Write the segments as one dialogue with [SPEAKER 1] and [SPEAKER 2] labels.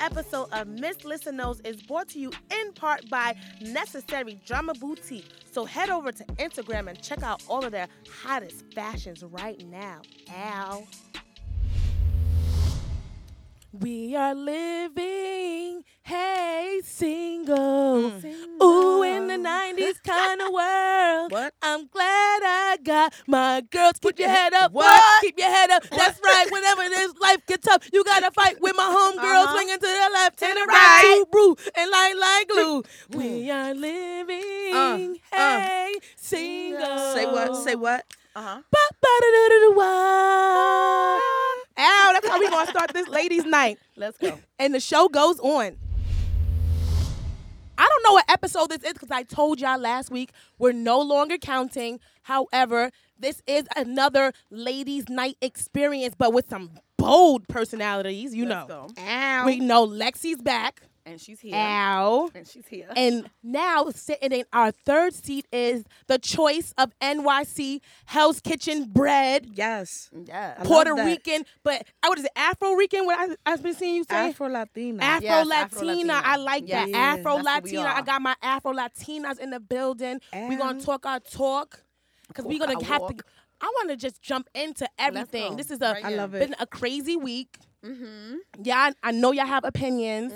[SPEAKER 1] episode of Miss Listen Knows is brought to you in part by Necessary Drama Boutique. So head over to Instagram and check out all of their hottest fashions right now. Ow. We are living, hey, single. Ooh, in the 90s kind of world.
[SPEAKER 2] What?
[SPEAKER 1] I'm glad I got my girls. Keep your
[SPEAKER 2] your
[SPEAKER 1] head
[SPEAKER 2] head-
[SPEAKER 1] up.
[SPEAKER 2] what?
[SPEAKER 1] What? Keep your head up. That's right. Whenever this life gets tough, you got to fight with my homegirls.
[SPEAKER 2] Uh-huh.
[SPEAKER 1] Swinging to the left and the
[SPEAKER 2] the
[SPEAKER 1] right.
[SPEAKER 2] right.
[SPEAKER 1] Two brew and light like glue. We are living,
[SPEAKER 2] Uh, uh.
[SPEAKER 1] hey, single.
[SPEAKER 2] Say what? Say what? Uh
[SPEAKER 1] Uh-huh.
[SPEAKER 2] huh.
[SPEAKER 1] Ba-ba-da-da-da-da-wah. Ow, that's how we gonna start this ladies' night.
[SPEAKER 2] Let's go.
[SPEAKER 1] And the show goes on. I don't know what episode this is because I told y'all last week we're no longer counting. However, this is another ladies' night experience, but with some bold personalities, you
[SPEAKER 2] Let's
[SPEAKER 1] know.
[SPEAKER 2] go.
[SPEAKER 1] Ow. We know Lexi's back.
[SPEAKER 2] And she's here.
[SPEAKER 1] Ow.
[SPEAKER 2] And she's here.
[SPEAKER 1] And now sitting in our third seat is the choice of NYC Hell's Kitchen bread.
[SPEAKER 2] yes.
[SPEAKER 3] Yeah.
[SPEAKER 2] I love
[SPEAKER 1] Puerto
[SPEAKER 2] that.
[SPEAKER 1] Rican, but I what is it? Afro Rican? What I, I've been seeing you say?
[SPEAKER 2] Afro Latina.
[SPEAKER 1] Afro
[SPEAKER 3] Yes,
[SPEAKER 1] Latina.
[SPEAKER 3] Afro-Latina.
[SPEAKER 1] I like that.
[SPEAKER 2] Yes,
[SPEAKER 1] Afro
[SPEAKER 3] that's what we
[SPEAKER 1] Latina. I
[SPEAKER 3] are.
[SPEAKER 1] got my Afro Latinas in the building. We're going
[SPEAKER 2] And-
[SPEAKER 1] to talk our talk because we're
[SPEAKER 3] Talk
[SPEAKER 1] going to
[SPEAKER 3] our
[SPEAKER 1] have to.
[SPEAKER 3] walk.
[SPEAKER 1] I want to just jump into everything.
[SPEAKER 3] go.
[SPEAKER 1] This is a
[SPEAKER 3] Right Mm-hmm.
[SPEAKER 2] I love
[SPEAKER 1] been
[SPEAKER 2] it.
[SPEAKER 1] a crazy week. Yeah, I, I know y'all have opinions.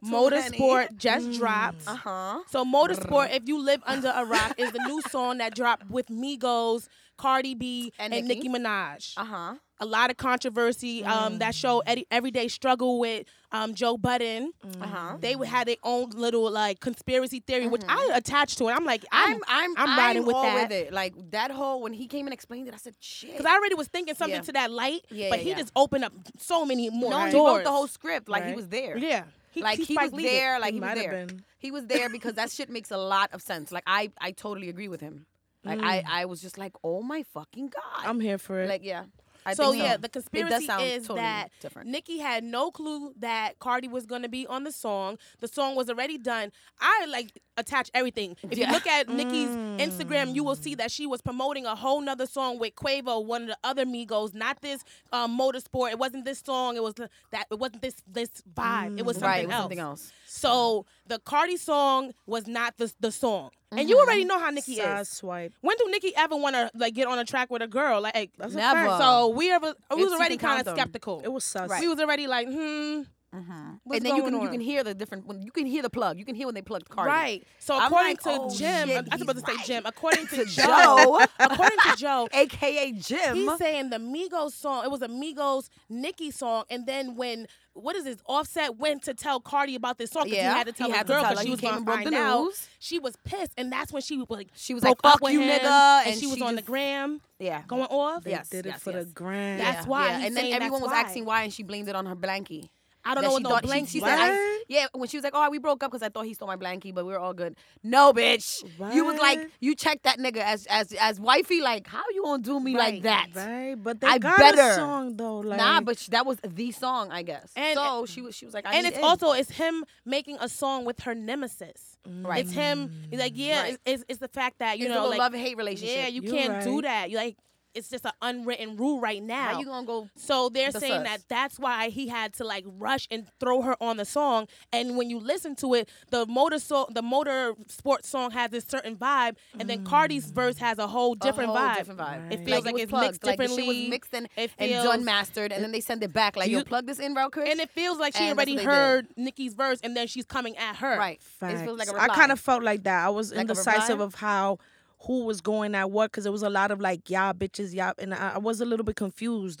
[SPEAKER 2] many.
[SPEAKER 1] Motorsport just dropped.
[SPEAKER 3] Uh huh.
[SPEAKER 1] So Motorsport, if you live under a rock, is the new song that dropped with Migos, Cardi B, and,
[SPEAKER 3] And
[SPEAKER 1] Nicki
[SPEAKER 3] Nicki.
[SPEAKER 1] Minaj.
[SPEAKER 3] Uh huh.
[SPEAKER 1] a lot of controversy. Um, that show
[SPEAKER 3] Mm.
[SPEAKER 1] Eddie, Everyday Struggle with um, Joe Budden.
[SPEAKER 3] Uh huh.
[SPEAKER 1] They would had their own little like conspiracy theory, which I attached to it. I'm like, I'm,
[SPEAKER 3] Mm-hmm. I'm I'm
[SPEAKER 1] I'm riding with
[SPEAKER 3] all
[SPEAKER 1] that.
[SPEAKER 3] with it. Like that whole when he came and explained it, I said, "Shit."
[SPEAKER 1] because I already was thinking something
[SPEAKER 3] Yeah.
[SPEAKER 1] to that light,
[SPEAKER 3] Yeah,
[SPEAKER 1] but
[SPEAKER 3] yeah,
[SPEAKER 1] he
[SPEAKER 3] yeah.
[SPEAKER 1] just opened up so many more
[SPEAKER 3] no, he
[SPEAKER 1] doors.
[SPEAKER 3] wrote the whole script. Like
[SPEAKER 2] Right.
[SPEAKER 3] he was there.
[SPEAKER 1] yeah, he,
[SPEAKER 3] Like
[SPEAKER 1] he
[SPEAKER 3] he,
[SPEAKER 1] Spike
[SPEAKER 3] was
[SPEAKER 1] Lee'd it.
[SPEAKER 3] there. Like
[SPEAKER 2] He
[SPEAKER 3] he, was
[SPEAKER 2] might have
[SPEAKER 3] there.
[SPEAKER 2] been.
[SPEAKER 3] He was there because that shit makes a lot of sense. Like I I totally agree with him. Like I
[SPEAKER 1] Mm.
[SPEAKER 3] I was just like, "Oh my fucking god."
[SPEAKER 2] I'm here for it.
[SPEAKER 3] like yeah. I
[SPEAKER 1] so
[SPEAKER 3] think so
[SPEAKER 1] yeah, the conspiracy
[SPEAKER 3] sound
[SPEAKER 1] is
[SPEAKER 3] totally
[SPEAKER 1] that
[SPEAKER 3] different.
[SPEAKER 1] Nicki had no clue that Cardi was gonna be on the song. The song was already done. I like attach everything. If you
[SPEAKER 3] Yeah.
[SPEAKER 1] look at Nicki's
[SPEAKER 3] Mm.
[SPEAKER 1] Instagram, you will see that she was promoting a whole nother song with Quavo, one of the other Migos. Not this um, Motorsport. It wasn't this song. It was the- that. It wasn't this this vibe. It was something
[SPEAKER 3] right. it was
[SPEAKER 1] else.
[SPEAKER 3] Something else.
[SPEAKER 1] So the Cardi song was not the the song. And
[SPEAKER 3] Mm-hmm.
[SPEAKER 1] you already know how Nicki
[SPEAKER 2] Side
[SPEAKER 1] is.
[SPEAKER 2] swipe.
[SPEAKER 1] When do Nicki ever want to like get on a track with a girl? Like
[SPEAKER 2] That's
[SPEAKER 3] Never.
[SPEAKER 2] a fact.
[SPEAKER 1] so we are, we
[SPEAKER 3] If
[SPEAKER 1] was
[SPEAKER 3] she
[SPEAKER 1] already kind
[SPEAKER 3] can count
[SPEAKER 1] of
[SPEAKER 3] them.
[SPEAKER 1] skeptical.
[SPEAKER 2] It was sus.
[SPEAKER 1] We was already like, hmm, what's
[SPEAKER 3] Uh-huh. and then you
[SPEAKER 1] going
[SPEAKER 3] can you
[SPEAKER 1] on?
[SPEAKER 3] can hear the different when you can hear the plug. You can hear when they plugged Cardi.
[SPEAKER 1] right. So
[SPEAKER 3] I'm
[SPEAKER 1] according
[SPEAKER 3] like,
[SPEAKER 1] to
[SPEAKER 3] oh,
[SPEAKER 1] Jim,
[SPEAKER 3] shit,
[SPEAKER 1] I was about to
[SPEAKER 3] he's
[SPEAKER 1] say
[SPEAKER 3] right.
[SPEAKER 1] Jim. According to,
[SPEAKER 3] To
[SPEAKER 1] Joe,
[SPEAKER 3] Joe.
[SPEAKER 1] according to Joe,
[SPEAKER 3] AKA Jim.
[SPEAKER 1] he's saying the Migos song. It was a Migos Nicki song, and then when what is this? Offset went to tell Cardi about this song because
[SPEAKER 3] Yeah,
[SPEAKER 1] he had to
[SPEAKER 3] he
[SPEAKER 1] tell his
[SPEAKER 3] had to
[SPEAKER 1] girl
[SPEAKER 3] tell
[SPEAKER 1] because
[SPEAKER 3] her.
[SPEAKER 1] she
[SPEAKER 3] He
[SPEAKER 1] was
[SPEAKER 3] came
[SPEAKER 1] going to
[SPEAKER 3] and broke
[SPEAKER 1] find
[SPEAKER 3] the
[SPEAKER 1] out.
[SPEAKER 3] news.
[SPEAKER 1] She was pissed, and that's when she was like,
[SPEAKER 3] She was
[SPEAKER 1] broke
[SPEAKER 3] like,
[SPEAKER 1] up
[SPEAKER 3] "Fuck
[SPEAKER 1] with
[SPEAKER 3] you,
[SPEAKER 1] him,"
[SPEAKER 3] nigga,
[SPEAKER 1] and
[SPEAKER 3] and
[SPEAKER 1] she was
[SPEAKER 3] she
[SPEAKER 1] on the
[SPEAKER 3] just-
[SPEAKER 1] gram,
[SPEAKER 3] yeah.
[SPEAKER 1] going off.
[SPEAKER 2] They
[SPEAKER 3] Yes,
[SPEAKER 2] did it
[SPEAKER 3] yes,
[SPEAKER 2] for the
[SPEAKER 3] yes.
[SPEAKER 2] grand.
[SPEAKER 1] That's why he's
[SPEAKER 3] and then
[SPEAKER 1] saying
[SPEAKER 3] everyone
[SPEAKER 1] that's
[SPEAKER 3] was
[SPEAKER 1] why.
[SPEAKER 3] asking why, and she blamed it on her blankie.
[SPEAKER 1] I don't know
[SPEAKER 3] That she
[SPEAKER 1] what no
[SPEAKER 3] thought-
[SPEAKER 1] blank
[SPEAKER 3] She, she
[SPEAKER 1] was.
[SPEAKER 3] said, I,
[SPEAKER 2] What?
[SPEAKER 3] yeah, when she was like, "Oh, we broke up because I thought he stole my blankie, but we were all good." No, bitch. You was like,
[SPEAKER 2] What?
[SPEAKER 3] you checked that nigga as as as wifey. Like, how you gonna do me
[SPEAKER 1] Right,
[SPEAKER 3] like that?
[SPEAKER 2] Right, but they
[SPEAKER 3] I
[SPEAKER 2] got a
[SPEAKER 3] better.
[SPEAKER 2] song though. Like,
[SPEAKER 3] nah, but sh- that was the song, I guess.
[SPEAKER 1] And-
[SPEAKER 3] so she was she was like, I
[SPEAKER 1] and
[SPEAKER 3] need
[SPEAKER 1] it's
[SPEAKER 3] in.
[SPEAKER 1] also it's him making a song with her nemesis.
[SPEAKER 3] Right.
[SPEAKER 1] It's him like yeah,
[SPEAKER 3] Mm, Right.
[SPEAKER 1] it's, it's it's the fact that you
[SPEAKER 3] It's a
[SPEAKER 1] know like
[SPEAKER 3] little love hate relationship.
[SPEAKER 1] yeah, you
[SPEAKER 2] You're
[SPEAKER 1] can't do
[SPEAKER 2] right.
[SPEAKER 1] that. You like it's just an unwritten rule right now.
[SPEAKER 3] how you gonna go?
[SPEAKER 1] so they're
[SPEAKER 3] the
[SPEAKER 1] saying
[SPEAKER 3] sus?
[SPEAKER 1] that that's why he had to like rush and throw her on the song. And when you listen to it, the motor so the motor sports song has this certain vibe, and then Cardi's verse has a whole different
[SPEAKER 3] Mm. a whole
[SPEAKER 1] vibe.
[SPEAKER 3] Different vibe.
[SPEAKER 1] It feels like,
[SPEAKER 3] was
[SPEAKER 1] it's
[SPEAKER 3] plugged.
[SPEAKER 1] mixed
[SPEAKER 3] like the
[SPEAKER 1] differently.
[SPEAKER 3] shit was mixed and,
[SPEAKER 1] It
[SPEAKER 3] and
[SPEAKER 1] feels-
[SPEAKER 3] done mastered, and then they send it back. Like,
[SPEAKER 1] You-
[SPEAKER 3] yo, plug this in real quick.
[SPEAKER 1] and it feels like she
[SPEAKER 3] And that's
[SPEAKER 1] already
[SPEAKER 3] what they did.
[SPEAKER 1] heard Nicki's verse, and then she's coming at her.
[SPEAKER 3] right. It
[SPEAKER 2] Facts.
[SPEAKER 3] feels like a
[SPEAKER 2] I
[SPEAKER 3] reply.
[SPEAKER 2] kind of felt like that. I was
[SPEAKER 3] Like a
[SPEAKER 2] indecisive
[SPEAKER 3] reply?
[SPEAKER 2] of how who was going at what because it was a lot of like y'all bitches y'all and I, I was a little bit confused.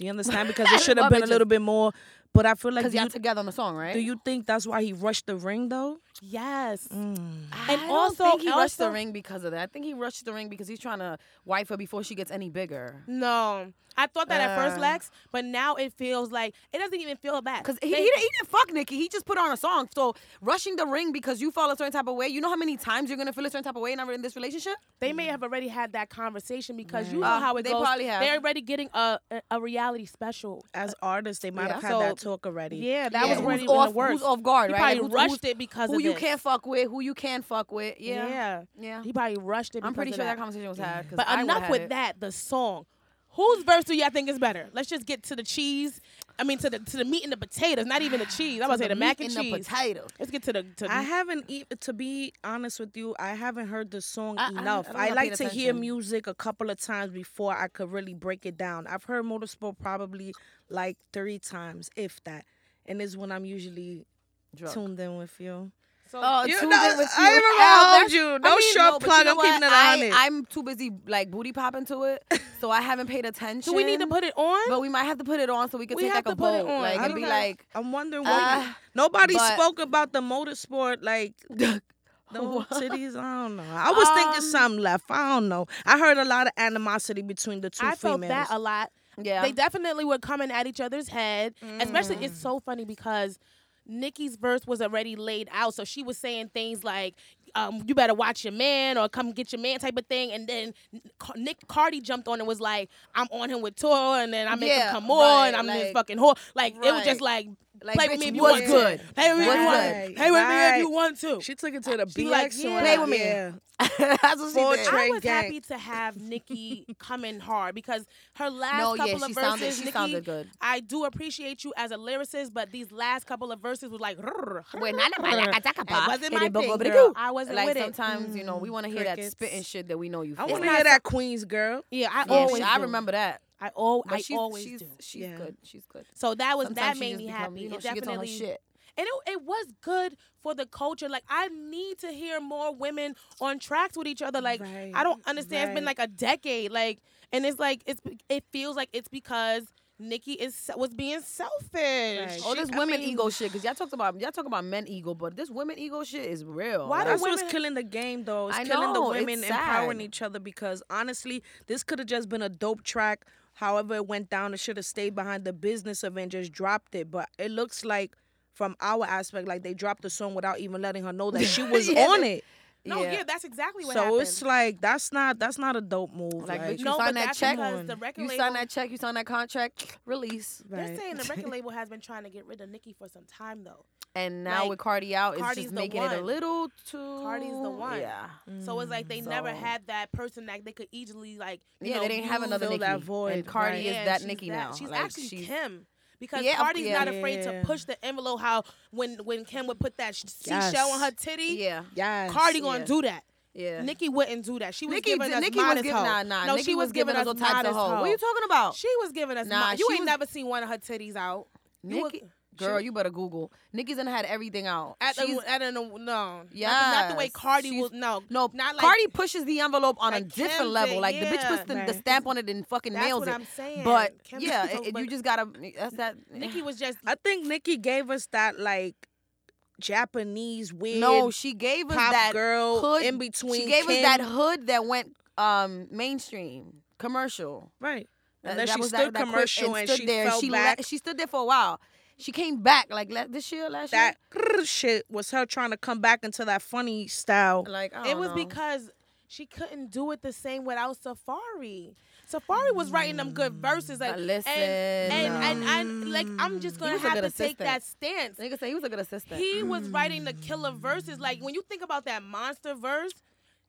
[SPEAKER 2] You understand because it should have
[SPEAKER 3] What
[SPEAKER 2] been a
[SPEAKER 3] bitches?
[SPEAKER 2] little bit more. But I feel like
[SPEAKER 3] because
[SPEAKER 2] do
[SPEAKER 3] y'all
[SPEAKER 2] you,
[SPEAKER 3] together on the song, right?
[SPEAKER 2] do you think that's why he rushed the ring though?
[SPEAKER 1] Yes.
[SPEAKER 3] I
[SPEAKER 1] And
[SPEAKER 3] don't
[SPEAKER 1] also-
[SPEAKER 3] think he rushed the
[SPEAKER 1] also-
[SPEAKER 3] ring because of that. I think he rushed the ring because he's trying to wife her before she gets any bigger.
[SPEAKER 1] No. I thought that at first,
[SPEAKER 3] Uh.
[SPEAKER 1] Lex, but now it feels like it doesn't even feel bad.
[SPEAKER 3] Cause he,
[SPEAKER 1] They-
[SPEAKER 3] he, didn't- he didn't fuck Nikki. He just put on a song. So rushing the ring because you fall a certain type of way. You know how many times you're gonna feel a certain type of way in in this relationship?
[SPEAKER 1] they may have already had that conversation because you know
[SPEAKER 3] Uh,
[SPEAKER 1] how it
[SPEAKER 3] e- they
[SPEAKER 1] goes.
[SPEAKER 3] probably have.
[SPEAKER 1] They're already getting a, a, a reality special.
[SPEAKER 2] As artists, they might
[SPEAKER 3] Yeah.
[SPEAKER 2] have had
[SPEAKER 1] So-
[SPEAKER 2] that talk already.
[SPEAKER 1] Yeah, that
[SPEAKER 3] Yeah,
[SPEAKER 1] was
[SPEAKER 3] who's
[SPEAKER 1] already
[SPEAKER 3] off,
[SPEAKER 1] in the works.
[SPEAKER 3] Who's off guard,
[SPEAKER 1] He
[SPEAKER 3] right?
[SPEAKER 1] probably
[SPEAKER 3] Who's-
[SPEAKER 1] rushed
[SPEAKER 3] who's-
[SPEAKER 1] it because
[SPEAKER 3] who
[SPEAKER 1] of
[SPEAKER 3] you
[SPEAKER 1] this.
[SPEAKER 3] can't fuck with, who you can fuck with. Yeah.
[SPEAKER 1] yeah,
[SPEAKER 3] Yeah.
[SPEAKER 1] He probably rushed it.
[SPEAKER 3] I'm
[SPEAKER 1] because
[SPEAKER 3] pretty
[SPEAKER 1] of
[SPEAKER 3] sure that. conversation was had. 'cause
[SPEAKER 1] But
[SPEAKER 3] I would've
[SPEAKER 1] enough
[SPEAKER 3] had
[SPEAKER 1] with
[SPEAKER 3] it.
[SPEAKER 1] that. The song. Whose verse do y'all think is better? Let's just get to the cheese. I mean, to the to the meat and the potatoes, not even the cheese. I was say the mac and
[SPEAKER 3] the
[SPEAKER 1] cheese.
[SPEAKER 3] potato.
[SPEAKER 1] Let's get to the. To
[SPEAKER 3] Mm-hmm.
[SPEAKER 2] I haven't, e- to be honest with you, I haven't heard the song
[SPEAKER 3] I- I don't-
[SPEAKER 2] enough.
[SPEAKER 3] I
[SPEAKER 2] I,
[SPEAKER 3] don't not
[SPEAKER 2] like
[SPEAKER 3] paying
[SPEAKER 2] to hear
[SPEAKER 3] attention.
[SPEAKER 2] music a couple of times before I could really break it down. I've heard Motorsport probably like three times, if that. And it's when I'm usually
[SPEAKER 3] Drunk.
[SPEAKER 2] tuned in with you.
[SPEAKER 1] so,
[SPEAKER 3] Oh,
[SPEAKER 2] You
[SPEAKER 3] tuned
[SPEAKER 2] know,
[SPEAKER 3] in with you.
[SPEAKER 2] I ain't even gonna
[SPEAKER 3] Oh,
[SPEAKER 2] hold
[SPEAKER 3] that's-
[SPEAKER 2] you.
[SPEAKER 3] I
[SPEAKER 2] No
[SPEAKER 3] mean,
[SPEAKER 2] sharp
[SPEAKER 3] no, but
[SPEAKER 2] plug.
[SPEAKER 3] You know
[SPEAKER 2] I'm
[SPEAKER 3] what?
[SPEAKER 2] keeping it
[SPEAKER 3] I,
[SPEAKER 2] 100.
[SPEAKER 3] I'm too busy like booty popping to it, so I haven't paid attention.
[SPEAKER 1] do we need to put it on?
[SPEAKER 3] But we might have to put it on so we can
[SPEAKER 1] We
[SPEAKER 3] take
[SPEAKER 1] have
[SPEAKER 3] like
[SPEAKER 1] to
[SPEAKER 3] a
[SPEAKER 1] put it
[SPEAKER 3] vote,
[SPEAKER 1] on.
[SPEAKER 3] like
[SPEAKER 1] I
[SPEAKER 3] and
[SPEAKER 1] don't
[SPEAKER 3] be
[SPEAKER 1] know.
[SPEAKER 3] like,
[SPEAKER 2] I'm wondering
[SPEAKER 3] uh,
[SPEAKER 2] why you- nobody
[SPEAKER 3] but-
[SPEAKER 2] spoke about the motorsport like no
[SPEAKER 3] What?
[SPEAKER 2] cities. I don't know. I was thinking
[SPEAKER 3] Um,
[SPEAKER 2] something left. I don't know. I heard a lot of animosity between the two
[SPEAKER 1] I felt
[SPEAKER 2] females.
[SPEAKER 1] that a lot.
[SPEAKER 3] yeah, Mm.
[SPEAKER 1] They definitely were coming at each other's head. Especially, it's so funny because Nikki's verse was already laid out, so she was saying things like, um, "You better watch your man" or "Come get your man" type of thing. And then Ca- Nick Cardi jumped on and was like, "I'm on him with tour, and then I make
[SPEAKER 3] Yeah,
[SPEAKER 1] him come on,
[SPEAKER 3] right,
[SPEAKER 1] and I'm this
[SPEAKER 3] like-
[SPEAKER 1] fucking whore." Like it was
[SPEAKER 3] right.
[SPEAKER 1] just like,
[SPEAKER 3] like
[SPEAKER 1] play
[SPEAKER 3] bitch,
[SPEAKER 1] with me if you
[SPEAKER 3] what's
[SPEAKER 1] want
[SPEAKER 3] good.
[SPEAKER 1] to. Play with me if you want
[SPEAKER 2] Right,
[SPEAKER 1] to. Play with me if you
[SPEAKER 2] right.
[SPEAKER 1] want to.
[SPEAKER 2] She took it to
[SPEAKER 3] Uh,
[SPEAKER 2] the
[SPEAKER 1] She
[SPEAKER 2] BX
[SPEAKER 1] like, yeah.
[SPEAKER 2] one.
[SPEAKER 1] Play with
[SPEAKER 3] me.
[SPEAKER 2] Yeah.
[SPEAKER 3] That's what she
[SPEAKER 2] Four
[SPEAKER 3] did.
[SPEAKER 2] track-
[SPEAKER 1] I
[SPEAKER 2] Trey
[SPEAKER 1] was
[SPEAKER 2] Gang.
[SPEAKER 1] happy to have Nikki coming hard because her last
[SPEAKER 3] No,
[SPEAKER 1] couple
[SPEAKER 3] yeah,
[SPEAKER 1] of
[SPEAKER 3] she
[SPEAKER 1] verses,
[SPEAKER 3] sounded she
[SPEAKER 1] Nikki,
[SPEAKER 3] sounded good.
[SPEAKER 1] I do appreciate you as a lyricist, but these last couple of verses was like, "Rrr, rrr."
[SPEAKER 3] When I let my laka taka
[SPEAKER 1] it
[SPEAKER 3] pop,
[SPEAKER 1] wasn't
[SPEAKER 3] it
[SPEAKER 1] my
[SPEAKER 3] did bogo
[SPEAKER 1] thing,
[SPEAKER 3] bogo
[SPEAKER 1] girl.
[SPEAKER 3] doo.
[SPEAKER 1] I wasn't
[SPEAKER 3] like
[SPEAKER 1] with it.
[SPEAKER 3] sometimes you know we want to hear that
[SPEAKER 2] crickets.
[SPEAKER 3] spitting shit that we know you.
[SPEAKER 2] I
[SPEAKER 3] feel.
[SPEAKER 2] want to hear that Queens girl.
[SPEAKER 1] yeah, I
[SPEAKER 3] Yeah,
[SPEAKER 1] always,
[SPEAKER 3] she- I
[SPEAKER 1] do.
[SPEAKER 3] remember that.
[SPEAKER 1] I, al-
[SPEAKER 3] But
[SPEAKER 1] I
[SPEAKER 3] she's,
[SPEAKER 1] always
[SPEAKER 3] she's,
[SPEAKER 1] do.
[SPEAKER 3] She's
[SPEAKER 2] Yeah.
[SPEAKER 3] good. She's good.
[SPEAKER 1] So that was
[SPEAKER 3] Sometimes
[SPEAKER 1] that made
[SPEAKER 3] she just
[SPEAKER 1] me
[SPEAKER 3] become-
[SPEAKER 1] happy.
[SPEAKER 3] You know,
[SPEAKER 1] it
[SPEAKER 3] she gets on her
[SPEAKER 1] definitely,
[SPEAKER 3] shit.
[SPEAKER 1] and it, it was good for the culture. Like I need to hear more women on tracks with each other. Like
[SPEAKER 2] Right,
[SPEAKER 1] I don't understand. It's been
[SPEAKER 2] right.
[SPEAKER 1] like a decade. Like and it's like it's it feels like it's because Nikki is was being selfish.
[SPEAKER 2] Right.
[SPEAKER 3] All
[SPEAKER 2] She-
[SPEAKER 3] Oh, this
[SPEAKER 2] I
[SPEAKER 3] women
[SPEAKER 2] mean-
[SPEAKER 3] ego shit, because y'all talk about y'all talk about men ego, but this women ego shit is real.
[SPEAKER 1] Why do
[SPEAKER 3] Like,
[SPEAKER 2] That's what's
[SPEAKER 1] women-
[SPEAKER 2] killing the game, though. It's
[SPEAKER 3] I
[SPEAKER 2] killing the
[SPEAKER 3] know, it's
[SPEAKER 2] women
[SPEAKER 3] sad.
[SPEAKER 2] empowering each other because honestly, this could have just been a dope track. However, it went down. It should have stayed behind the business of it and just dropped it. But it looks like, from our aspect, like they dropped the song without even letting her know that she was
[SPEAKER 3] Yeah,
[SPEAKER 2] on
[SPEAKER 3] they-
[SPEAKER 2] it.
[SPEAKER 1] No, yeah,
[SPEAKER 3] yeah.
[SPEAKER 1] that's exactly what
[SPEAKER 2] So
[SPEAKER 1] happened.
[SPEAKER 2] it's like that's not that's not a dope move.
[SPEAKER 3] Like,
[SPEAKER 2] Like,
[SPEAKER 3] bitch, you
[SPEAKER 1] no, but
[SPEAKER 3] sign that
[SPEAKER 1] that's
[SPEAKER 3] check.
[SPEAKER 1] because
[SPEAKER 2] Come
[SPEAKER 1] the
[SPEAKER 2] on.
[SPEAKER 1] record
[SPEAKER 3] you
[SPEAKER 1] label.
[SPEAKER 3] sign that check, you sign that contract, release,
[SPEAKER 1] They're
[SPEAKER 2] Right.
[SPEAKER 1] saying the record label has been trying to get rid of Nikki for some time though.
[SPEAKER 3] and now
[SPEAKER 1] Like,
[SPEAKER 3] with Cardi out, it's
[SPEAKER 1] Cardi's
[SPEAKER 3] just
[SPEAKER 1] the
[SPEAKER 3] making it a
[SPEAKER 1] one.
[SPEAKER 3] little too.
[SPEAKER 1] Cardi's the one.
[SPEAKER 3] Yeah,
[SPEAKER 1] So it's like they never
[SPEAKER 3] Mm, So-
[SPEAKER 1] had that person that they could easily like. You
[SPEAKER 3] yeah,
[SPEAKER 1] know,
[SPEAKER 3] they didn't have
[SPEAKER 1] use.
[SPEAKER 3] another
[SPEAKER 2] fill
[SPEAKER 3] Nicki.
[SPEAKER 2] that void,
[SPEAKER 3] and Cardi
[SPEAKER 2] right.
[SPEAKER 3] is
[SPEAKER 1] Yeah,
[SPEAKER 3] that
[SPEAKER 1] she's
[SPEAKER 3] Nicki
[SPEAKER 1] that-
[SPEAKER 3] now.
[SPEAKER 1] She's
[SPEAKER 3] Like,
[SPEAKER 1] actually
[SPEAKER 3] she's-
[SPEAKER 1] Kim. Because
[SPEAKER 3] Yeah, of-
[SPEAKER 1] Cardi's
[SPEAKER 3] yeah.
[SPEAKER 1] not afraid to
[SPEAKER 2] Yeah.
[SPEAKER 1] push the envelope. How when when Kim would put that sh- seashell on her titty,
[SPEAKER 3] Yeah,
[SPEAKER 2] yes,
[SPEAKER 1] Cardi
[SPEAKER 3] yeah.
[SPEAKER 1] gonna do that.
[SPEAKER 3] yeah.
[SPEAKER 1] Nikki wouldn't do that. She was
[SPEAKER 3] Nikki,
[SPEAKER 1] giving
[SPEAKER 3] did-
[SPEAKER 1] us
[SPEAKER 3] Nikki was
[SPEAKER 1] modest
[SPEAKER 3] giving
[SPEAKER 1] hoe.
[SPEAKER 3] nah, nah.
[SPEAKER 1] No,
[SPEAKER 3] Nikki
[SPEAKER 1] she was giving us
[SPEAKER 3] all types of
[SPEAKER 1] modest
[SPEAKER 3] hoe. What are you
[SPEAKER 1] hoe.
[SPEAKER 3] talking about?
[SPEAKER 1] She was giving us.
[SPEAKER 3] Nah,
[SPEAKER 1] Nah, you
[SPEAKER 3] she
[SPEAKER 1] ain't
[SPEAKER 3] was-
[SPEAKER 1] never seen one of her titties out. You
[SPEAKER 3] Nikki,
[SPEAKER 1] would-
[SPEAKER 3] girl, you better Google. Nikki's done had everything out.
[SPEAKER 1] At the,
[SPEAKER 3] She's-
[SPEAKER 1] at the, no, not the- not the way
[SPEAKER 3] Yes,
[SPEAKER 1] Cardi
[SPEAKER 3] she's-
[SPEAKER 1] was. No,
[SPEAKER 3] No,
[SPEAKER 1] not like
[SPEAKER 3] Cardi pushes the envelope on a
[SPEAKER 1] like
[SPEAKER 3] different
[SPEAKER 1] Kim
[SPEAKER 3] level.
[SPEAKER 1] did,
[SPEAKER 3] Like the bitch
[SPEAKER 1] yeah.
[SPEAKER 3] puts the, the
[SPEAKER 2] Right.
[SPEAKER 3] stamp on it and fucking
[SPEAKER 1] That's
[SPEAKER 3] nails
[SPEAKER 1] what
[SPEAKER 3] it.
[SPEAKER 1] I'm saying.
[SPEAKER 3] But
[SPEAKER 1] Kim-
[SPEAKER 3] yeah,
[SPEAKER 1] so,
[SPEAKER 3] it- it-
[SPEAKER 1] but
[SPEAKER 3] you just gotta. That's that.
[SPEAKER 1] Nikki was just
[SPEAKER 2] I think Nikki gave us that like Japanese weird
[SPEAKER 3] no, she gave us
[SPEAKER 2] pop
[SPEAKER 3] that
[SPEAKER 2] girl
[SPEAKER 3] hood.
[SPEAKER 2] in between.
[SPEAKER 3] she gave
[SPEAKER 2] Kim.
[SPEAKER 3] us that hood that went um mainstream commercial.
[SPEAKER 2] right.
[SPEAKER 3] That-
[SPEAKER 2] And then
[SPEAKER 3] Uh, that
[SPEAKER 2] she
[SPEAKER 3] was that-
[SPEAKER 2] stood
[SPEAKER 3] that quick
[SPEAKER 2] commercial and
[SPEAKER 3] stood
[SPEAKER 2] she
[SPEAKER 3] there.
[SPEAKER 2] fell
[SPEAKER 3] she
[SPEAKER 2] back.
[SPEAKER 3] La- she stood there for a while. She came back like la- this year, last
[SPEAKER 2] that grrr shit was her trying to come back into that funny style.
[SPEAKER 3] year. Like I
[SPEAKER 1] it
[SPEAKER 3] don't
[SPEAKER 1] was
[SPEAKER 3] know.
[SPEAKER 1] because she couldn't do it the same without Safari. Safari was writing them good verses, like
[SPEAKER 3] Now listen,
[SPEAKER 1] and and,
[SPEAKER 3] um,
[SPEAKER 1] and and like I'm just gonna
[SPEAKER 3] was a
[SPEAKER 1] have to
[SPEAKER 3] good
[SPEAKER 1] take that stance.
[SPEAKER 3] nigga say he was a good assistant.
[SPEAKER 1] He was writing
[SPEAKER 3] Mm.
[SPEAKER 1] the killer verses. Like when you think about that monster verse,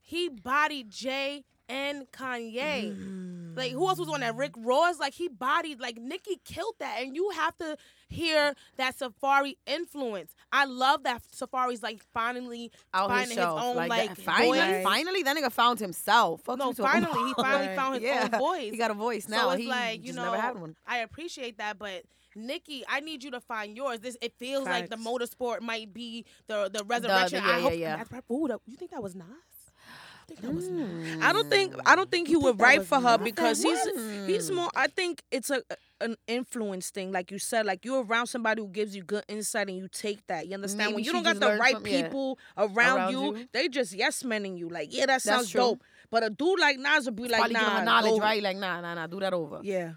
[SPEAKER 1] he bodied Jay and Kanye.
[SPEAKER 3] Mm.
[SPEAKER 1] Like who else was on that? Rick Ross. Like he bodied. Like Nicki killed that, and you have to hear that Safari influence. I love that Safari's like finally
[SPEAKER 3] out
[SPEAKER 1] finding
[SPEAKER 3] his, shelf.
[SPEAKER 1] own like,
[SPEAKER 3] that- finally,
[SPEAKER 1] voice.
[SPEAKER 3] finally, that nigga found himself. Fuck
[SPEAKER 1] No,
[SPEAKER 3] you talking
[SPEAKER 1] finally, he
[SPEAKER 3] about?
[SPEAKER 1] finally
[SPEAKER 2] Right.
[SPEAKER 1] found his
[SPEAKER 3] yeah.
[SPEAKER 1] own voice.
[SPEAKER 3] He got a voice now.
[SPEAKER 1] so it's
[SPEAKER 3] he
[SPEAKER 1] like you
[SPEAKER 3] just
[SPEAKER 1] know,
[SPEAKER 3] never had one.
[SPEAKER 1] I appreciate that, but Nikki, I need you to find yours. This it feels like the
[SPEAKER 2] Facts.
[SPEAKER 1] motorsport might be the the resurrection.
[SPEAKER 3] yeah,
[SPEAKER 1] I hope.
[SPEAKER 3] yeah, yeah.
[SPEAKER 1] that's prob- ooh, that- you think that was Nas? I think that was Nas.
[SPEAKER 2] I don't think I don't think he would write
[SPEAKER 1] was
[SPEAKER 2] for her
[SPEAKER 1] nice.
[SPEAKER 2] because he's
[SPEAKER 3] Mm.
[SPEAKER 2] he's more. I think it's a an influence thing, like you said. Like you're around somebody who gives you good insight and you take that. You understand
[SPEAKER 3] Maybe
[SPEAKER 2] when you
[SPEAKER 3] she
[SPEAKER 2] don't got
[SPEAKER 3] just
[SPEAKER 2] the
[SPEAKER 3] learned
[SPEAKER 2] right
[SPEAKER 3] from- yeah.
[SPEAKER 2] people around,
[SPEAKER 3] Around
[SPEAKER 2] you,
[SPEAKER 3] you.
[SPEAKER 2] they just yes mening you. Like yeah, that
[SPEAKER 3] That's
[SPEAKER 2] sounds
[SPEAKER 3] true.
[SPEAKER 2] dope. But a dude like Nas would be like,
[SPEAKER 3] Probably giving
[SPEAKER 2] nah,
[SPEAKER 3] her knowledge,
[SPEAKER 2] go-
[SPEAKER 3] right? Like nah, nah, nah. Do that over.
[SPEAKER 2] Yeah,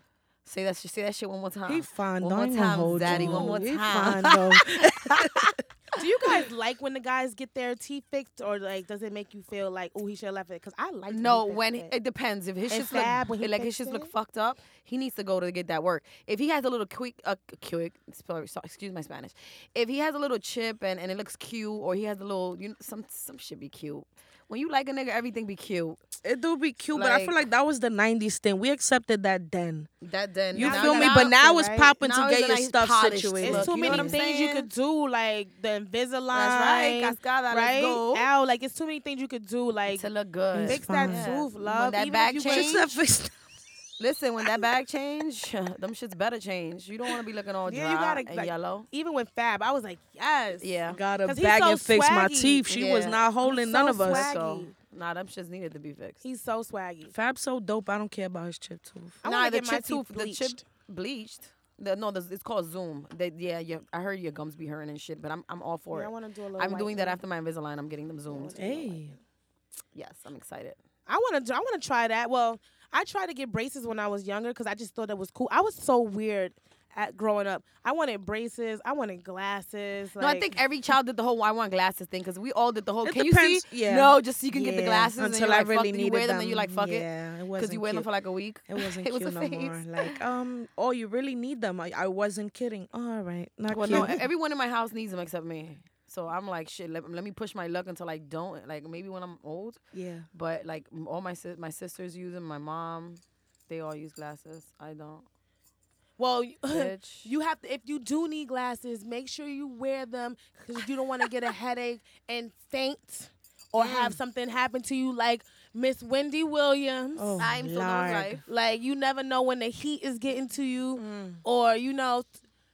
[SPEAKER 3] Say that. Say that shit one more time.
[SPEAKER 2] he fine.
[SPEAKER 3] One
[SPEAKER 2] though,
[SPEAKER 3] more
[SPEAKER 2] ain't gonna
[SPEAKER 3] time,
[SPEAKER 2] hold
[SPEAKER 3] daddy,
[SPEAKER 2] you.
[SPEAKER 3] one more
[SPEAKER 2] He
[SPEAKER 3] time.
[SPEAKER 2] fine, though.
[SPEAKER 1] Do you guys like when the guys get their teeth fixed, or like does it make you feel like oh he should have left it? Because I like when he
[SPEAKER 3] No,
[SPEAKER 1] fixed
[SPEAKER 3] when
[SPEAKER 1] it.
[SPEAKER 3] it depends. If his
[SPEAKER 1] And
[SPEAKER 3] shit's look,
[SPEAKER 1] Fab, when he
[SPEAKER 3] like his
[SPEAKER 1] fixed
[SPEAKER 3] shit's look
[SPEAKER 1] it?
[SPEAKER 3] fucked up, he needs to go to get that work. If he has a little quick, uh, quick, sorry, so- excuse my Spanish. If he has a little chip and, and it looks cute, or he has a little, you know, some some should be cute. when you like a nigga, everything be cute.
[SPEAKER 2] It do be cute, but I feel
[SPEAKER 3] Like-
[SPEAKER 2] like that was the '90s thing. We accepted that then.
[SPEAKER 3] That then
[SPEAKER 2] You
[SPEAKER 1] now
[SPEAKER 2] feel
[SPEAKER 1] that
[SPEAKER 2] me?
[SPEAKER 1] I'm
[SPEAKER 2] But now
[SPEAKER 1] out
[SPEAKER 2] it's
[SPEAKER 1] there,
[SPEAKER 2] popping
[SPEAKER 3] now
[SPEAKER 2] to
[SPEAKER 3] it's
[SPEAKER 2] get your
[SPEAKER 3] nice
[SPEAKER 2] stuff
[SPEAKER 3] polished
[SPEAKER 2] situated.
[SPEAKER 1] It's
[SPEAKER 3] look,
[SPEAKER 1] too
[SPEAKER 3] you know
[SPEAKER 1] many
[SPEAKER 3] what I'm
[SPEAKER 1] things you
[SPEAKER 3] saying?
[SPEAKER 1] could do, like the Invisalign.
[SPEAKER 3] right, cascada, let's
[SPEAKER 1] right?
[SPEAKER 3] go.
[SPEAKER 1] Ow, like it's too many things you could do. Like
[SPEAKER 3] to look good.
[SPEAKER 1] fix
[SPEAKER 2] fine.
[SPEAKER 1] that
[SPEAKER 3] Yeah.
[SPEAKER 1] tooth,
[SPEAKER 3] When
[SPEAKER 1] love.
[SPEAKER 3] that
[SPEAKER 1] Even if
[SPEAKER 3] back
[SPEAKER 1] you
[SPEAKER 2] Just
[SPEAKER 1] could-
[SPEAKER 3] change-
[SPEAKER 2] that face-
[SPEAKER 3] Listen, when that bag change, them shits better change. You don't want to be looking all dry
[SPEAKER 1] Yeah, you gotta,
[SPEAKER 3] and
[SPEAKER 1] like-
[SPEAKER 3] yellow.
[SPEAKER 1] Even with Fab, I was like, yes.
[SPEAKER 3] Yeah.
[SPEAKER 2] Got a
[SPEAKER 1] 'Cause he's
[SPEAKER 2] bag
[SPEAKER 1] so
[SPEAKER 2] and fix my
[SPEAKER 1] swaggy.
[SPEAKER 2] teeth. She was
[SPEAKER 3] Yeah.
[SPEAKER 2] not holding
[SPEAKER 1] so
[SPEAKER 2] none of us.
[SPEAKER 1] swaggy.
[SPEAKER 3] So, nah, them shits needed to be fixed.
[SPEAKER 1] He's so swaggy.
[SPEAKER 2] Fab's so dope. I don't care about his chip tooth.
[SPEAKER 1] I
[SPEAKER 3] nah,
[SPEAKER 1] wanna
[SPEAKER 3] the
[SPEAKER 1] get my
[SPEAKER 3] chip
[SPEAKER 1] teeth
[SPEAKER 3] the
[SPEAKER 1] bleached.
[SPEAKER 3] chip bleached. The, no, the, it's called Zoom. They, yeah, yeah, I heard your gums be hurting and shit, but I'm, I'm all for
[SPEAKER 1] Yeah, I
[SPEAKER 3] it.
[SPEAKER 1] want to do a little.
[SPEAKER 3] I'm
[SPEAKER 1] white
[SPEAKER 3] doing that
[SPEAKER 1] thing.
[SPEAKER 3] after my Invisalign. I'm getting them zoomed.
[SPEAKER 2] Hey,
[SPEAKER 3] Yes, I'm excited.
[SPEAKER 1] I want to. I want to try that. Well, I tried to get braces when I was younger because I just thought that was cool. I was so weird at growing up. I wanted braces. I wanted glasses.
[SPEAKER 3] no, I
[SPEAKER 1] like-
[SPEAKER 3] think every child did the whole "I want glasses" thing because we all did the whole.
[SPEAKER 2] It
[SPEAKER 3] Can you
[SPEAKER 2] depends-
[SPEAKER 3] see?
[SPEAKER 2] yeah.
[SPEAKER 3] No, just so you can get the
[SPEAKER 2] Yeah,
[SPEAKER 3] glasses. and
[SPEAKER 2] until
[SPEAKER 3] you're
[SPEAKER 2] I
[SPEAKER 3] like, fuck,
[SPEAKER 2] really
[SPEAKER 3] then you
[SPEAKER 2] needed
[SPEAKER 3] wear them,
[SPEAKER 2] them.
[SPEAKER 3] and you like fuck it
[SPEAKER 2] yeah, it
[SPEAKER 3] because
[SPEAKER 2] wasn't
[SPEAKER 3] you wear them
[SPEAKER 2] cute.
[SPEAKER 3] for like a week.
[SPEAKER 2] It wasn't
[SPEAKER 3] it was
[SPEAKER 2] cute
[SPEAKER 3] a
[SPEAKER 2] no
[SPEAKER 3] face.
[SPEAKER 2] more. Like, um, oh, you really need them. I, I wasn't kidding. All right, not
[SPEAKER 3] Well,
[SPEAKER 2] cute.
[SPEAKER 3] no, everyone in my house needs them except me. So I'm like, shit. Let, let me push my luck until I don't. Like maybe when I'm old,
[SPEAKER 2] yeah,
[SPEAKER 3] but like m- all my sis- my sisters use them. My mom, they all use glasses. I don't.
[SPEAKER 1] well, you-
[SPEAKER 3] Bitch.
[SPEAKER 1] you have to. If you do need glasses, make sure you wear them because you don't want to get a headache and faint or have something happen to you, like Miss Wendy Williams.
[SPEAKER 2] Oh.
[SPEAKER 3] I'm so done with
[SPEAKER 2] Lord.
[SPEAKER 3] life.
[SPEAKER 1] Like you never know when the heat is getting to you, or you know.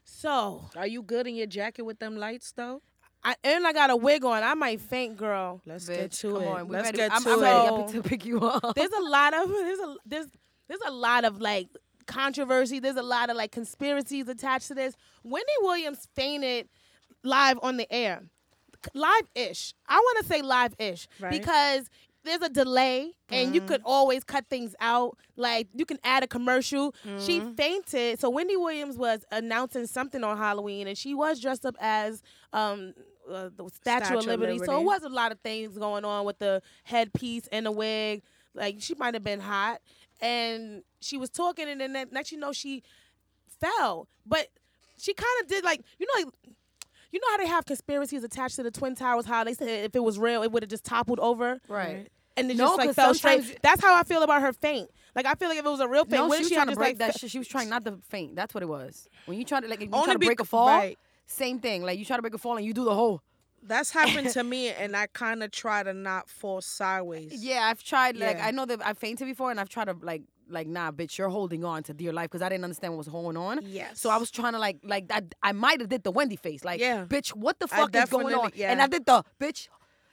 [SPEAKER 1] So
[SPEAKER 2] are you good in your jacket with them lights though?
[SPEAKER 1] I and I got a wig on. I might faint, girl.
[SPEAKER 2] Let's
[SPEAKER 3] Bitch,
[SPEAKER 2] get to
[SPEAKER 3] come
[SPEAKER 2] it.
[SPEAKER 3] on. We
[SPEAKER 2] Let's
[SPEAKER 3] ready.
[SPEAKER 2] get
[SPEAKER 3] I'm,
[SPEAKER 2] to
[SPEAKER 3] I'm
[SPEAKER 2] it.
[SPEAKER 3] ready up to pick you up.
[SPEAKER 1] there's a lot of there's a there's there's a lot of like controversy. There's a lot of like conspiracies attached to this. Wendy Williams fainted live on the air, live ish. I want to say live ish
[SPEAKER 2] Right.
[SPEAKER 1] because there's a delay and you could always cut things out. Like you can add a commercial. She fainted. So Wendy Williams was announcing something on Halloween and she was dressed up as um. Uh, the Statue,
[SPEAKER 2] Statue
[SPEAKER 1] of
[SPEAKER 2] of
[SPEAKER 1] Liberty. So it
[SPEAKER 2] Liberty.
[SPEAKER 1] was a lot of things going on with the headpiece and the wig. Like she might have been hot, and she was talking, and then next you know she fell. But she kind of did like you know, like, you know how they have conspiracies attached to the twin towers. How they said if it was real, it would have just toppled over,
[SPEAKER 3] right.
[SPEAKER 1] And it
[SPEAKER 3] No,
[SPEAKER 1] just like
[SPEAKER 3] 'cause
[SPEAKER 1] fell
[SPEAKER 3] sometimes
[SPEAKER 1] straight. That's how I feel about her faint. Like I feel like if it was a real faint,
[SPEAKER 3] No,
[SPEAKER 1] what
[SPEAKER 3] she
[SPEAKER 1] if
[SPEAKER 3] was
[SPEAKER 1] she
[SPEAKER 3] trying
[SPEAKER 1] had
[SPEAKER 3] to
[SPEAKER 1] just
[SPEAKER 3] break
[SPEAKER 1] like
[SPEAKER 3] that shit. She was trying not to faint. That's what it was. When you try to like, if you
[SPEAKER 2] Only
[SPEAKER 3] try to
[SPEAKER 2] bec-
[SPEAKER 3] break a fall,
[SPEAKER 2] right.
[SPEAKER 3] same thing. Like you try to break a fall and you do the whole.
[SPEAKER 2] That's happened to me, and I kind of try to not fall sideways.
[SPEAKER 3] Yeah, I've tried. Like
[SPEAKER 2] Yeah.
[SPEAKER 3] I know that I fainted before, and I've tried to like, like nah, bitch, you're holding on to dear life because I didn't understand what was going on.
[SPEAKER 2] Yes.
[SPEAKER 3] So I was trying to like, like I, I might have did the Wendy face, like,
[SPEAKER 2] Yeah.
[SPEAKER 3] bitch, what the fuck is going on?
[SPEAKER 2] definitely- yeah.
[SPEAKER 3] And I did the bitch,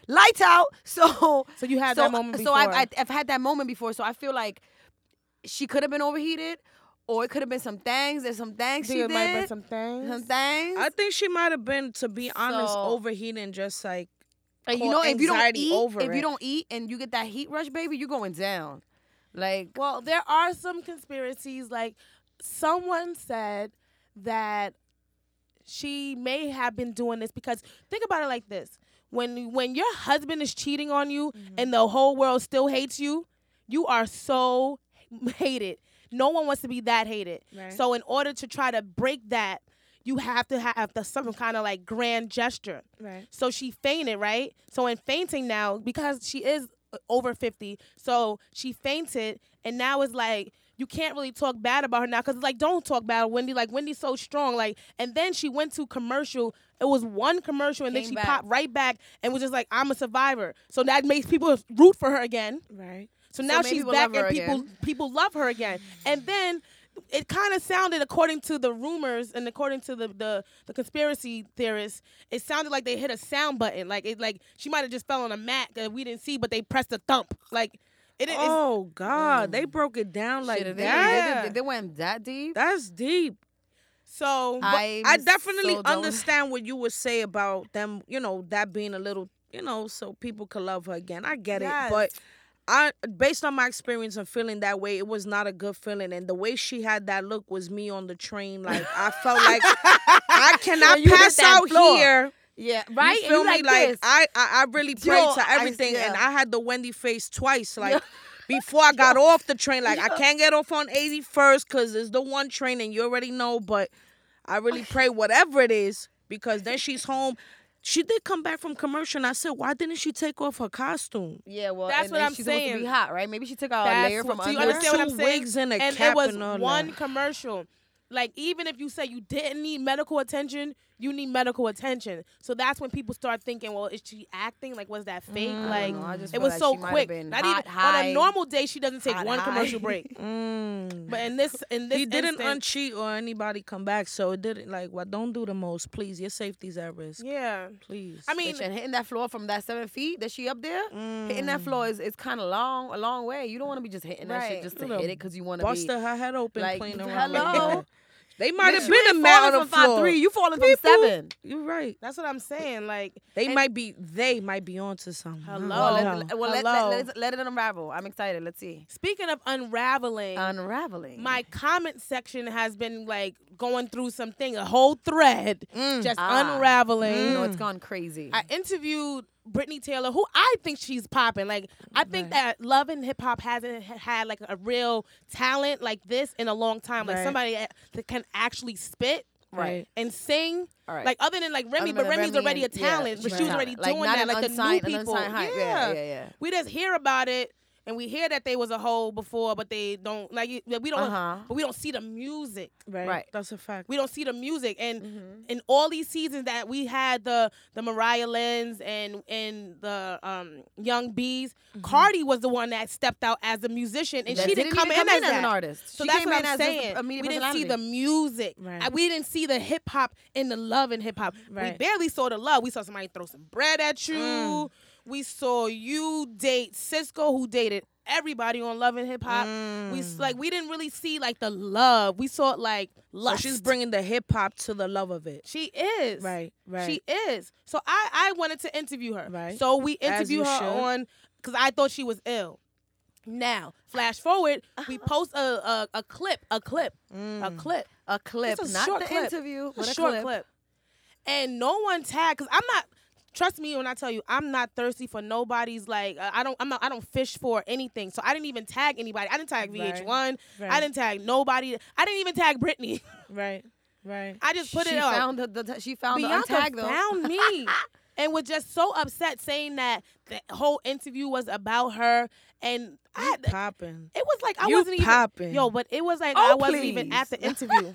[SPEAKER 3] lights out. So
[SPEAKER 1] So you had
[SPEAKER 3] so,
[SPEAKER 1] that moment
[SPEAKER 3] So I've,
[SPEAKER 1] before.
[SPEAKER 3] I've- I've had that moment before. So I feel like she could have been overheated, or it could have been some things. There's some things she
[SPEAKER 1] Dude,
[SPEAKER 3] did.
[SPEAKER 1] might have been some things.
[SPEAKER 3] some things.
[SPEAKER 2] I think she might have been, to be honest,
[SPEAKER 3] So-
[SPEAKER 2] overheating, just like
[SPEAKER 3] And you
[SPEAKER 2] call
[SPEAKER 3] know, if you don't
[SPEAKER 2] anxiety
[SPEAKER 3] eat,
[SPEAKER 2] over
[SPEAKER 3] if
[SPEAKER 2] it.
[SPEAKER 3] you don't eat and you get that heat rush, baby, you're going down. Like,
[SPEAKER 1] Well, there are some conspiracies. Like someone said that she may have been doing this because think about it like this: when when your husband is cheating on you and the whole world still hates you, you are so hated. No one wants to be that hated.
[SPEAKER 2] Right.
[SPEAKER 1] So in order to try to break that, you have to have the, some kind of like grand gesture.
[SPEAKER 2] right.
[SPEAKER 1] So she fainted, right? So in fainting now, because she is uh, over 50, so she fainted, and now it's like you can't really talk bad about her now because like don't talk bad about Wendy. Like Wendy's so strong. Like and then she went to commercial. It was one commercial, and then
[SPEAKER 3] Came
[SPEAKER 1] she
[SPEAKER 3] back.
[SPEAKER 1] popped right back and was just like, "I'm a survivor." So that makes people root for her again.
[SPEAKER 2] Right.
[SPEAKER 1] So now
[SPEAKER 3] maybe
[SPEAKER 1] she's
[SPEAKER 3] we'll
[SPEAKER 1] back
[SPEAKER 3] love her
[SPEAKER 1] and people people love her again. And then it kind of sounded, according to the rumors and according to the, the the conspiracy theorists, it sounded like they hit a sound button. Like it like she might have just fell on a mat that we didn't see, but they pressed a thump. Like it is.
[SPEAKER 2] Oh God, they broke it down
[SPEAKER 3] Mm.
[SPEAKER 2] like
[SPEAKER 3] shit, if they,
[SPEAKER 2] that.
[SPEAKER 3] they, they, they went that deep.
[SPEAKER 2] That's deep.
[SPEAKER 1] so
[SPEAKER 2] But
[SPEAKER 3] I'm
[SPEAKER 2] I definitely
[SPEAKER 3] so done with-
[SPEAKER 2] understand what you would say about them, you know, that being a little, you know, so people could love her again. I get
[SPEAKER 1] Yes.
[SPEAKER 2] it. But I based on my experience and feeling that way, it was not a good feeling. And the way she had that look was me on the train. Like I felt like I cannot
[SPEAKER 3] When you hit
[SPEAKER 2] pass
[SPEAKER 3] that
[SPEAKER 2] out
[SPEAKER 3] floor.
[SPEAKER 2] here.
[SPEAKER 3] yeah,
[SPEAKER 2] Right?
[SPEAKER 3] right.
[SPEAKER 2] You feel me? Like I, I I really prayed
[SPEAKER 3] Yo,
[SPEAKER 2] to
[SPEAKER 3] I-
[SPEAKER 2] everything and
[SPEAKER 3] yeah.
[SPEAKER 2] I had the Wendy face twice. Like before I got off the train, like I can't get off on 81st because it's the one train and you already know, but I really pray whatever it is, because then she's home. She did come back from commercial, and I said, why didn't she take off her costume?
[SPEAKER 3] Yeah, well,
[SPEAKER 1] That's
[SPEAKER 3] and
[SPEAKER 1] what
[SPEAKER 3] then
[SPEAKER 1] I'm
[SPEAKER 3] she's supposed to
[SPEAKER 1] saying.
[SPEAKER 3] be hot, right? Maybe she took out a
[SPEAKER 1] That's
[SPEAKER 3] layer
[SPEAKER 1] what-
[SPEAKER 3] from
[SPEAKER 1] do you
[SPEAKER 3] under.
[SPEAKER 1] understand what
[SPEAKER 2] Two
[SPEAKER 1] I'm saying?
[SPEAKER 2] wigs and a cap
[SPEAKER 1] it was
[SPEAKER 2] and all
[SPEAKER 1] one
[SPEAKER 2] that.
[SPEAKER 1] commercial. Like even if you say you didn't need medical attention, you need medical attention. So that's when people start thinking, well, is she acting? Like was that
[SPEAKER 2] Mm.
[SPEAKER 1] fake?
[SPEAKER 3] don't
[SPEAKER 1] like
[SPEAKER 3] know. I just
[SPEAKER 1] it
[SPEAKER 3] feel
[SPEAKER 1] was
[SPEAKER 3] like
[SPEAKER 1] so
[SPEAKER 3] she might have
[SPEAKER 1] quick.
[SPEAKER 3] been
[SPEAKER 1] Not
[SPEAKER 3] hot,
[SPEAKER 1] even on
[SPEAKER 3] high,
[SPEAKER 1] a normal day she doesn't take
[SPEAKER 3] hot,
[SPEAKER 1] one
[SPEAKER 3] high.
[SPEAKER 1] commercial break.
[SPEAKER 2] Mm.
[SPEAKER 1] But in this in this
[SPEAKER 2] He didn't
[SPEAKER 1] instant-
[SPEAKER 2] uncheat or anybody come back, so it didn't like. Well, don't do the most, please. Your safety's at risk,
[SPEAKER 1] Yeah.
[SPEAKER 2] please.
[SPEAKER 1] I mean
[SPEAKER 3] Bitch, and hitting that floor from that seven feet that she up there, hitting that floor is, is kind of long, a long way. You don't want to be just hitting that
[SPEAKER 1] Right.
[SPEAKER 3] shit just to
[SPEAKER 2] Little
[SPEAKER 3] hit it because you want to be.
[SPEAKER 2] busted her head open
[SPEAKER 3] like,
[SPEAKER 2] playing around.
[SPEAKER 3] hello?
[SPEAKER 2] Like that. They might
[SPEAKER 3] Bitch,
[SPEAKER 2] have
[SPEAKER 3] you
[SPEAKER 2] been a
[SPEAKER 3] ain't
[SPEAKER 2] man
[SPEAKER 3] falling
[SPEAKER 2] on the
[SPEAKER 3] from five
[SPEAKER 2] floor.
[SPEAKER 3] three. You falling from
[SPEAKER 2] People.
[SPEAKER 3] seven.
[SPEAKER 2] You're right.
[SPEAKER 1] that's what I'm saying. Like
[SPEAKER 2] They
[SPEAKER 1] And-
[SPEAKER 2] might be. They might be onto something. I don't
[SPEAKER 1] Hello?
[SPEAKER 3] Well,
[SPEAKER 2] know.
[SPEAKER 3] let, well let, let,
[SPEAKER 1] Hello.
[SPEAKER 3] let, let it unravel. I'm excited. Let's see.
[SPEAKER 1] speaking of unraveling,
[SPEAKER 3] Uh, Unraveling.
[SPEAKER 1] my comment section has been like going through something, a whole thread,
[SPEAKER 2] Mm.
[SPEAKER 1] just
[SPEAKER 3] Ah.
[SPEAKER 1] unraveling.
[SPEAKER 3] You know, it's gone crazy.
[SPEAKER 1] I interviewed Brittany Taylor, who I think she's popping. Like I think that love and hip hop hasn't h- had like a real talent like this in a long time. Like
[SPEAKER 2] Right.
[SPEAKER 1] somebody that that can actually spit.
[SPEAKER 3] Right.
[SPEAKER 1] and sing,
[SPEAKER 3] All right.
[SPEAKER 1] like other than like Remy,
[SPEAKER 3] Other
[SPEAKER 1] but
[SPEAKER 3] than
[SPEAKER 1] Remy's
[SPEAKER 3] Remy
[SPEAKER 1] already
[SPEAKER 3] and-
[SPEAKER 1] a
[SPEAKER 3] yeah,
[SPEAKER 1] talent, but
[SPEAKER 3] she's
[SPEAKER 1] she was
[SPEAKER 3] a
[SPEAKER 1] already
[SPEAKER 3] talent. Like,
[SPEAKER 1] doing
[SPEAKER 3] not
[SPEAKER 1] that,
[SPEAKER 3] an
[SPEAKER 1] like the new
[SPEAKER 3] unsigned- an
[SPEAKER 1] people.
[SPEAKER 3] unsigned hype. Yeah, yeah, yeah.
[SPEAKER 1] We just hear about it, and we hear that they was a hoe before, but they don't like you- we don't,
[SPEAKER 3] Uh-huh.
[SPEAKER 1] but we don't see the music.
[SPEAKER 2] Right.
[SPEAKER 3] Right.
[SPEAKER 2] That's a fact.
[SPEAKER 1] We don't see the music, and
[SPEAKER 3] Mm-hmm.
[SPEAKER 1] in all these seasons that we had the the Mariah Lynn's and and the um Young Bees, Cardi was the one that stepped out as a musician, and
[SPEAKER 3] Mm-hmm. That
[SPEAKER 1] she
[SPEAKER 3] didn't
[SPEAKER 1] didn't come
[SPEAKER 3] even
[SPEAKER 1] in
[SPEAKER 3] come
[SPEAKER 1] as
[SPEAKER 3] in as an
[SPEAKER 1] that.
[SPEAKER 3] artist.
[SPEAKER 1] So
[SPEAKER 3] She
[SPEAKER 1] that's
[SPEAKER 3] came
[SPEAKER 1] what
[SPEAKER 3] in
[SPEAKER 1] I'm
[SPEAKER 3] as just
[SPEAKER 1] saying.
[SPEAKER 3] a
[SPEAKER 1] We
[SPEAKER 3] media
[SPEAKER 1] didn't see
[SPEAKER 3] personality.
[SPEAKER 1] the music.
[SPEAKER 2] Right.
[SPEAKER 1] Uh, We didn't see the hip hop and the love in hip hop. We
[SPEAKER 2] Right.
[SPEAKER 1] barely saw the love. We saw somebody throw some bread at you.
[SPEAKER 3] Mm.
[SPEAKER 1] We saw you date Cisco, who dated everybody on Love and Hip Hop. We
[SPEAKER 3] Mm.
[SPEAKER 1] s- like we didn't really see like the love. We saw like
[SPEAKER 2] So
[SPEAKER 1] lust.
[SPEAKER 2] she's bringing the hip hop to the love of it.
[SPEAKER 1] She is.
[SPEAKER 2] Right, right.
[SPEAKER 1] She is. So I, I wanted to interview her.
[SPEAKER 2] Right.
[SPEAKER 1] So we
[SPEAKER 2] As
[SPEAKER 1] interview
[SPEAKER 2] you
[SPEAKER 1] her
[SPEAKER 2] should.
[SPEAKER 1] on because I thought she was ill. Now, flash forward, we post a, a, a clip, a clip,
[SPEAKER 2] Mm.
[SPEAKER 1] a clip,
[SPEAKER 3] a clip,
[SPEAKER 1] It's a
[SPEAKER 3] not
[SPEAKER 1] short
[SPEAKER 3] the
[SPEAKER 1] clip.
[SPEAKER 3] interview.
[SPEAKER 1] a
[SPEAKER 3] but
[SPEAKER 1] short clip. And no one tagged because I'm not. Trust me when I tell you, I'm not thirsty for nobody's like uh, I don't I'm not I don't fish for anything. So I didn't even tag anybody. I didn't tag
[SPEAKER 2] Right.
[SPEAKER 1] VH1. I
[SPEAKER 2] Right.
[SPEAKER 1] didn't tag nobody. I didn't even tag Britney.
[SPEAKER 2] Right. Right.
[SPEAKER 1] I just put
[SPEAKER 3] she
[SPEAKER 1] it up.
[SPEAKER 3] found the, the she found the
[SPEAKER 1] Bianca
[SPEAKER 3] untag though.
[SPEAKER 1] found me and was just so upset saying that the whole interview was about her and I had, it
[SPEAKER 2] Popping.
[SPEAKER 1] was like I
[SPEAKER 2] You
[SPEAKER 1] wasn't
[SPEAKER 2] popping.
[SPEAKER 1] even yo, but it was like
[SPEAKER 3] Oh,
[SPEAKER 1] I wasn't even at the
[SPEAKER 3] please.
[SPEAKER 1] interview.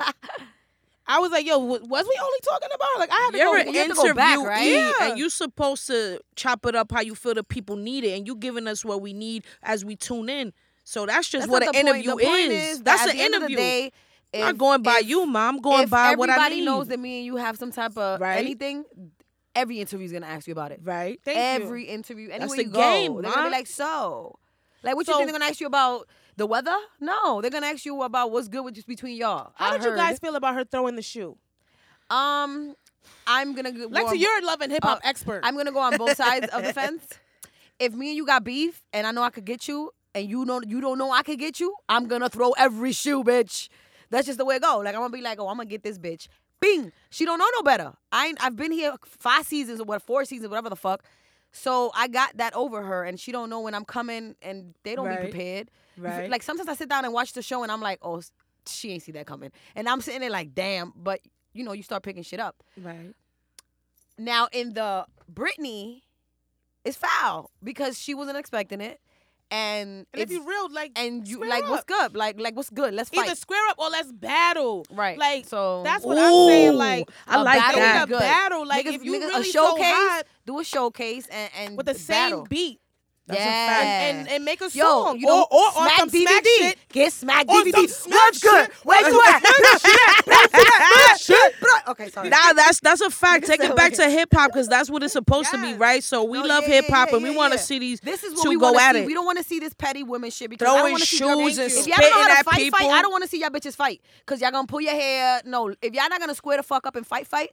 [SPEAKER 1] I was like, yo, wa- was we only talking about her? Like I had to
[SPEAKER 2] You're
[SPEAKER 1] go.
[SPEAKER 2] an
[SPEAKER 3] you have to go back,
[SPEAKER 2] interviewee,
[SPEAKER 3] right?
[SPEAKER 1] Yeah.
[SPEAKER 2] and you're supposed to chop it up how you feel the people need it, and you giving us what we need as we tune in. So that's just
[SPEAKER 3] That's
[SPEAKER 2] what
[SPEAKER 3] not
[SPEAKER 2] an
[SPEAKER 3] the point.
[SPEAKER 2] interview
[SPEAKER 3] The point
[SPEAKER 2] is.
[SPEAKER 3] that
[SPEAKER 2] That's
[SPEAKER 3] at
[SPEAKER 2] an
[SPEAKER 3] the end of the
[SPEAKER 2] interview.
[SPEAKER 3] day,
[SPEAKER 2] I'm not
[SPEAKER 3] if-
[SPEAKER 2] going by
[SPEAKER 3] if-
[SPEAKER 2] you, mom. I'm going
[SPEAKER 3] if
[SPEAKER 2] by what I
[SPEAKER 3] everybody
[SPEAKER 2] need.
[SPEAKER 3] knows that me and you have some type of
[SPEAKER 2] Right?
[SPEAKER 3] anything, every interview's gonna ask you about it.
[SPEAKER 2] right.
[SPEAKER 1] Thank you.
[SPEAKER 3] every interview, anywhere
[SPEAKER 2] the
[SPEAKER 3] you
[SPEAKER 2] game,
[SPEAKER 3] go, they're gonna
[SPEAKER 2] ma.
[SPEAKER 3] be like, "So, like, what
[SPEAKER 1] So-
[SPEAKER 3] you think they're gonna ask you about the weather? No, they're gonna ask you about what's good with between y'all."
[SPEAKER 1] How
[SPEAKER 3] I
[SPEAKER 1] did you guys
[SPEAKER 3] heard.
[SPEAKER 1] feel about her throwing the shoe?
[SPEAKER 3] Um, I'm gonna go.
[SPEAKER 1] Like,
[SPEAKER 3] go
[SPEAKER 1] so
[SPEAKER 3] on-
[SPEAKER 1] you're a love and hip hop
[SPEAKER 3] uh,
[SPEAKER 1] expert.
[SPEAKER 3] I'm gonna go on both sides of the fence. If me and you got beef, and I know I could get you, and you know you don't know I could get you, I'm gonna throw every shoe, bitch. That's just the way it go. Like I'm gonna be like, oh, I'm gonna get this bitch. Bing. She don't know no better. I ain't- I've been here five seasons or what, four seasons, whatever the fuck. So I got that over her, and she don't know when I'm coming, and they don't
[SPEAKER 2] Right.
[SPEAKER 3] be prepared. You f-
[SPEAKER 2] Right.
[SPEAKER 3] Like sometimes I sit down and watch the show, and I'm like, oh, s- she ain't see that coming, and I'm sitting there like, damn. But you know, you start picking shit up.
[SPEAKER 2] Right.
[SPEAKER 3] Now in the Britney, it's foul because she wasn't expecting it, and
[SPEAKER 1] and if
[SPEAKER 3] it's,
[SPEAKER 1] you real, like
[SPEAKER 3] and you
[SPEAKER 1] square
[SPEAKER 3] like what's
[SPEAKER 1] up.
[SPEAKER 3] good, like like what's good. Let's
[SPEAKER 1] Either
[SPEAKER 3] fight.
[SPEAKER 1] square up or let's battle.
[SPEAKER 3] Right.
[SPEAKER 1] Like
[SPEAKER 3] So-
[SPEAKER 1] that's what I'm saying.
[SPEAKER 2] Ooh,
[SPEAKER 1] Like
[SPEAKER 2] I like
[SPEAKER 1] battle
[SPEAKER 2] that.
[SPEAKER 1] the battle. Like
[SPEAKER 3] Niggas-
[SPEAKER 1] if you
[SPEAKER 3] niggas-
[SPEAKER 1] really
[SPEAKER 3] a
[SPEAKER 1] so
[SPEAKER 3] showcase,
[SPEAKER 1] hot
[SPEAKER 3] do a showcase and and
[SPEAKER 1] with the
[SPEAKER 3] battle.
[SPEAKER 1] same beat,
[SPEAKER 2] That's a
[SPEAKER 3] yeah.
[SPEAKER 2] fact.
[SPEAKER 1] and, and, and make a
[SPEAKER 3] Yo,
[SPEAKER 1] song.
[SPEAKER 3] you know,
[SPEAKER 1] or, or on
[SPEAKER 3] smack
[SPEAKER 1] some
[SPEAKER 3] DVD.
[SPEAKER 1] smack shit.
[SPEAKER 3] Get smack
[SPEAKER 1] On
[SPEAKER 3] DVD.
[SPEAKER 1] some smack
[SPEAKER 3] What's good?
[SPEAKER 1] shit.
[SPEAKER 3] Where's you at? Where's you at? Where's you at? Where's you at? Okay, sorry.
[SPEAKER 2] Nah, that's that's a fact. Take it
[SPEAKER 3] said,
[SPEAKER 2] back
[SPEAKER 3] like-
[SPEAKER 2] to hip hop because that's what it's supposed to be,
[SPEAKER 1] Yes.
[SPEAKER 2] right? So we
[SPEAKER 3] No,
[SPEAKER 2] love
[SPEAKER 3] yeah,
[SPEAKER 2] hip
[SPEAKER 3] yeah,
[SPEAKER 2] hop
[SPEAKER 3] yeah,
[SPEAKER 2] and we
[SPEAKER 3] yeah,
[SPEAKER 2] want to
[SPEAKER 3] yeah.
[SPEAKER 2] see these
[SPEAKER 3] This is what we
[SPEAKER 2] two
[SPEAKER 3] want
[SPEAKER 2] go
[SPEAKER 3] to
[SPEAKER 2] at
[SPEAKER 3] see.
[SPEAKER 2] it.
[SPEAKER 3] We don't want to see this petty women shit because I don't
[SPEAKER 2] Throwing
[SPEAKER 3] want to see
[SPEAKER 2] shoes
[SPEAKER 3] y'all If
[SPEAKER 2] and
[SPEAKER 3] y'all don't know
[SPEAKER 2] spitting
[SPEAKER 3] how to
[SPEAKER 2] at
[SPEAKER 3] fight, fight. I
[SPEAKER 2] people.
[SPEAKER 3] don't want to see y'all bitches fight because y'all gonna pull your hair. No, if y'all not gonna square the fuck up and fight, fight,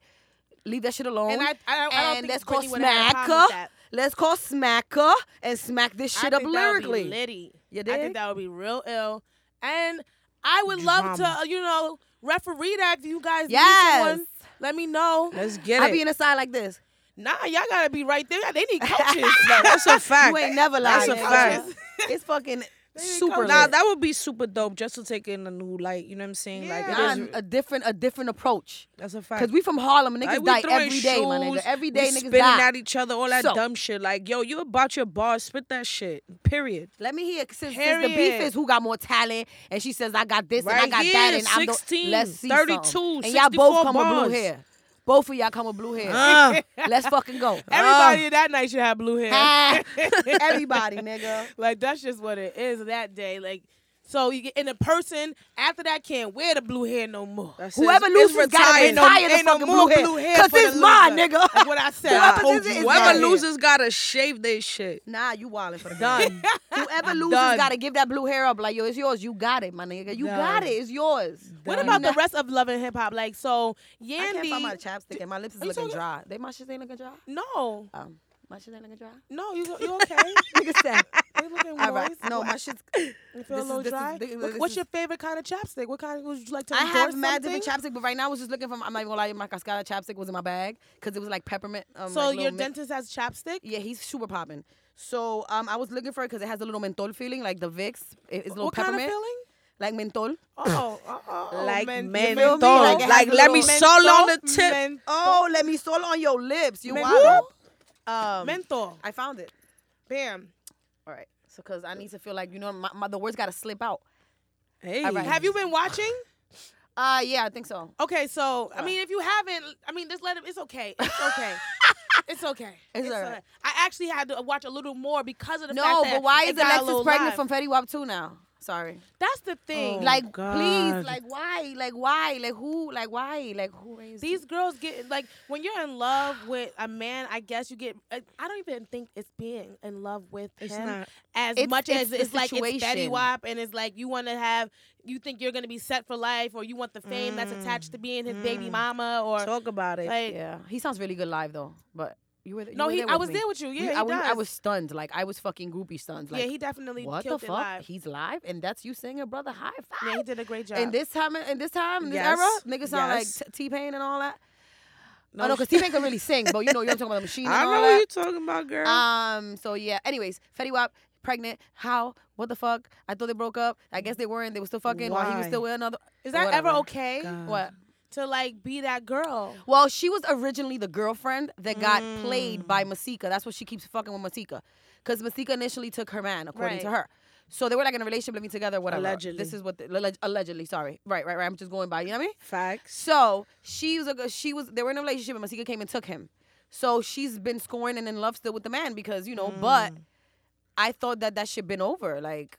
[SPEAKER 3] leave that shit alone.
[SPEAKER 1] And I- I don't- I don't
[SPEAKER 3] And
[SPEAKER 1] think
[SPEAKER 3] let's call
[SPEAKER 1] Britney would have had a problem
[SPEAKER 3] smacker.
[SPEAKER 1] with that.
[SPEAKER 3] Let's call smacker and smack this shit
[SPEAKER 1] I
[SPEAKER 3] up
[SPEAKER 1] think that would be
[SPEAKER 3] lyrically.
[SPEAKER 1] litty.
[SPEAKER 3] You
[SPEAKER 1] I
[SPEAKER 3] dig?
[SPEAKER 1] think that would be real ill. And I would love to,
[SPEAKER 2] Drama.
[SPEAKER 1] uh, you know, referee that if you guys
[SPEAKER 3] Yes.
[SPEAKER 1] need someone. Let me know.
[SPEAKER 2] Let's get
[SPEAKER 3] I
[SPEAKER 2] it.
[SPEAKER 3] be in the side like this.
[SPEAKER 1] Nah, y'all
[SPEAKER 3] Oh.
[SPEAKER 1] gotta be right there. They need coaches.
[SPEAKER 2] That's a fact.
[SPEAKER 3] You ain't never lied.
[SPEAKER 2] That's a
[SPEAKER 3] nigga.
[SPEAKER 2] fact.
[SPEAKER 3] It's fucking super
[SPEAKER 2] Nah,
[SPEAKER 3] lit.
[SPEAKER 2] that would be super dope just to take in a new light. You know what I'm saying? Like
[SPEAKER 1] Yeah.
[SPEAKER 2] it
[SPEAKER 3] Nah,
[SPEAKER 2] is,
[SPEAKER 3] a different a different approach.
[SPEAKER 2] that's a fact.
[SPEAKER 3] Cause we from Harlem, niggas
[SPEAKER 2] Like, we
[SPEAKER 3] die
[SPEAKER 2] throwing
[SPEAKER 3] every day, my nigga.
[SPEAKER 2] shoes,
[SPEAKER 3] Every
[SPEAKER 2] we
[SPEAKER 3] day, niggas
[SPEAKER 2] spitting
[SPEAKER 3] die.
[SPEAKER 2] at each other, all that
[SPEAKER 3] So-
[SPEAKER 2] dumb shit. Like, yo, you about your bars? Spit that shit. Period.
[SPEAKER 3] Let me hear since, since the beef
[SPEAKER 2] Period.
[SPEAKER 3] is who got more talent, and she says I got this
[SPEAKER 2] Right
[SPEAKER 3] and I got
[SPEAKER 2] here,
[SPEAKER 3] that, and I'm the-
[SPEAKER 2] 16,
[SPEAKER 3] let's see
[SPEAKER 2] 32,
[SPEAKER 3] something. and y'all both
[SPEAKER 2] 64
[SPEAKER 3] come with
[SPEAKER 2] bars.
[SPEAKER 3] blue hair. Both of y'all come with blue hair.
[SPEAKER 1] Uh,
[SPEAKER 3] let's fucking go.
[SPEAKER 1] Everybody that night should have blue hair.
[SPEAKER 3] Ah. Everybody, nigga.
[SPEAKER 1] Like that's just what it is that day. Like so you get in a person after that can't wear the blue hair no more.
[SPEAKER 2] That's it.
[SPEAKER 3] Whoever
[SPEAKER 2] It's
[SPEAKER 3] loses got to
[SPEAKER 2] retired.
[SPEAKER 3] retire the fucking blue hair. Cause
[SPEAKER 1] for the
[SPEAKER 3] it's mine,
[SPEAKER 1] loser.
[SPEAKER 3] nigga.
[SPEAKER 1] That's what I said.
[SPEAKER 3] Whoever
[SPEAKER 1] I told you.
[SPEAKER 3] this is
[SPEAKER 2] Whoever
[SPEAKER 3] got it.
[SPEAKER 2] loses gotta shave their shit.
[SPEAKER 3] Nah, you wildin' for the
[SPEAKER 2] Done.
[SPEAKER 3] Whoever loses
[SPEAKER 2] Done.
[SPEAKER 3] gotta give that blue hair up. Like yo, it's yours. You got it, my nigga. You got
[SPEAKER 2] Done.
[SPEAKER 3] it. It's yours.
[SPEAKER 1] What about the rest of love and hip hop? Like so, Yandy.
[SPEAKER 3] I can't find my chapstick and my lips is
[SPEAKER 1] Are you
[SPEAKER 3] looking
[SPEAKER 1] talking-
[SPEAKER 3] dry. They my shit ain't looking dry.
[SPEAKER 1] no,
[SPEAKER 3] Um, my shit ain't looking dry.
[SPEAKER 1] no, you you okay?
[SPEAKER 3] Nigga said.
[SPEAKER 1] you looking
[SPEAKER 3] All right.
[SPEAKER 1] moist?
[SPEAKER 3] No, my shit's.
[SPEAKER 1] You feel
[SPEAKER 3] this
[SPEAKER 1] a
[SPEAKER 3] is-
[SPEAKER 1] little
[SPEAKER 3] this is-
[SPEAKER 1] dry.
[SPEAKER 3] this-
[SPEAKER 1] What-
[SPEAKER 3] this
[SPEAKER 1] What's
[SPEAKER 3] is-
[SPEAKER 1] your favorite kind of chapstick? What kind of would you like to?
[SPEAKER 3] I
[SPEAKER 1] endorse
[SPEAKER 3] have mad
[SPEAKER 1] something?
[SPEAKER 3] different chapstick, but right now I was just looking for my, my, gonna lie, my Cascada chapstick was in my bag because it was like peppermint. Um,
[SPEAKER 1] So
[SPEAKER 3] like little
[SPEAKER 1] your
[SPEAKER 3] mint-
[SPEAKER 1] dentist has chapstick.
[SPEAKER 3] Yeah, he's super popping. So um, I was looking for it because it has a little menthol feeling, like the Vicks. It- It's a little
[SPEAKER 1] What kind of
[SPEAKER 3] peppermint,
[SPEAKER 1] feeling?
[SPEAKER 3] like menthol.
[SPEAKER 1] Oh, oh, oh, oh,
[SPEAKER 2] Like
[SPEAKER 1] men-
[SPEAKER 2] men-
[SPEAKER 1] you feel me?
[SPEAKER 2] menthol.
[SPEAKER 1] it has
[SPEAKER 2] Like, let me
[SPEAKER 1] little-
[SPEAKER 2] solo on the
[SPEAKER 1] menthol,
[SPEAKER 2] tip.
[SPEAKER 1] men-
[SPEAKER 3] Oh, let me solo on your lips. You
[SPEAKER 1] Menthol?
[SPEAKER 3] wild. Um,
[SPEAKER 1] menthol.
[SPEAKER 3] I found it.
[SPEAKER 1] Bam.
[SPEAKER 3] All right. So, cause I need to feel like you know my, my the words gotta slip out.
[SPEAKER 2] Hey,
[SPEAKER 3] All right.
[SPEAKER 1] Have you been watching?
[SPEAKER 3] Uh, yeah, I think so.
[SPEAKER 1] Okay, so I mean, if you haven't, I mean, just let it. It's okay. It's okay. It's okay.
[SPEAKER 3] It's all right.
[SPEAKER 1] alright. I actually had to watch a little more because of the fact
[SPEAKER 3] No,
[SPEAKER 1] that
[SPEAKER 3] but why
[SPEAKER 1] it
[SPEAKER 3] is
[SPEAKER 1] got a
[SPEAKER 3] Alexis
[SPEAKER 1] little
[SPEAKER 3] pregnant
[SPEAKER 1] live.
[SPEAKER 3] from Fetty Wap too now? Sorry.
[SPEAKER 1] That's the thing.
[SPEAKER 2] Oh,
[SPEAKER 1] like
[SPEAKER 3] like please
[SPEAKER 2] God.
[SPEAKER 3] like why like why like who like why like who raised
[SPEAKER 1] these
[SPEAKER 3] you?
[SPEAKER 1] girls get like when you're in love with a man, I guess you get. I I don't even think it's being in love with
[SPEAKER 2] It's
[SPEAKER 1] him
[SPEAKER 2] not.
[SPEAKER 1] as
[SPEAKER 3] It's-
[SPEAKER 1] much
[SPEAKER 3] it's
[SPEAKER 1] as
[SPEAKER 3] the
[SPEAKER 1] it's like it's Betty
[SPEAKER 3] situation.
[SPEAKER 1] Wap and it's like you want to have. You think you're gonna be set for life, or you want the fame that's attached to being his baby mama, or
[SPEAKER 2] talk about it.
[SPEAKER 1] like
[SPEAKER 3] Mm-hmm. yeah he sounds really good live though but you were th- you
[SPEAKER 1] no,
[SPEAKER 3] were
[SPEAKER 1] he.
[SPEAKER 3] there
[SPEAKER 1] I
[SPEAKER 3] with
[SPEAKER 1] was
[SPEAKER 3] me.
[SPEAKER 1] there with you.
[SPEAKER 3] We-
[SPEAKER 1] Yeah, he
[SPEAKER 3] I, was, I
[SPEAKER 1] does.
[SPEAKER 3] was stunned like I was fucking groupie stunned like
[SPEAKER 1] yeah, he definitely
[SPEAKER 3] what the
[SPEAKER 1] killed
[SPEAKER 3] fuck
[SPEAKER 1] it live.
[SPEAKER 3] he's live and that's you singing brother high
[SPEAKER 1] yeah, he
[SPEAKER 3] five
[SPEAKER 1] did a great job.
[SPEAKER 3] in this time in this time in this
[SPEAKER 2] Yes,
[SPEAKER 3] era niggas sound
[SPEAKER 2] yes.
[SPEAKER 3] like T Pain and all that
[SPEAKER 2] No,
[SPEAKER 3] oh no because T Pain can really sing but you know you're talking about the machine and
[SPEAKER 2] I
[SPEAKER 3] all
[SPEAKER 2] know
[SPEAKER 3] that.
[SPEAKER 2] what you're talking about, girl.
[SPEAKER 1] Uh,
[SPEAKER 3] Um. So yeah. Anyways, Fetty Wap pregnant. How? What the fuck? I thought they broke up. I guess they weren't. They were still fucking while he was
[SPEAKER 2] Why?
[SPEAKER 3] still with another.
[SPEAKER 1] Is that
[SPEAKER 3] Whatever.
[SPEAKER 1] ever okay
[SPEAKER 2] God.
[SPEAKER 3] What?
[SPEAKER 1] to like be that girl?
[SPEAKER 3] Well, she was originally the girlfriend that got played
[SPEAKER 1] Mm.
[SPEAKER 3] by Masika. That's what she keeps fucking with Masika, because Masika initially took her man, according to
[SPEAKER 1] Right.
[SPEAKER 3] her. So they were like in a relationship, living together, whatever. This
[SPEAKER 2] Allegedly.
[SPEAKER 3] is what the, alleg- allegedly. Sorry. Right. Right. Right. I'm just going by. You know what I mean?
[SPEAKER 2] Facts.
[SPEAKER 3] So she was a g- she was they were in a relationship and Masika came and took him. So she's been scoring and in love still with the man because you know. But
[SPEAKER 1] Mm.
[SPEAKER 3] I thought that that shit been over. Like,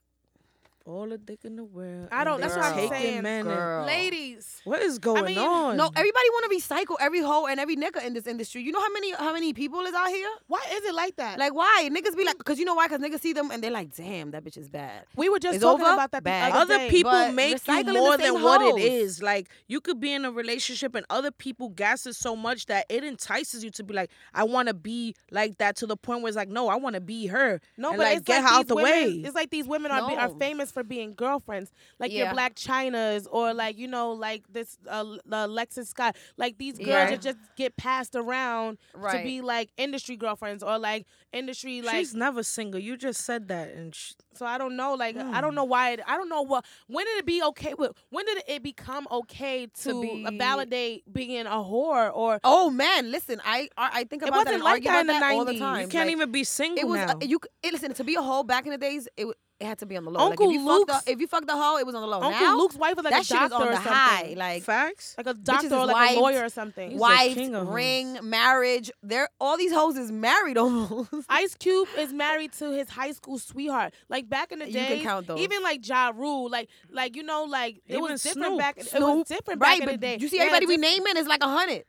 [SPEAKER 2] All the dick in the world.
[SPEAKER 1] I don't-
[SPEAKER 2] and
[SPEAKER 1] that's
[SPEAKER 2] they
[SPEAKER 1] what I'm
[SPEAKER 2] taking
[SPEAKER 1] saying,
[SPEAKER 2] men and-
[SPEAKER 3] girl.
[SPEAKER 1] Ladies,
[SPEAKER 2] What is going
[SPEAKER 1] mean,
[SPEAKER 2] on?
[SPEAKER 3] No, everybody want to recycle every hoe and every nigga in this industry. You know how many how many people is out here?
[SPEAKER 1] why is it like that?
[SPEAKER 3] Like, why niggas be like? Cause you know why? Cause niggas see them and they're like, damn, that bitch is bad.
[SPEAKER 1] we were just
[SPEAKER 3] It's
[SPEAKER 1] talking
[SPEAKER 3] over?
[SPEAKER 1] about that the
[SPEAKER 3] Bad.
[SPEAKER 1] other
[SPEAKER 2] other
[SPEAKER 1] day.
[SPEAKER 2] people
[SPEAKER 3] but
[SPEAKER 2] make you
[SPEAKER 3] recycling the
[SPEAKER 2] more
[SPEAKER 3] same
[SPEAKER 2] than what
[SPEAKER 3] hoes.
[SPEAKER 2] it is. Like you could be in a relationship and other people gas it so much that it entices you to be like, I want to be like that to the point where it's like, no, I want to be her.
[SPEAKER 1] no,
[SPEAKER 2] and
[SPEAKER 1] but
[SPEAKER 2] like
[SPEAKER 1] it's
[SPEAKER 2] get
[SPEAKER 1] like these
[SPEAKER 2] her out the
[SPEAKER 1] women,
[SPEAKER 2] way.
[SPEAKER 1] It's like these women are be- are
[SPEAKER 3] No.
[SPEAKER 1] famous for being girlfriends, like
[SPEAKER 3] Yeah.
[SPEAKER 1] your Black Chinas or like you know like this uh, the Alexis Scott. Like these girls
[SPEAKER 3] Yeah.
[SPEAKER 1] that just get passed around to
[SPEAKER 3] Right.
[SPEAKER 1] be like industry girlfriends or like industry like.
[SPEAKER 2] She's never single. You just said that, and sh
[SPEAKER 1] so I don't know. Like I
[SPEAKER 2] Mm.
[SPEAKER 1] don't know why. It, I don't know what. When did it be okay? With, when did it become okay to,
[SPEAKER 3] be-
[SPEAKER 1] validate being a whore or
[SPEAKER 3] Oh man, listen, I I, I think
[SPEAKER 1] It
[SPEAKER 3] about that
[SPEAKER 1] wasn't
[SPEAKER 3] and
[SPEAKER 1] like
[SPEAKER 3] argue
[SPEAKER 1] that
[SPEAKER 3] about
[SPEAKER 1] in the
[SPEAKER 3] all the
[SPEAKER 1] 90s. You
[SPEAKER 3] time.
[SPEAKER 2] you can't
[SPEAKER 3] Like,
[SPEAKER 2] even be single
[SPEAKER 3] It was
[SPEAKER 2] now.
[SPEAKER 3] uh, you. c- It, listen, to be a hoe back in the days, it w- it had to be on the low.
[SPEAKER 1] Uncle
[SPEAKER 3] like, if you
[SPEAKER 1] Luke's-
[SPEAKER 3] fucked the, if you fucked the hoe, it was on the low.
[SPEAKER 1] Uncle
[SPEAKER 3] now,
[SPEAKER 1] Luke's wife was like
[SPEAKER 3] that
[SPEAKER 1] a
[SPEAKER 3] shit
[SPEAKER 1] doctor
[SPEAKER 3] is on
[SPEAKER 1] or
[SPEAKER 3] the
[SPEAKER 1] something.
[SPEAKER 3] high. Like
[SPEAKER 2] Facts.
[SPEAKER 1] like a doctor
[SPEAKER 3] is
[SPEAKER 1] or like a
[SPEAKER 3] wiped.
[SPEAKER 1] lawyer or something.
[SPEAKER 2] Why-
[SPEAKER 3] wife,
[SPEAKER 2] king of hoes.
[SPEAKER 3] ring, marriage. They're all these hoes is married almost.
[SPEAKER 1] Ice Cube is married to his high school sweetheart. Like back in the
[SPEAKER 3] You can
[SPEAKER 1] day,
[SPEAKER 3] count those.
[SPEAKER 1] even like Ja Rule, like like you know, like it
[SPEAKER 2] Even
[SPEAKER 1] was different
[SPEAKER 2] Snoop.
[SPEAKER 1] back. It was
[SPEAKER 3] Snoop.
[SPEAKER 1] different
[SPEAKER 3] right,
[SPEAKER 1] back
[SPEAKER 3] but
[SPEAKER 1] in the day.
[SPEAKER 3] you see
[SPEAKER 1] They had
[SPEAKER 3] everybody we
[SPEAKER 1] diff-
[SPEAKER 3] naming is like a hundred.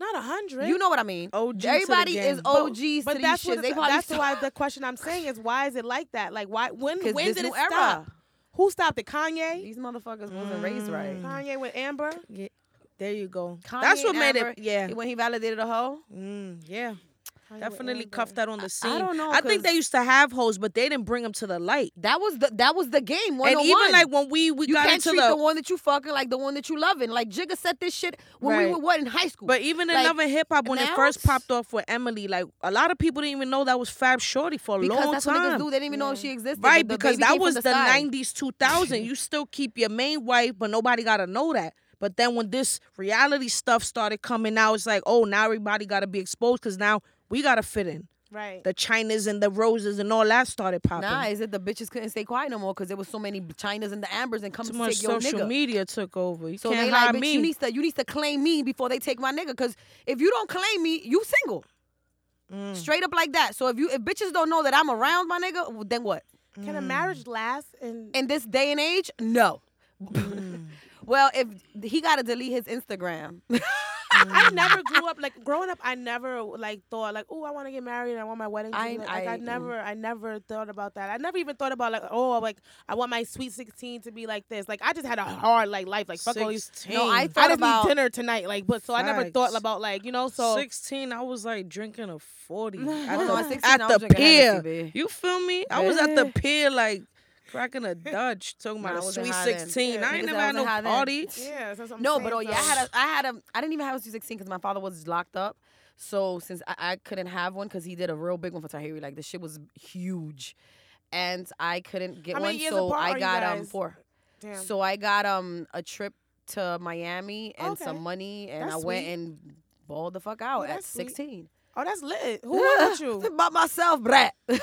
[SPEAKER 1] not a hundred.
[SPEAKER 3] You know what I mean?
[SPEAKER 2] OG to the
[SPEAKER 3] everybody is
[SPEAKER 2] game. But-
[SPEAKER 3] OGs
[SPEAKER 1] but
[SPEAKER 3] to these
[SPEAKER 1] that's
[SPEAKER 3] shits.
[SPEAKER 1] what
[SPEAKER 3] They
[SPEAKER 1] it-
[SPEAKER 3] probably
[SPEAKER 1] that's
[SPEAKER 3] still-
[SPEAKER 1] why the question I'm saying is why is it like that? Like why when
[SPEAKER 3] 'Cause
[SPEAKER 1] when
[SPEAKER 3] this
[SPEAKER 1] did it
[SPEAKER 3] new era.
[SPEAKER 1] stop? Who stopped it? Kanye.
[SPEAKER 3] These motherfuckers wasn't raised right.
[SPEAKER 1] Kanye with Amber.
[SPEAKER 2] Yeah, there you go.
[SPEAKER 3] Kanye
[SPEAKER 2] That's what
[SPEAKER 3] and
[SPEAKER 2] made
[SPEAKER 3] Amber,
[SPEAKER 2] it. Yeah.
[SPEAKER 3] When he validated a hoe.
[SPEAKER 2] Mm, yeah. Definitely cuffed that on the scene.
[SPEAKER 3] I don't know,
[SPEAKER 2] I think they
[SPEAKER 3] 'cause-
[SPEAKER 2] used to have hoes, but they didn't bring them to the light.
[SPEAKER 3] That was the that was the game. One
[SPEAKER 2] And
[SPEAKER 3] on
[SPEAKER 2] even
[SPEAKER 3] one.
[SPEAKER 2] like when we we
[SPEAKER 3] you
[SPEAKER 2] got
[SPEAKER 3] can't
[SPEAKER 2] into
[SPEAKER 3] treat
[SPEAKER 2] the,
[SPEAKER 3] the one that you fucking like the one that you loving. Like Jigga said this shit when
[SPEAKER 2] Right.
[SPEAKER 3] we were what in high school.
[SPEAKER 2] but even
[SPEAKER 3] like,
[SPEAKER 2] another hip hop when it
[SPEAKER 3] now
[SPEAKER 2] first
[SPEAKER 3] it's-
[SPEAKER 2] popped off with Emily, like a lot of people didn't even know that was Fab Shorty for a
[SPEAKER 3] because
[SPEAKER 2] long
[SPEAKER 3] that's what niggas
[SPEAKER 2] time.
[SPEAKER 3] do. They didn't even know if she existed.
[SPEAKER 2] Right,
[SPEAKER 3] The- the
[SPEAKER 2] because
[SPEAKER 3] baby
[SPEAKER 2] that
[SPEAKER 3] came from
[SPEAKER 2] was the
[SPEAKER 3] side.
[SPEAKER 2] nineties, two thousand. you still keep your main wife, but nobody gotta know that. But then when this reality stuff started coming out, it's like, oh, now everybody gotta be exposed because now we gotta fit in.
[SPEAKER 1] Right.
[SPEAKER 2] The Chinas and the roses and all that started popping.
[SPEAKER 3] Nah, is it the bitches couldn't stay quiet no more because there was so many Chinas and the Ambers and come
[SPEAKER 2] Too
[SPEAKER 3] to
[SPEAKER 2] much
[SPEAKER 3] take your
[SPEAKER 2] social
[SPEAKER 3] nigga.
[SPEAKER 2] media took over. You
[SPEAKER 3] So
[SPEAKER 2] can't
[SPEAKER 3] they like,
[SPEAKER 2] hide
[SPEAKER 3] bitch,
[SPEAKER 2] me.
[SPEAKER 3] you need to you need to claim me before they take my nigga. Because if you don't claim me, you single.
[SPEAKER 2] Mm.
[SPEAKER 3] Straight up like that. So if you if bitches don't know that I'm around my nigga, w- then what?
[SPEAKER 1] Can a
[SPEAKER 2] Mm.
[SPEAKER 1] marriage last? And
[SPEAKER 3] In this day and age, no.
[SPEAKER 1] Mm.
[SPEAKER 3] well, if he got to delete his Instagram,
[SPEAKER 1] I never grew up like growing up. I never like thought like, oh, I want to get married. and I want my wedding. to
[SPEAKER 3] I-
[SPEAKER 1] be like, like, I
[SPEAKER 3] I-
[SPEAKER 1] never, I never thought about that. I never even thought about like, oh, like I want my sweet sixteen to be like this. Like I just had a hard like life. Like fuck all these.
[SPEAKER 2] sixteen.
[SPEAKER 3] No, I
[SPEAKER 1] I
[SPEAKER 3] Thought
[SPEAKER 1] just
[SPEAKER 3] about-
[SPEAKER 1] need dinner tonight. Like, but so I never
[SPEAKER 2] Facts.
[SPEAKER 1] thought about like you know. So
[SPEAKER 2] sixteen. I was like drinking a forty at
[SPEAKER 3] No, at
[SPEAKER 2] the,
[SPEAKER 3] 16, I
[SPEAKER 2] at
[SPEAKER 3] was
[SPEAKER 2] the
[SPEAKER 3] drinking Hennessy,
[SPEAKER 2] pier.
[SPEAKER 3] babe.
[SPEAKER 2] You feel me? I was at the
[SPEAKER 1] Yeah.
[SPEAKER 2] pier like cracking a Dutch, talking
[SPEAKER 3] Nah, I
[SPEAKER 2] about a
[SPEAKER 3] wasn't
[SPEAKER 2] sweet
[SPEAKER 3] high then.
[SPEAKER 2] sixteen.
[SPEAKER 1] Yeah,
[SPEAKER 2] I ain't
[SPEAKER 3] niggas,
[SPEAKER 2] never
[SPEAKER 3] I
[SPEAKER 2] had no
[SPEAKER 3] wasn't high then.
[SPEAKER 2] party.
[SPEAKER 1] yeah, that's what I'm
[SPEAKER 3] no.
[SPEAKER 1] saying,
[SPEAKER 3] But oh yeah, I
[SPEAKER 1] so-
[SPEAKER 3] had a, I had a, I didn't even have a sweet sixteen because my father was locked up. So since I, I couldn't have one because he did a real big one for Tahiri, like the shit was huge, and I couldn't get
[SPEAKER 1] How
[SPEAKER 3] one.
[SPEAKER 1] many years
[SPEAKER 3] so
[SPEAKER 1] apart are
[SPEAKER 3] I
[SPEAKER 1] you
[SPEAKER 3] got um
[SPEAKER 1] guys?
[SPEAKER 3] four.
[SPEAKER 1] Damn.
[SPEAKER 3] So I got um a trip to Miami and
[SPEAKER 1] Okay.
[SPEAKER 3] some money, and
[SPEAKER 1] That's
[SPEAKER 3] I went
[SPEAKER 1] sweet.
[SPEAKER 3] and balled the fuck out
[SPEAKER 1] Well,
[SPEAKER 3] at
[SPEAKER 1] that's sweet.
[SPEAKER 3] sixteen.
[SPEAKER 1] oh, that's lit. Who was with you?
[SPEAKER 3] By myself, brat. but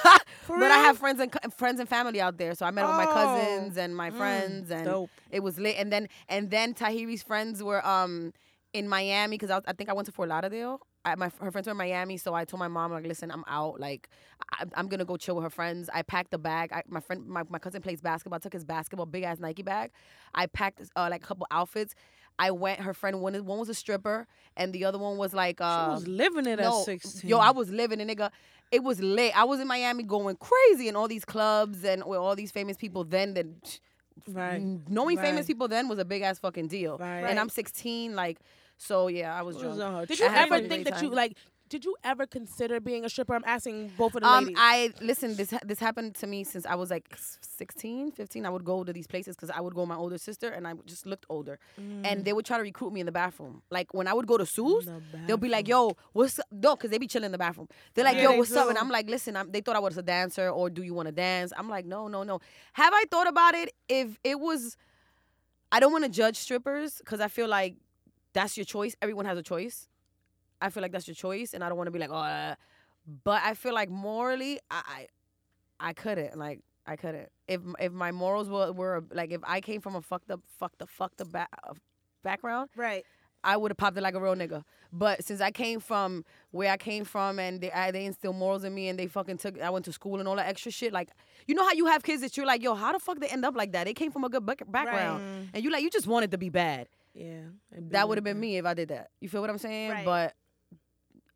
[SPEAKER 1] real?
[SPEAKER 3] I have friends and co- friends and family out there, so I met up with my
[SPEAKER 1] Oh.
[SPEAKER 3] cousins and my friends, and
[SPEAKER 2] dope.
[SPEAKER 3] it was lit. And then and then Tahiri's friends were um in Miami because I, was- I think I went to Fort Lauderdale. I, my her friends were in Miami, so I told my mom like, listen, I'm out. Like, I, I'm gonna go chill with her friends. I packed a bag. I, my friend, my, my cousin plays basketball. I took his basketball big ass Nike bag. I packed uh, like a couple outfits. I went. Her friend one is- one was a stripper, and the other one was like
[SPEAKER 2] She
[SPEAKER 3] uh,
[SPEAKER 2] was living it
[SPEAKER 3] no,
[SPEAKER 2] at sixteen.
[SPEAKER 3] yo, I was living and nigga. It was lit. I was in Miami going crazy in all these clubs and with all these famous people. Then that
[SPEAKER 2] right.
[SPEAKER 3] knowing famous
[SPEAKER 2] right.
[SPEAKER 3] people then was a big ass fucking deal.
[SPEAKER 2] Right.
[SPEAKER 3] And I'm 16, like, so yeah, I was
[SPEAKER 2] She was
[SPEAKER 3] drunk.
[SPEAKER 2] on her
[SPEAKER 1] Did you
[SPEAKER 3] I had a
[SPEAKER 1] ever
[SPEAKER 3] great
[SPEAKER 1] think that you
[SPEAKER 3] time.
[SPEAKER 1] like? Did you ever consider being a stripper? I'm asking both of the
[SPEAKER 3] Um,
[SPEAKER 1] ladies.
[SPEAKER 3] I listen. This ha- this happened to me since I was like 16, 15. I would go to these places because I would go with my older sister, and I just looked older.
[SPEAKER 2] Mm.
[SPEAKER 3] And they would try to recruit me in the bathroom. Like when I would go to Sue's, they'll be like, "Yo, what's up? no?" Because they be chilling in the bathroom. They're like,
[SPEAKER 1] Yeah,
[SPEAKER 3] "Yo,
[SPEAKER 1] they
[SPEAKER 3] what's up?"
[SPEAKER 1] do.
[SPEAKER 3] And I'm like, "Listen, I'm, they thought I was a dancer, or do you want to dance?" I'm like, "No, no, no." Have I thought about it? If it was, I don't want to judge strippers because I feel like that's your choice. Everyone has a choice. I feel like that's your choice, and I don't want to be like, oh. Uh, but I feel like morally, I, I, I couldn't. Like I couldn't. If if my morals were were like if I came from a fucked up, fucked up, fucked up ba- uh, background,
[SPEAKER 1] right.
[SPEAKER 3] I would have popped it like a real nigga. But since I came from where I came from, and they I, they instilled morals in me, and they fucking took I went to school and all that extra shit. Like you know how you have kids that you're like, yo, how the fuck they end up like that? They came from a good back- background, and you like you just wanted to be bad
[SPEAKER 2] Mm, Yeah. it'd be
[SPEAKER 3] that would have
[SPEAKER 2] like
[SPEAKER 3] been me if I did that. You feel what I'm saying?
[SPEAKER 1] Right.
[SPEAKER 3] But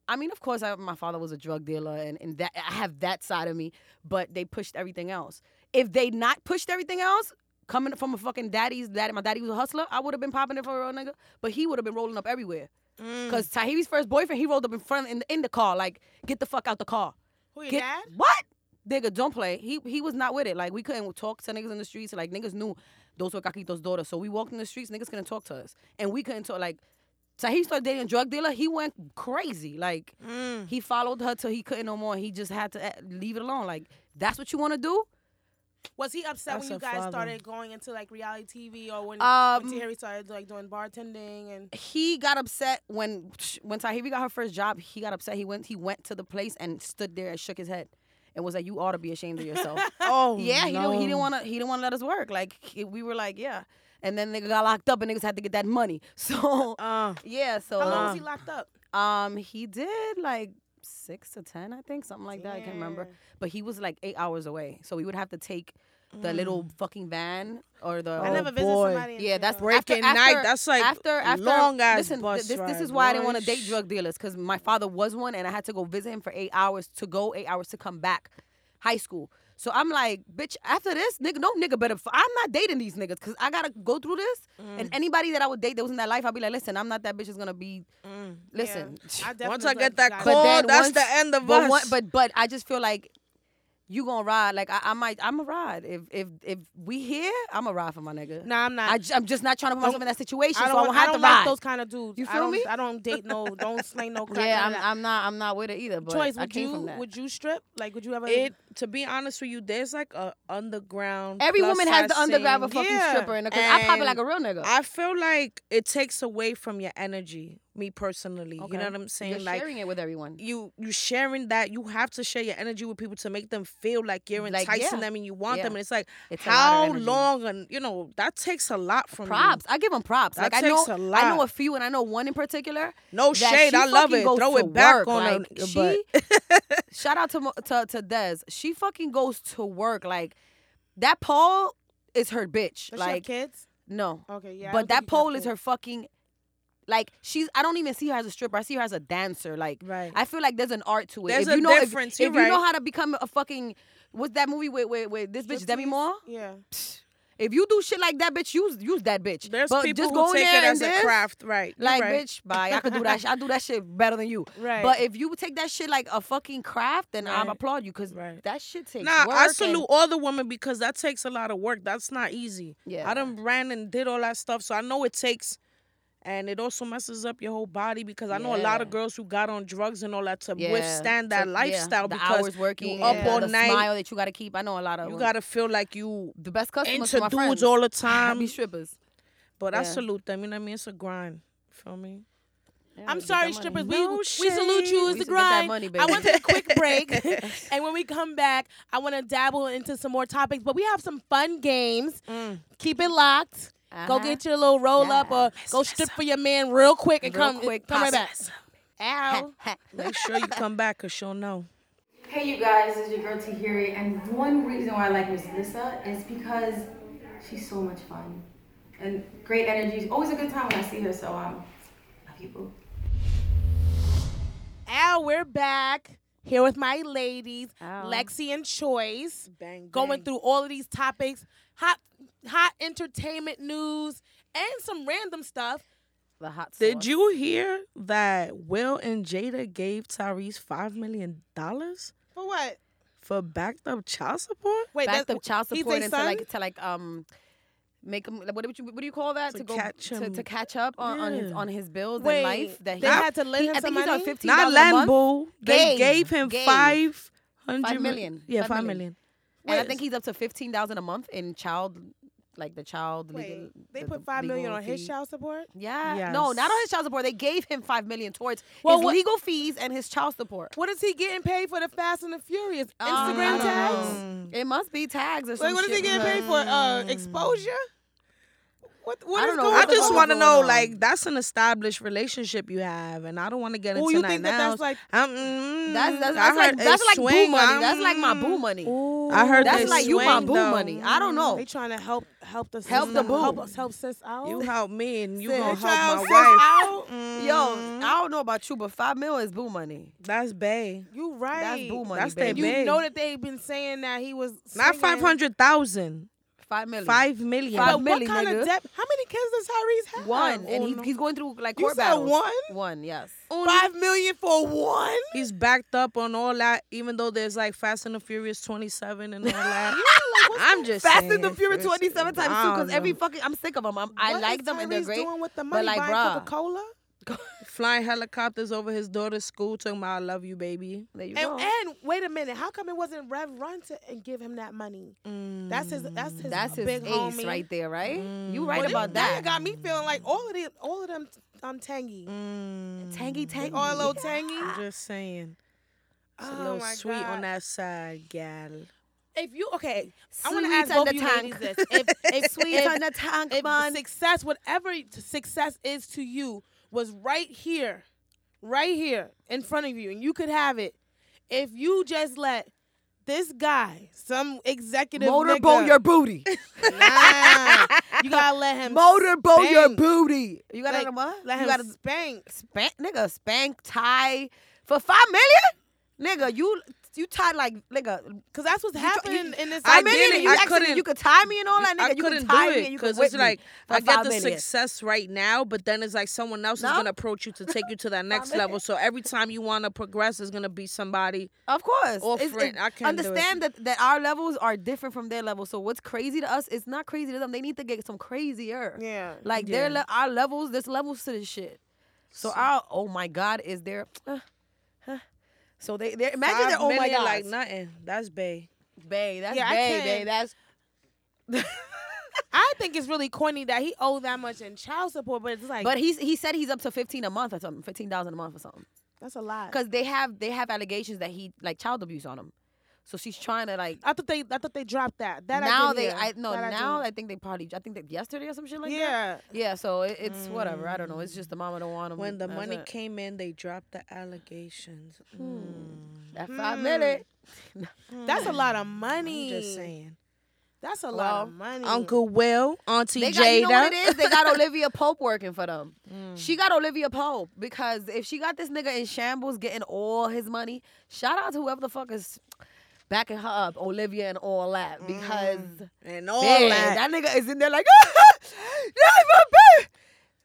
[SPEAKER 3] I mean, of course, I, my father was a drug dealer, and, and that I have that side of me. But they pushed everything else. If they not pushed everything else, coming from a fucking daddy's daddy, my daddy was a hustler. I would have been popping it for a real nigga, but he would have been rolling up everywhere.
[SPEAKER 1] Mm.
[SPEAKER 3] Cause Tahiri's first boyfriend, he rolled up in front in the, in the car, like get the fuck out the car.
[SPEAKER 1] Who your
[SPEAKER 3] Get-
[SPEAKER 1] dad?
[SPEAKER 3] What? Nigga, don't play. He he was not with it. Like we couldn't talk to niggas in the streets. Like niggas knew those were Kakito's daughters. So we walked in the streets, niggas couldn't talk to us. And we couldn't talk like so he started dating a drug dealer, he went crazy. Like
[SPEAKER 2] Mm.
[SPEAKER 3] he followed her till he couldn't no more. He just had to eh, leave it alone. Like that's what you want to do?
[SPEAKER 1] Was he upset
[SPEAKER 2] That's
[SPEAKER 1] when
[SPEAKER 2] a
[SPEAKER 1] you guys
[SPEAKER 2] father.
[SPEAKER 1] started going into like reality TV or when,
[SPEAKER 3] Um,
[SPEAKER 1] when Tahiri started like doing bartending and
[SPEAKER 3] He got upset when when Tahiri got her first job. He got upset. He went he went to the place and stood there and shook his head and was like, "You ought to be ashamed of yourself."
[SPEAKER 2] Oh
[SPEAKER 3] Yeah, he didn't, he
[SPEAKER 2] no.
[SPEAKER 3] didn't want to. He didn't want to let us work. Like he- we were like, yeah. And then nigga got locked up, and niggas had to get that money. So
[SPEAKER 2] Uh,
[SPEAKER 3] yeah, so
[SPEAKER 1] how long was
[SPEAKER 3] um,
[SPEAKER 1] he locked up?
[SPEAKER 3] um, he did like six to ten, I think, something like that. I can't remember.
[SPEAKER 1] Damn.
[SPEAKER 3] But he was like eight hours away, so we would have to take the little fucking van or the.
[SPEAKER 1] Mm. I
[SPEAKER 2] Oh,
[SPEAKER 1] never visited
[SPEAKER 2] boy.
[SPEAKER 1] somebody. in
[SPEAKER 3] yeah, that's
[SPEAKER 1] jail.
[SPEAKER 3] after,
[SPEAKER 2] Breaking night,
[SPEAKER 3] after-
[SPEAKER 2] that's like
[SPEAKER 3] after after
[SPEAKER 2] long ass
[SPEAKER 3] Listen, th-
[SPEAKER 2] bus
[SPEAKER 3] this this is
[SPEAKER 2] ride,
[SPEAKER 3] why I didn't want to
[SPEAKER 2] boy.
[SPEAKER 3] date drug dealers because my father was one, and I had to go visit him for eight hours to go, eight hours to come back, high school. So I'm like, bitch, after this, nigga, no nigga better. F- I'm not dating these niggas because I gotta go through this. And
[SPEAKER 2] Mm.
[SPEAKER 3] anybody that I would date that was in that life, I'd be like, listen, I'm not that bitch is gonna be. Listen,
[SPEAKER 2] Once
[SPEAKER 1] definitely
[SPEAKER 2] Mm, I
[SPEAKER 1] was
[SPEAKER 2] get
[SPEAKER 1] like,
[SPEAKER 2] that
[SPEAKER 1] "Got it."
[SPEAKER 2] call,
[SPEAKER 3] then
[SPEAKER 2] that's
[SPEAKER 3] once-
[SPEAKER 2] the end of
[SPEAKER 3] but
[SPEAKER 2] us.
[SPEAKER 3] one- but but I just feel like you gonna ride. Like I, I might, I'm a ride. If if if we here, I'm a ride for my nigga.
[SPEAKER 1] Nah, I'm not.
[SPEAKER 3] I, am just not trying to put myself in that situation,
[SPEAKER 1] I
[SPEAKER 3] so I
[SPEAKER 1] don't,
[SPEAKER 3] won't
[SPEAKER 1] want-
[SPEAKER 3] have
[SPEAKER 1] I
[SPEAKER 3] to
[SPEAKER 1] don't
[SPEAKER 3] ride.
[SPEAKER 1] like those kind of dudes.
[SPEAKER 3] You
[SPEAKER 1] I
[SPEAKER 3] feel
[SPEAKER 1] don't-
[SPEAKER 3] me?
[SPEAKER 1] I don't date no, don't sling no crack.
[SPEAKER 3] yeah,
[SPEAKER 1] none of
[SPEAKER 3] I'm,
[SPEAKER 1] that.
[SPEAKER 3] I'm not. I'm not with it either. But
[SPEAKER 1] Choice,
[SPEAKER 3] I
[SPEAKER 1] would
[SPEAKER 3] came
[SPEAKER 1] you
[SPEAKER 3] from that.
[SPEAKER 1] would you strip? Like, would you ever?
[SPEAKER 2] it to be honest with you, there's like a underground.
[SPEAKER 3] Every
[SPEAKER 2] plus
[SPEAKER 3] woman has
[SPEAKER 2] size
[SPEAKER 3] the underground of a
[SPEAKER 2] scene.
[SPEAKER 3] fucking
[SPEAKER 1] Yeah.
[SPEAKER 3] stripper in the. Cause I pop it
[SPEAKER 2] And
[SPEAKER 3] like a real nigga.
[SPEAKER 2] I feel like it takes away from your energy. Me personally, you
[SPEAKER 3] Okay.
[SPEAKER 2] know what I'm saying?
[SPEAKER 3] You're
[SPEAKER 2] like
[SPEAKER 3] sharing it with everyone.
[SPEAKER 2] you you sharing that you have to share your energy with people to make them feel like you're
[SPEAKER 3] Like,
[SPEAKER 2] enticing
[SPEAKER 3] yeah.
[SPEAKER 2] them and you want
[SPEAKER 3] Yeah.
[SPEAKER 2] them and it's like
[SPEAKER 3] It's a lot of
[SPEAKER 2] how
[SPEAKER 3] energy.
[SPEAKER 2] long and you know that takes a lot from you.
[SPEAKER 3] Props. I give them props.
[SPEAKER 2] That
[SPEAKER 3] like
[SPEAKER 2] takes
[SPEAKER 3] I
[SPEAKER 2] a
[SPEAKER 3] know, I
[SPEAKER 2] lot.
[SPEAKER 3] know a few, and I know one in particular.
[SPEAKER 2] No
[SPEAKER 3] that
[SPEAKER 2] shade,
[SPEAKER 3] she
[SPEAKER 2] I love
[SPEAKER 3] fucking
[SPEAKER 2] it.
[SPEAKER 3] goes
[SPEAKER 2] Throw
[SPEAKER 3] to
[SPEAKER 2] it back
[SPEAKER 3] work.
[SPEAKER 2] on
[SPEAKER 3] like,
[SPEAKER 2] a-
[SPEAKER 3] she.
[SPEAKER 2] but
[SPEAKER 3] shout out to Mo- to to Des. She fucking goes to work. Like that pole is her bitch.
[SPEAKER 1] Does she have
[SPEAKER 3] like
[SPEAKER 1] kids?
[SPEAKER 3] no,
[SPEAKER 1] Okay, yeah. I
[SPEAKER 3] but
[SPEAKER 1] don't think
[SPEAKER 3] that
[SPEAKER 1] you have
[SPEAKER 3] pole is
[SPEAKER 1] kids.
[SPEAKER 3] her fucking. Like she's, I don't even see her as a stripper. I see her as a dancer. Like
[SPEAKER 2] Right.
[SPEAKER 3] I feel like there's an art to it.
[SPEAKER 2] There's
[SPEAKER 3] if
[SPEAKER 2] a
[SPEAKER 3] you know, if-
[SPEAKER 2] difference,
[SPEAKER 3] If,
[SPEAKER 2] you're
[SPEAKER 3] you know
[SPEAKER 2] right.
[SPEAKER 3] how to become a fucking, what's that movie with with, with this bitch Demi
[SPEAKER 1] Striptease?
[SPEAKER 3] Moore?
[SPEAKER 1] Yeah.
[SPEAKER 3] If you do shit like that, bitch, use use that bitch.
[SPEAKER 2] There's
[SPEAKER 3] but
[SPEAKER 2] people
[SPEAKER 3] just
[SPEAKER 2] who
[SPEAKER 3] go in
[SPEAKER 2] take
[SPEAKER 3] there
[SPEAKER 2] it
[SPEAKER 3] and
[SPEAKER 2] as
[SPEAKER 3] this,
[SPEAKER 2] a craft, right? You're
[SPEAKER 3] Like,
[SPEAKER 2] right.
[SPEAKER 3] bitch, bye. I could do that. Shit. I do that shit better than you.
[SPEAKER 1] Right.
[SPEAKER 3] But if you take that shit like a fucking craft, then I
[SPEAKER 2] Right.
[SPEAKER 3] applaud you because
[SPEAKER 2] Right.
[SPEAKER 3] that shit takes
[SPEAKER 2] Nah,
[SPEAKER 3] work.
[SPEAKER 2] I
[SPEAKER 3] and-
[SPEAKER 2] salute all the women because that takes a lot of work. That's not easy.
[SPEAKER 3] Yeah.
[SPEAKER 2] I done ran and did all that stuff, so I know it takes, and it also messes up your whole body because I know a lot of
[SPEAKER 3] Yeah.
[SPEAKER 2] girls who got on drugs and all that to
[SPEAKER 3] Yeah,
[SPEAKER 2] withstand
[SPEAKER 3] so-
[SPEAKER 2] that
[SPEAKER 3] yeah,
[SPEAKER 2] lifestyle
[SPEAKER 3] the
[SPEAKER 2] because
[SPEAKER 3] hours working,
[SPEAKER 2] you up
[SPEAKER 3] and
[SPEAKER 2] all
[SPEAKER 3] the
[SPEAKER 2] night,
[SPEAKER 3] smile that you got to keep. I know a lot of
[SPEAKER 2] you
[SPEAKER 3] them.
[SPEAKER 2] gotta feel like you
[SPEAKER 3] the best customers
[SPEAKER 2] into
[SPEAKER 3] for my friends.
[SPEAKER 2] dudes all the
[SPEAKER 3] be
[SPEAKER 2] time.
[SPEAKER 3] strippers.
[SPEAKER 2] But I
[SPEAKER 3] Yeah.
[SPEAKER 2] salute them. You know what I mean? It's a grind. Feel me?
[SPEAKER 1] I'm sorry, strippers. We,
[SPEAKER 2] No
[SPEAKER 1] we salute
[SPEAKER 2] shade.
[SPEAKER 1] you.
[SPEAKER 3] We
[SPEAKER 1] It's the
[SPEAKER 3] used to get that
[SPEAKER 1] grind.
[SPEAKER 3] money,
[SPEAKER 1] I
[SPEAKER 3] baby.
[SPEAKER 1] want to take a quick break, and when we come back, I want to dabble into some more topics. But we have some fun games. Keep it locked. Go
[SPEAKER 3] Mm. Uh-huh.
[SPEAKER 1] get your little roll up,
[SPEAKER 3] Yeah.
[SPEAKER 1] or go strip for your man real quick and
[SPEAKER 3] Real
[SPEAKER 1] come
[SPEAKER 3] quick,
[SPEAKER 1] come right back.
[SPEAKER 3] process.
[SPEAKER 1] Ow.
[SPEAKER 2] Make sure you come back, cause she'll know.
[SPEAKER 4] Hey you guys, this is your girl Tahiri, and one reason why I like Miss Lissa is because she's so much fun and great energy. It's always a good time when I see her, so um, love you, boo.
[SPEAKER 1] Ow, we're back here with my ladies,
[SPEAKER 3] Ow.
[SPEAKER 1] Lexi and Choice,
[SPEAKER 2] Bang,
[SPEAKER 1] going
[SPEAKER 2] bang.
[SPEAKER 1] through all of these topics, hot hot entertainment news, and some random stuff.
[SPEAKER 3] The hot.
[SPEAKER 2] Did
[SPEAKER 3] sauce.
[SPEAKER 2] you hear that Will and Jada gave Tyrese five million dollars
[SPEAKER 1] For what?
[SPEAKER 2] for backed up child support?
[SPEAKER 1] Wait,
[SPEAKER 3] backed
[SPEAKER 1] that's-
[SPEAKER 3] up child
[SPEAKER 1] he's
[SPEAKER 3] support
[SPEAKER 1] a
[SPEAKER 3] and to
[SPEAKER 1] son?
[SPEAKER 3] like to like um make him like, what do you what do you call that
[SPEAKER 2] To
[SPEAKER 3] to go
[SPEAKER 2] catch
[SPEAKER 3] to,
[SPEAKER 2] him.
[SPEAKER 3] to catch up on, on his
[SPEAKER 2] Yeah.
[SPEAKER 3] on his bills
[SPEAKER 1] Wait,
[SPEAKER 3] and life that he
[SPEAKER 1] they had to lend
[SPEAKER 3] he,
[SPEAKER 1] him
[SPEAKER 3] I
[SPEAKER 1] some
[SPEAKER 3] think he's on
[SPEAKER 1] money?
[SPEAKER 3] fifteen
[SPEAKER 2] Not
[SPEAKER 3] dollars a month,
[SPEAKER 2] Lambo. They
[SPEAKER 3] Gave,
[SPEAKER 2] gave him
[SPEAKER 3] gave.
[SPEAKER 2] five hundred
[SPEAKER 3] Five
[SPEAKER 2] mi-
[SPEAKER 3] million,
[SPEAKER 2] Yeah,
[SPEAKER 3] five
[SPEAKER 2] five million.
[SPEAKER 3] million. and I think he's up to fifteen thousand a month in child like the child legal.
[SPEAKER 1] Wait, they
[SPEAKER 3] the-
[SPEAKER 1] put
[SPEAKER 3] the
[SPEAKER 1] five million
[SPEAKER 3] legal
[SPEAKER 1] on his
[SPEAKER 3] fee.
[SPEAKER 1] child support.
[SPEAKER 3] Yeah, no, not on
[SPEAKER 2] Yes.
[SPEAKER 3] his child support. They gave him five million towards
[SPEAKER 1] Well,
[SPEAKER 3] his
[SPEAKER 1] what-
[SPEAKER 3] legal fees and his child support.
[SPEAKER 1] What is he getting paid for the Fast and the Furious
[SPEAKER 3] Um,
[SPEAKER 1] Instagram
[SPEAKER 3] I don't
[SPEAKER 1] tags?
[SPEAKER 3] know. It must be tags or
[SPEAKER 1] Like,
[SPEAKER 3] something.
[SPEAKER 1] what is he getting paid for? Uh, exposure. What? What
[SPEAKER 3] I
[SPEAKER 1] is
[SPEAKER 3] don't know
[SPEAKER 1] going
[SPEAKER 2] I
[SPEAKER 3] what
[SPEAKER 1] on?
[SPEAKER 3] the
[SPEAKER 2] just
[SPEAKER 3] fuck
[SPEAKER 2] want to
[SPEAKER 3] going
[SPEAKER 2] know,
[SPEAKER 3] on?
[SPEAKER 2] like, that's an established relationship you have, and I don't want to get
[SPEAKER 1] Ooh,
[SPEAKER 2] into
[SPEAKER 1] you
[SPEAKER 2] that
[SPEAKER 1] think that
[SPEAKER 2] now.
[SPEAKER 1] that's like-
[SPEAKER 2] Um, mm,
[SPEAKER 3] That's that's,
[SPEAKER 2] I
[SPEAKER 3] that's like
[SPEAKER 2] heard it
[SPEAKER 3] that's like boo
[SPEAKER 2] swing,
[SPEAKER 3] money.
[SPEAKER 2] um,
[SPEAKER 3] That's like my
[SPEAKER 1] Mm.
[SPEAKER 3] boo money.
[SPEAKER 2] I heard
[SPEAKER 3] That's
[SPEAKER 2] it
[SPEAKER 3] like you my
[SPEAKER 2] swing,
[SPEAKER 3] boo
[SPEAKER 2] though.
[SPEAKER 3] money. I don't know.
[SPEAKER 1] They trying to help help the
[SPEAKER 3] Help
[SPEAKER 1] sis
[SPEAKER 3] the
[SPEAKER 1] out- help,
[SPEAKER 3] boo.
[SPEAKER 1] us- help sis out.
[SPEAKER 2] You help me, and you
[SPEAKER 3] Sis,
[SPEAKER 2] gonna help
[SPEAKER 1] child,
[SPEAKER 2] my
[SPEAKER 1] sis
[SPEAKER 2] wife.
[SPEAKER 1] out.
[SPEAKER 3] Yo, I don't know about you, but five mil is boo money.
[SPEAKER 2] That's bae.
[SPEAKER 1] You right.
[SPEAKER 3] That's boo money.
[SPEAKER 2] That's their
[SPEAKER 3] baby.
[SPEAKER 1] You
[SPEAKER 2] Big.
[SPEAKER 1] know that they've been saying that he was
[SPEAKER 2] Not
[SPEAKER 1] swinging.
[SPEAKER 2] five hundred thousand.
[SPEAKER 3] Five million.
[SPEAKER 2] Five million.
[SPEAKER 3] Five
[SPEAKER 1] But what
[SPEAKER 3] million,
[SPEAKER 1] kind
[SPEAKER 3] nigga.
[SPEAKER 1] of debt? How many kids does Tyrese have?
[SPEAKER 3] One, and
[SPEAKER 1] Oh,
[SPEAKER 3] he,
[SPEAKER 1] no.
[SPEAKER 3] he's going through like
[SPEAKER 1] You
[SPEAKER 3] court
[SPEAKER 1] said
[SPEAKER 3] battles.
[SPEAKER 1] one?
[SPEAKER 3] One, yes.
[SPEAKER 1] five million for one.
[SPEAKER 2] He's backed up on all that, even though there's like Fast and the Furious 27 and all that. I'm just
[SPEAKER 3] Fast
[SPEAKER 2] saying,
[SPEAKER 3] and the Furious
[SPEAKER 2] first-
[SPEAKER 3] 27 times
[SPEAKER 2] I
[SPEAKER 3] too,
[SPEAKER 2] don't
[SPEAKER 3] because every
[SPEAKER 2] know.
[SPEAKER 3] fucking I'm sick of them. I'm, I
[SPEAKER 1] What
[SPEAKER 3] like
[SPEAKER 1] is
[SPEAKER 3] them and they're
[SPEAKER 1] Tyrese
[SPEAKER 3] great.
[SPEAKER 1] Doing with the money,
[SPEAKER 3] but like,
[SPEAKER 1] buying
[SPEAKER 3] bruh,
[SPEAKER 1] Coca Cola.
[SPEAKER 2] flying helicopters over his daughter's school, talking about "I love you, baby."
[SPEAKER 3] there you
[SPEAKER 1] And,
[SPEAKER 3] go.
[SPEAKER 1] and wait a minute, how come it wasn't Rev Run to and give him that money?
[SPEAKER 2] Mm,
[SPEAKER 1] That's his. That's his.
[SPEAKER 3] Mm, That's his
[SPEAKER 1] big
[SPEAKER 3] ace
[SPEAKER 1] homie.
[SPEAKER 3] right there, right? You right
[SPEAKER 1] Well,
[SPEAKER 3] about
[SPEAKER 1] now you
[SPEAKER 3] that.
[SPEAKER 1] got me feeling like all of them, all of them, um, tangy,
[SPEAKER 3] Mm. tangy, tangy.
[SPEAKER 1] all a little tangy.
[SPEAKER 2] mm. I'm just saying, it's a
[SPEAKER 1] Oh
[SPEAKER 2] little
[SPEAKER 1] my
[SPEAKER 2] sweet on
[SPEAKER 1] God.
[SPEAKER 2] that side, gal.
[SPEAKER 1] If you okay, I want to
[SPEAKER 3] Sweet
[SPEAKER 1] ask
[SPEAKER 3] on
[SPEAKER 1] both
[SPEAKER 3] the
[SPEAKER 1] you
[SPEAKER 3] tongue.
[SPEAKER 1] ladies this: if, if
[SPEAKER 3] Sweet
[SPEAKER 1] if,
[SPEAKER 3] on the tongue,
[SPEAKER 1] if
[SPEAKER 3] man.
[SPEAKER 1] success, whatever success is to you, was right here, right here in front of you, and you could have it if you just let this guy, some executive,
[SPEAKER 3] Motorboat
[SPEAKER 1] nigga,
[SPEAKER 3] your booty.
[SPEAKER 1] Nah, you gotta let him
[SPEAKER 3] Motorboat your
[SPEAKER 1] spank.
[SPEAKER 3] booty. You gotta
[SPEAKER 1] Like,
[SPEAKER 3] let him what?
[SPEAKER 1] Let
[SPEAKER 3] you
[SPEAKER 1] him
[SPEAKER 3] gotta
[SPEAKER 1] spank.
[SPEAKER 3] spank nigga spank tie for five million? nigga, you you tied like nigga.
[SPEAKER 1] Cause that's what's happening in this.
[SPEAKER 2] I
[SPEAKER 3] I mean,
[SPEAKER 2] did it.
[SPEAKER 3] you
[SPEAKER 2] I
[SPEAKER 3] actually
[SPEAKER 2] couldn't-
[SPEAKER 3] you could tie me and all that, Ah, nigga.
[SPEAKER 2] I
[SPEAKER 3] you could
[SPEAKER 2] couldn't
[SPEAKER 3] tie
[SPEAKER 2] do
[SPEAKER 3] me and
[SPEAKER 2] it
[SPEAKER 3] you could
[SPEAKER 2] because
[SPEAKER 3] whip
[SPEAKER 2] it's like
[SPEAKER 3] me for
[SPEAKER 2] I get
[SPEAKER 3] five
[SPEAKER 2] the
[SPEAKER 3] minutes.
[SPEAKER 2] success right now, but then it's like someone else
[SPEAKER 3] No.
[SPEAKER 2] is gonna approach you to take you to that next level. So every time you wanna progress, there's gonna be somebody.
[SPEAKER 3] Of course.
[SPEAKER 2] Or
[SPEAKER 3] It's-
[SPEAKER 2] friend.
[SPEAKER 3] it's-
[SPEAKER 2] I can't do it.
[SPEAKER 3] understand that that our levels are different from their levels. So what's crazy to us is not crazy to them. They need to get some crazier.
[SPEAKER 1] Yeah.
[SPEAKER 3] Like their
[SPEAKER 2] Yeah.
[SPEAKER 3] le- our levels, there's levels to this shit. So our oh my god is there. uh, so they they imagine their
[SPEAKER 2] Five
[SPEAKER 3] oh my
[SPEAKER 2] minute
[SPEAKER 3] god
[SPEAKER 2] like nothing. That's bae.
[SPEAKER 3] bae that's
[SPEAKER 1] Yeah, I
[SPEAKER 3] bae
[SPEAKER 1] can't-
[SPEAKER 3] bae that's
[SPEAKER 1] I think it's really corny that he owed that much in child support, but it's like
[SPEAKER 3] but he's he said he's up to fifteen a month or something fifteen thousand a month or something
[SPEAKER 1] that's a lot.
[SPEAKER 3] because they have they have allegations that he like child abuse on him. So she's trying to like
[SPEAKER 1] I thought they I thought they dropped that. That I
[SPEAKER 3] now
[SPEAKER 1] did
[SPEAKER 3] they
[SPEAKER 1] hear.
[SPEAKER 3] I no
[SPEAKER 1] That
[SPEAKER 3] now
[SPEAKER 1] did.
[SPEAKER 3] I, think they probably I think that yesterday or some shit like that.
[SPEAKER 1] yeah. Mm.
[SPEAKER 3] Yeah, so it, it's whatever. I don't know. It's just the mama don't want them.
[SPEAKER 2] When the money
[SPEAKER 3] it.
[SPEAKER 2] came in, they dropped the allegations. Mm.
[SPEAKER 3] that five minute. Hmm.
[SPEAKER 1] That's a lot of
[SPEAKER 2] I'm
[SPEAKER 1] money.
[SPEAKER 2] just saying.
[SPEAKER 1] That's a
[SPEAKER 3] Well,
[SPEAKER 1] lot of money.
[SPEAKER 2] Uncle Will, Auntie
[SPEAKER 3] They got
[SPEAKER 2] Jada.
[SPEAKER 3] you know what it is. They got Olivia Pope working for them.
[SPEAKER 2] Mm.
[SPEAKER 3] She got Olivia Pope because if she got this nigga in shambles getting all his money, shout out to whoever the fuck is backing her up, Olivia and all that because
[SPEAKER 2] and Mm. all
[SPEAKER 3] man,
[SPEAKER 2] that.
[SPEAKER 3] that nigga is in there like. "Ah, that's my baby."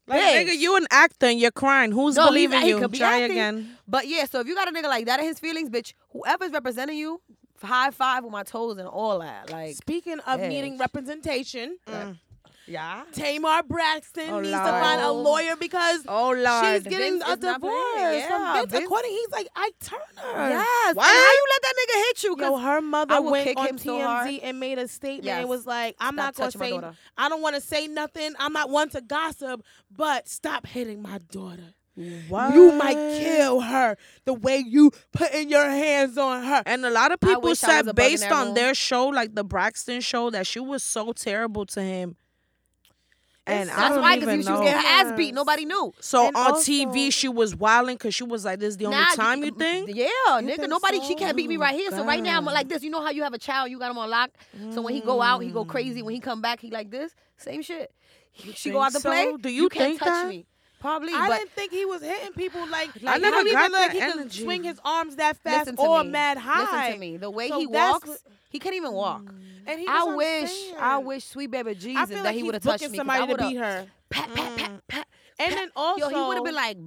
[SPEAKER 2] Like,
[SPEAKER 3] bitch.
[SPEAKER 2] nigga, you an actor and you're crying. Who's
[SPEAKER 3] No, he's-
[SPEAKER 2] believing
[SPEAKER 3] he
[SPEAKER 2] you?
[SPEAKER 3] could be
[SPEAKER 2] Try
[SPEAKER 3] acting.
[SPEAKER 2] again.
[SPEAKER 3] But yeah, so if you got a nigga like that in his feelings, bitch, whoever's representing you, high five with my toes and all that. Like,
[SPEAKER 1] Speaking of
[SPEAKER 3] Yes.
[SPEAKER 1] needing representation,
[SPEAKER 3] yeah.
[SPEAKER 1] Tamar Braxton
[SPEAKER 2] Oh,
[SPEAKER 1] needs to
[SPEAKER 2] Lord.
[SPEAKER 1] find a lawyer because
[SPEAKER 2] Oh
[SPEAKER 1] she's
[SPEAKER 2] lord.
[SPEAKER 1] getting
[SPEAKER 3] Vince
[SPEAKER 1] a
[SPEAKER 3] is not playing.
[SPEAKER 1] divorce
[SPEAKER 3] Yeah,
[SPEAKER 1] from Vince.
[SPEAKER 3] Vince-
[SPEAKER 1] According, he's like Ike Turner.
[SPEAKER 3] Yes. And
[SPEAKER 2] What?
[SPEAKER 3] how you let that nigga hit you?
[SPEAKER 1] Yo,
[SPEAKER 3] Cause
[SPEAKER 1] her
[SPEAKER 3] I
[SPEAKER 1] mother
[SPEAKER 3] will
[SPEAKER 1] went
[SPEAKER 3] kick
[SPEAKER 1] on
[SPEAKER 3] him
[SPEAKER 1] TMZ
[SPEAKER 3] so hard.
[SPEAKER 1] and made a statement
[SPEAKER 3] Yes.
[SPEAKER 1] and was like, "I'm
[SPEAKER 3] Stop
[SPEAKER 1] not
[SPEAKER 3] touching my
[SPEAKER 1] gonna
[SPEAKER 3] daughter.
[SPEAKER 1] say, I don't want to say nothing. I'm not one to gossip, but stop hitting my daughter. You might kill her the way you putting your hands on her."
[SPEAKER 2] And a lot of
[SPEAKER 3] I
[SPEAKER 2] people
[SPEAKER 3] wish I was
[SPEAKER 2] said
[SPEAKER 3] a bug in
[SPEAKER 2] based
[SPEAKER 3] that
[SPEAKER 2] on
[SPEAKER 3] room.
[SPEAKER 2] their show, like the Braxton show, that she was so terrible to him. And I
[SPEAKER 3] that's
[SPEAKER 2] don't
[SPEAKER 3] why,
[SPEAKER 2] even
[SPEAKER 3] because she was
[SPEAKER 2] know.
[SPEAKER 3] getting her ass beat.
[SPEAKER 1] Yes.
[SPEAKER 3] Nobody knew.
[SPEAKER 2] so on
[SPEAKER 1] And
[SPEAKER 2] TV,
[SPEAKER 1] also-
[SPEAKER 2] she was wilding because she was like, "This is the only
[SPEAKER 3] Nah,
[SPEAKER 2] time you think."
[SPEAKER 3] Yeah, nigga.
[SPEAKER 1] think
[SPEAKER 3] Nobody. She
[SPEAKER 1] so?
[SPEAKER 3] can't beat me right here. So right now I'm like this. You know how you have a child, you got him on lock. So when he go out, he go crazy. When he come back, he like this. Same shit. He- she go
[SPEAKER 2] think
[SPEAKER 3] out to
[SPEAKER 2] so?
[SPEAKER 3] play.
[SPEAKER 2] Do you
[SPEAKER 3] can't
[SPEAKER 2] think
[SPEAKER 3] touch
[SPEAKER 2] that?
[SPEAKER 3] me. Probably.
[SPEAKER 1] I
[SPEAKER 3] but
[SPEAKER 1] didn't think he was hitting people like,
[SPEAKER 2] I
[SPEAKER 1] like,
[SPEAKER 2] never
[SPEAKER 1] not even like
[SPEAKER 2] got that
[SPEAKER 1] he could
[SPEAKER 2] energy.
[SPEAKER 1] swing his arms that fast
[SPEAKER 3] listen to
[SPEAKER 1] or
[SPEAKER 3] me.
[SPEAKER 1] mad high.
[SPEAKER 3] Listen to me. The way
[SPEAKER 1] So
[SPEAKER 3] he
[SPEAKER 1] that's
[SPEAKER 3] walks,
[SPEAKER 1] what-
[SPEAKER 3] he couldn't even walk.
[SPEAKER 1] And he, that's what
[SPEAKER 3] I
[SPEAKER 1] I'm
[SPEAKER 3] wish, I
[SPEAKER 1] saying.
[SPEAKER 3] wish, sweet baby Jesus,
[SPEAKER 1] I feel
[SPEAKER 3] that
[SPEAKER 1] like
[SPEAKER 3] he
[SPEAKER 1] he's
[SPEAKER 3] would have touched me.
[SPEAKER 1] booking
[SPEAKER 3] 'cause I
[SPEAKER 1] somebody to
[SPEAKER 3] would've-
[SPEAKER 1] beat her. Mm.
[SPEAKER 3] Pat, pat, pat, pat.
[SPEAKER 1] And
[SPEAKER 3] pat.
[SPEAKER 1] then also,
[SPEAKER 3] yo, he would have been like,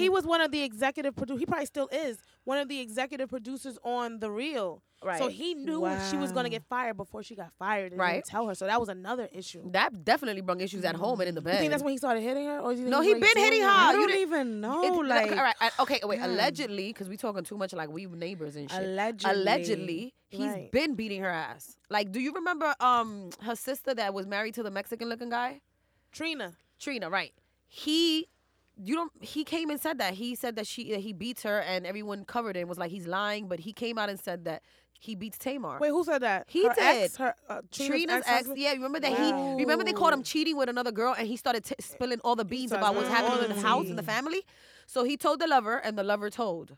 [SPEAKER 1] he was one of the executive producers. He probably still is one of the executive producers on The Real. So
[SPEAKER 3] Right.
[SPEAKER 1] he knew she was gonna
[SPEAKER 2] Wow.
[SPEAKER 1] get fired before she got fired. And
[SPEAKER 3] Right.
[SPEAKER 1] Didn't tell her. So that was another issue.
[SPEAKER 3] that definitely brought issues at home and in the bed.
[SPEAKER 1] Mm. You think that's when he started hitting her, or do you think
[SPEAKER 3] No,
[SPEAKER 1] was
[SPEAKER 3] he
[SPEAKER 1] already
[SPEAKER 3] been
[SPEAKER 1] doing
[SPEAKER 3] hitting
[SPEAKER 1] that?
[SPEAKER 3] her.
[SPEAKER 2] I
[SPEAKER 3] you
[SPEAKER 2] don't
[SPEAKER 3] didn't-
[SPEAKER 2] even know.
[SPEAKER 3] It's-
[SPEAKER 2] like,
[SPEAKER 3] all right, I- okay, wait.
[SPEAKER 2] yeah.
[SPEAKER 3] Allegedly, because we talking too much like we neighbors and shit.
[SPEAKER 2] Allegedly.
[SPEAKER 3] allegedly, he's
[SPEAKER 1] Right.
[SPEAKER 3] been beating her ass. Like, do you remember um her sister that was married to the Mexican looking guy,
[SPEAKER 1] Trina.
[SPEAKER 3] Trina? Right. He, you don't. He came and said that he said that she that he beats her and everyone covered it and was like he's lying, but he came out and said that he beats Tamar.
[SPEAKER 1] Wait, who said that?
[SPEAKER 3] He
[SPEAKER 1] her
[SPEAKER 3] did.
[SPEAKER 1] Ex, her, uh, Trina's,
[SPEAKER 3] Trina's ex,
[SPEAKER 1] ex-husband?
[SPEAKER 3] yeah, remember that
[SPEAKER 1] Wow.
[SPEAKER 3] he remember they called him cheating with another girl, and he started t- spilling all the beans
[SPEAKER 1] started
[SPEAKER 3] about what's
[SPEAKER 1] spilling all
[SPEAKER 3] happening in
[SPEAKER 1] the
[SPEAKER 3] the house and the
[SPEAKER 2] tea.
[SPEAKER 3] family. So he told the lover, and the lover told,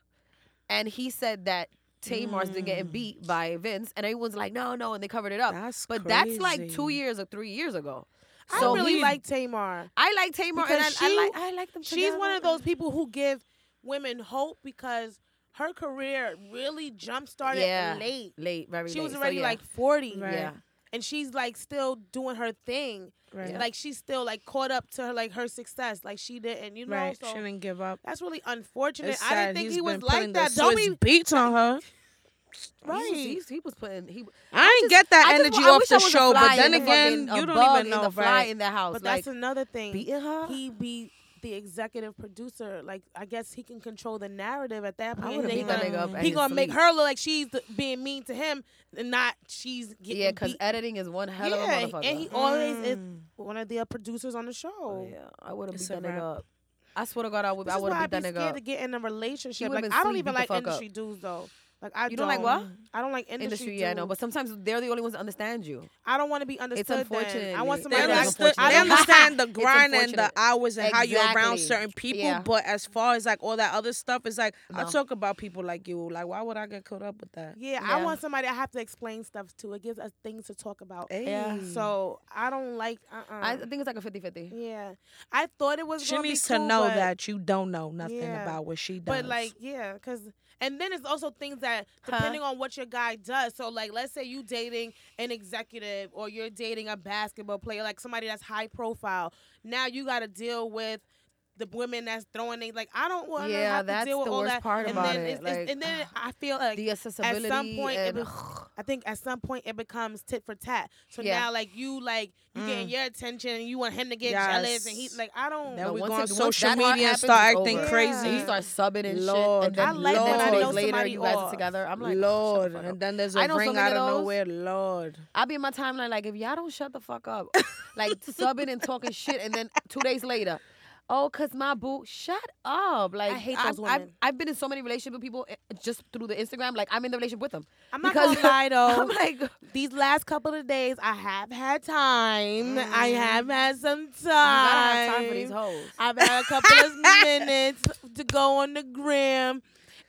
[SPEAKER 3] and he said that Tamar's been
[SPEAKER 1] Mm.
[SPEAKER 3] getting beat by Vince, and everyone's like, no, no, and they covered it up.
[SPEAKER 2] That's
[SPEAKER 3] but that's like two
[SPEAKER 2] crazy.
[SPEAKER 3] years or three years ago.
[SPEAKER 1] I
[SPEAKER 3] So
[SPEAKER 1] really
[SPEAKER 3] he-
[SPEAKER 1] like Tamar.
[SPEAKER 3] I like Tamar, and I,
[SPEAKER 1] Because
[SPEAKER 3] I
[SPEAKER 1] she-
[SPEAKER 3] like I like them.
[SPEAKER 1] She's one
[SPEAKER 3] together.
[SPEAKER 1] of those people who give women hope because her career really jump started
[SPEAKER 3] yeah,
[SPEAKER 1] late.
[SPEAKER 3] late, very.
[SPEAKER 1] She was
[SPEAKER 3] late. So,
[SPEAKER 1] already
[SPEAKER 3] yeah.
[SPEAKER 1] like 40.
[SPEAKER 2] Right.
[SPEAKER 3] yeah.
[SPEAKER 1] And she's like still doing her thing.
[SPEAKER 2] Right.
[SPEAKER 1] Like she's still like caught up to her like her success. Like she didn't, you know.
[SPEAKER 2] right.
[SPEAKER 1] So
[SPEAKER 2] She didn't give up.
[SPEAKER 1] that's really unfortunate.
[SPEAKER 2] It's
[SPEAKER 1] I
[SPEAKER 2] sad.
[SPEAKER 1] didn't think
[SPEAKER 2] He's
[SPEAKER 1] he was
[SPEAKER 2] been
[SPEAKER 1] like
[SPEAKER 2] putting
[SPEAKER 1] that.
[SPEAKER 2] The
[SPEAKER 1] Don't
[SPEAKER 2] Swiss
[SPEAKER 1] be
[SPEAKER 2] beats on her.
[SPEAKER 3] He was,
[SPEAKER 1] right.
[SPEAKER 3] he's- he was putting he.
[SPEAKER 2] I ain't get that
[SPEAKER 3] I just
[SPEAKER 2] energy
[SPEAKER 3] wa- I
[SPEAKER 2] off
[SPEAKER 3] wish
[SPEAKER 2] the
[SPEAKER 3] I was a
[SPEAKER 2] show,
[SPEAKER 3] fly
[SPEAKER 2] but
[SPEAKER 3] in
[SPEAKER 2] then
[SPEAKER 3] the
[SPEAKER 2] again,
[SPEAKER 3] fucking- a
[SPEAKER 2] you
[SPEAKER 3] bug
[SPEAKER 2] don't even
[SPEAKER 3] in
[SPEAKER 2] know,
[SPEAKER 3] the fly
[SPEAKER 2] right?
[SPEAKER 3] in the house.
[SPEAKER 1] But
[SPEAKER 3] like,
[SPEAKER 1] that's another thing.
[SPEAKER 3] beating her?
[SPEAKER 1] He be the executive producer. Like I guess he can control the narrative at that
[SPEAKER 3] I
[SPEAKER 1] point.
[SPEAKER 3] would
[SPEAKER 1] and
[SPEAKER 3] have
[SPEAKER 1] then
[SPEAKER 3] beat
[SPEAKER 1] he
[SPEAKER 3] that
[SPEAKER 1] gonna-
[SPEAKER 3] nigga up. in
[SPEAKER 1] he
[SPEAKER 3] his
[SPEAKER 1] gonna make
[SPEAKER 3] sleep.
[SPEAKER 1] her look like she's the, being mean to him and not she's getting
[SPEAKER 3] Yeah, because
[SPEAKER 1] beat.
[SPEAKER 3] editing is one hell of
[SPEAKER 1] yeah,
[SPEAKER 3] a motherfucker.
[SPEAKER 1] and he always is one of the uh, producers on the show.
[SPEAKER 3] Oh, yeah, I would have
[SPEAKER 2] It's
[SPEAKER 3] beat
[SPEAKER 2] a
[SPEAKER 3] that
[SPEAKER 2] wrap.
[SPEAKER 3] nigga up. I swear to God, I would.
[SPEAKER 1] This
[SPEAKER 3] I
[SPEAKER 1] is
[SPEAKER 3] would
[SPEAKER 1] why
[SPEAKER 3] have
[SPEAKER 1] I
[SPEAKER 3] beat that
[SPEAKER 1] be
[SPEAKER 3] nigga
[SPEAKER 1] scared
[SPEAKER 3] up.
[SPEAKER 1] to get in a relationship.
[SPEAKER 3] would've
[SPEAKER 1] Like
[SPEAKER 3] been
[SPEAKER 1] I don't
[SPEAKER 3] sweet, beat
[SPEAKER 1] even
[SPEAKER 3] the
[SPEAKER 1] like
[SPEAKER 3] fuck up.
[SPEAKER 1] industry dudes though. Like I
[SPEAKER 3] You
[SPEAKER 1] don't
[SPEAKER 3] don't like what?
[SPEAKER 1] I don't like industry.
[SPEAKER 3] Industry, yeah, I know.
[SPEAKER 1] dude.
[SPEAKER 3] But sometimes they're the only ones that understand you.
[SPEAKER 1] I don't want to be understood. then.
[SPEAKER 3] unfortunate.
[SPEAKER 1] I want
[SPEAKER 3] They
[SPEAKER 2] They
[SPEAKER 1] somebody
[SPEAKER 3] Right,
[SPEAKER 1] that's
[SPEAKER 3] that's
[SPEAKER 2] understood. They
[SPEAKER 3] unfortunate.
[SPEAKER 2] understand the
[SPEAKER 3] It's
[SPEAKER 2] grind and the
[SPEAKER 3] unfortunate.
[SPEAKER 2] hours and how you're around
[SPEAKER 3] Exactly.
[SPEAKER 2] certain people.
[SPEAKER 3] Yeah.
[SPEAKER 2] But as far as like all that other stuff, it's like I
[SPEAKER 3] No.
[SPEAKER 2] talk about people like you. Like why would I get caught up with that?
[SPEAKER 1] Yeah, I
[SPEAKER 3] Yeah.
[SPEAKER 1] want somebody I have to explain stuff to. It gives us things to talk about.
[SPEAKER 3] Yeah.
[SPEAKER 2] Ayy.
[SPEAKER 1] So I don't like. Uh. uh
[SPEAKER 3] I I think it's like a 50-50.
[SPEAKER 1] yeah, I thought it was.
[SPEAKER 2] she
[SPEAKER 1] gonna be
[SPEAKER 2] needs to
[SPEAKER 1] cool,
[SPEAKER 2] know
[SPEAKER 1] but-
[SPEAKER 2] that you don't know nothing
[SPEAKER 1] Yeah.
[SPEAKER 2] about what she does.
[SPEAKER 1] But like, yeah, cause and then it's also things that depending on what your guy does. So like, let's say you dating an executive or you're dating a basketball player, like somebody that's high profile. Now you got to deal with the women that's throwing they like I don't want to
[SPEAKER 3] Yeah,
[SPEAKER 1] have to
[SPEAKER 3] that's
[SPEAKER 1] deal with
[SPEAKER 3] the
[SPEAKER 1] all
[SPEAKER 3] worst
[SPEAKER 1] that.
[SPEAKER 3] part
[SPEAKER 1] and
[SPEAKER 3] about
[SPEAKER 1] then
[SPEAKER 3] it,
[SPEAKER 1] it's- it's-
[SPEAKER 3] like,
[SPEAKER 1] and then I feel like
[SPEAKER 3] The accessibility
[SPEAKER 1] point it
[SPEAKER 3] and,
[SPEAKER 1] was- I think at some point it becomes tit for tat. So
[SPEAKER 3] Yeah. Mm.
[SPEAKER 1] now like you like you getting your attention and you want him to get jealous and he
[SPEAKER 2] Yes.
[SPEAKER 1] like I don't.
[SPEAKER 2] Now
[SPEAKER 3] No,
[SPEAKER 2] we
[SPEAKER 3] once
[SPEAKER 2] go on
[SPEAKER 3] it- once
[SPEAKER 2] social
[SPEAKER 3] that part
[SPEAKER 2] media
[SPEAKER 3] happens,
[SPEAKER 2] and start
[SPEAKER 3] it's
[SPEAKER 2] acting
[SPEAKER 3] over.
[SPEAKER 2] crazy.
[SPEAKER 3] And you start subbing and
[SPEAKER 2] Lord,
[SPEAKER 3] shit. And then
[SPEAKER 1] I like
[SPEAKER 2] when
[SPEAKER 3] Lord,
[SPEAKER 2] I know
[SPEAKER 3] later,
[SPEAKER 1] somebody
[SPEAKER 3] you guys
[SPEAKER 1] off.
[SPEAKER 3] are together.
[SPEAKER 1] "Oh,
[SPEAKER 3] I'm like,
[SPEAKER 2] Lord,
[SPEAKER 3] Lord.
[SPEAKER 2] and then there's a
[SPEAKER 3] I know so
[SPEAKER 2] ring
[SPEAKER 3] many
[SPEAKER 2] out
[SPEAKER 3] of
[SPEAKER 2] of
[SPEAKER 3] those.
[SPEAKER 2] nowhere, Lord.
[SPEAKER 3] I'll be in my timeline like, if y'all don't shut the fuck up, like subbing and talking shit, and then two days later, oh, cause my boo, shut up. Like
[SPEAKER 1] hate
[SPEAKER 3] I've-
[SPEAKER 1] those
[SPEAKER 3] I've, I've,
[SPEAKER 1] women.
[SPEAKER 3] been in so many relationships with people eh, just through the Instagram. Like I'm in the relationship with them.
[SPEAKER 1] I'm not
[SPEAKER 3] Because-
[SPEAKER 1] gonna lie though.
[SPEAKER 3] I'm like,
[SPEAKER 1] these last couple of days, I have had time. I have had some time.
[SPEAKER 3] gotta Mm. have time for these hoes.
[SPEAKER 1] I've had a couple of minutes to go on the gram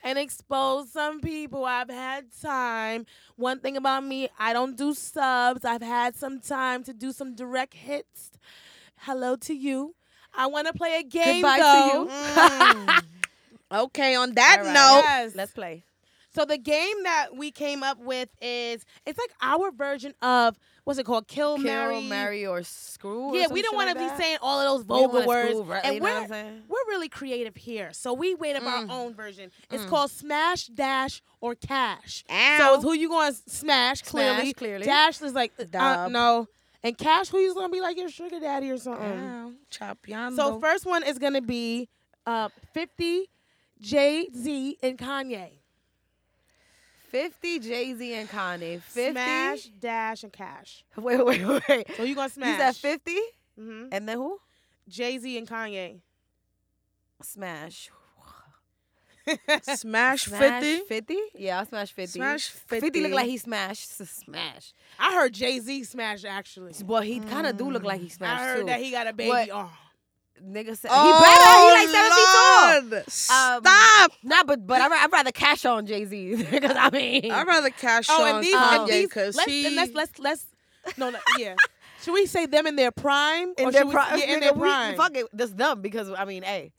[SPEAKER 1] and expose some people. I've had time. One thing about me, I don't do subs. I've had some time to do some direct hits. Hello to you. I want to play a game
[SPEAKER 3] Goodbye
[SPEAKER 1] though.
[SPEAKER 3] to you.
[SPEAKER 1] Mm.
[SPEAKER 2] Okay, on that
[SPEAKER 3] All right.
[SPEAKER 2] note,
[SPEAKER 1] Yes.
[SPEAKER 3] Let's play.
[SPEAKER 1] So the game that we came up with is it's like our version of what's it called? Kill,
[SPEAKER 3] Kill,
[SPEAKER 1] marry.
[SPEAKER 3] marry, or screw. or
[SPEAKER 1] Yeah,
[SPEAKER 3] some
[SPEAKER 1] we don't
[SPEAKER 3] shit
[SPEAKER 1] want to
[SPEAKER 3] like that.
[SPEAKER 1] be saying all of those
[SPEAKER 3] don't
[SPEAKER 1] vulgar
[SPEAKER 3] wanna
[SPEAKER 1] words,
[SPEAKER 3] screw, right?
[SPEAKER 1] and
[SPEAKER 3] You know
[SPEAKER 1] we're
[SPEAKER 3] what I'm saying? Mm.
[SPEAKER 1] we're really creative here, so we made up our own version. It's called smash, dash, or cash. So
[SPEAKER 2] Ow.
[SPEAKER 1] it's who you going to smash? Clearly,
[SPEAKER 3] clearly.
[SPEAKER 1] Dash is like uh,
[SPEAKER 2] Dub.
[SPEAKER 1] no, and cash who you's going to be like your sugar daddy or something.
[SPEAKER 2] Mm. chop yando.
[SPEAKER 1] Mm. So first one is gonna be uh, Fifty, Jay Z, and Kanye.
[SPEAKER 3] 50 Jay Z and Kanye. 50.
[SPEAKER 1] Smash, dash, and cash.
[SPEAKER 3] Wait, wait, wait, wait.
[SPEAKER 1] So you gonna
[SPEAKER 3] You
[SPEAKER 1] smash?
[SPEAKER 3] said 50?
[SPEAKER 1] hmm
[SPEAKER 3] And then who?
[SPEAKER 1] Jay Z and Kanye.
[SPEAKER 3] Smash.
[SPEAKER 2] smash
[SPEAKER 3] Smash
[SPEAKER 2] fifty.
[SPEAKER 3] 50? Yeah, I'll smash 50.
[SPEAKER 2] Smash 50.
[SPEAKER 3] 50 look like he smashed. S- Smash.
[SPEAKER 1] I heard Jay Z smash actually.
[SPEAKER 3] But he kind of do look like he
[SPEAKER 1] I
[SPEAKER 3] smashed
[SPEAKER 1] heard
[SPEAKER 3] too.
[SPEAKER 1] that he got a baby
[SPEAKER 3] Mm. What?
[SPEAKER 1] on.
[SPEAKER 3] Nigga said,
[SPEAKER 2] Oh,
[SPEAKER 3] he better. He like seven feet tall. Um,
[SPEAKER 2] Lord. Stop.
[SPEAKER 3] Nah, but, but I'd, ra- I'd rather cash on Jay Z. Because I mean,
[SPEAKER 2] I'd rather cash
[SPEAKER 1] Oh,
[SPEAKER 2] on
[SPEAKER 1] and these, and
[SPEAKER 2] Kanye
[SPEAKER 1] these
[SPEAKER 2] because
[SPEAKER 1] let's,
[SPEAKER 2] he.
[SPEAKER 1] and let's let's let's no, no yeah. Should we say them in their prime?
[SPEAKER 3] in
[SPEAKER 1] or
[SPEAKER 3] their
[SPEAKER 1] should we-
[SPEAKER 3] prime.
[SPEAKER 1] yeah, in
[SPEAKER 3] nigga,
[SPEAKER 1] their
[SPEAKER 3] we-
[SPEAKER 1] prime.
[SPEAKER 3] Fuck it. That's dumb because, I mean, hey.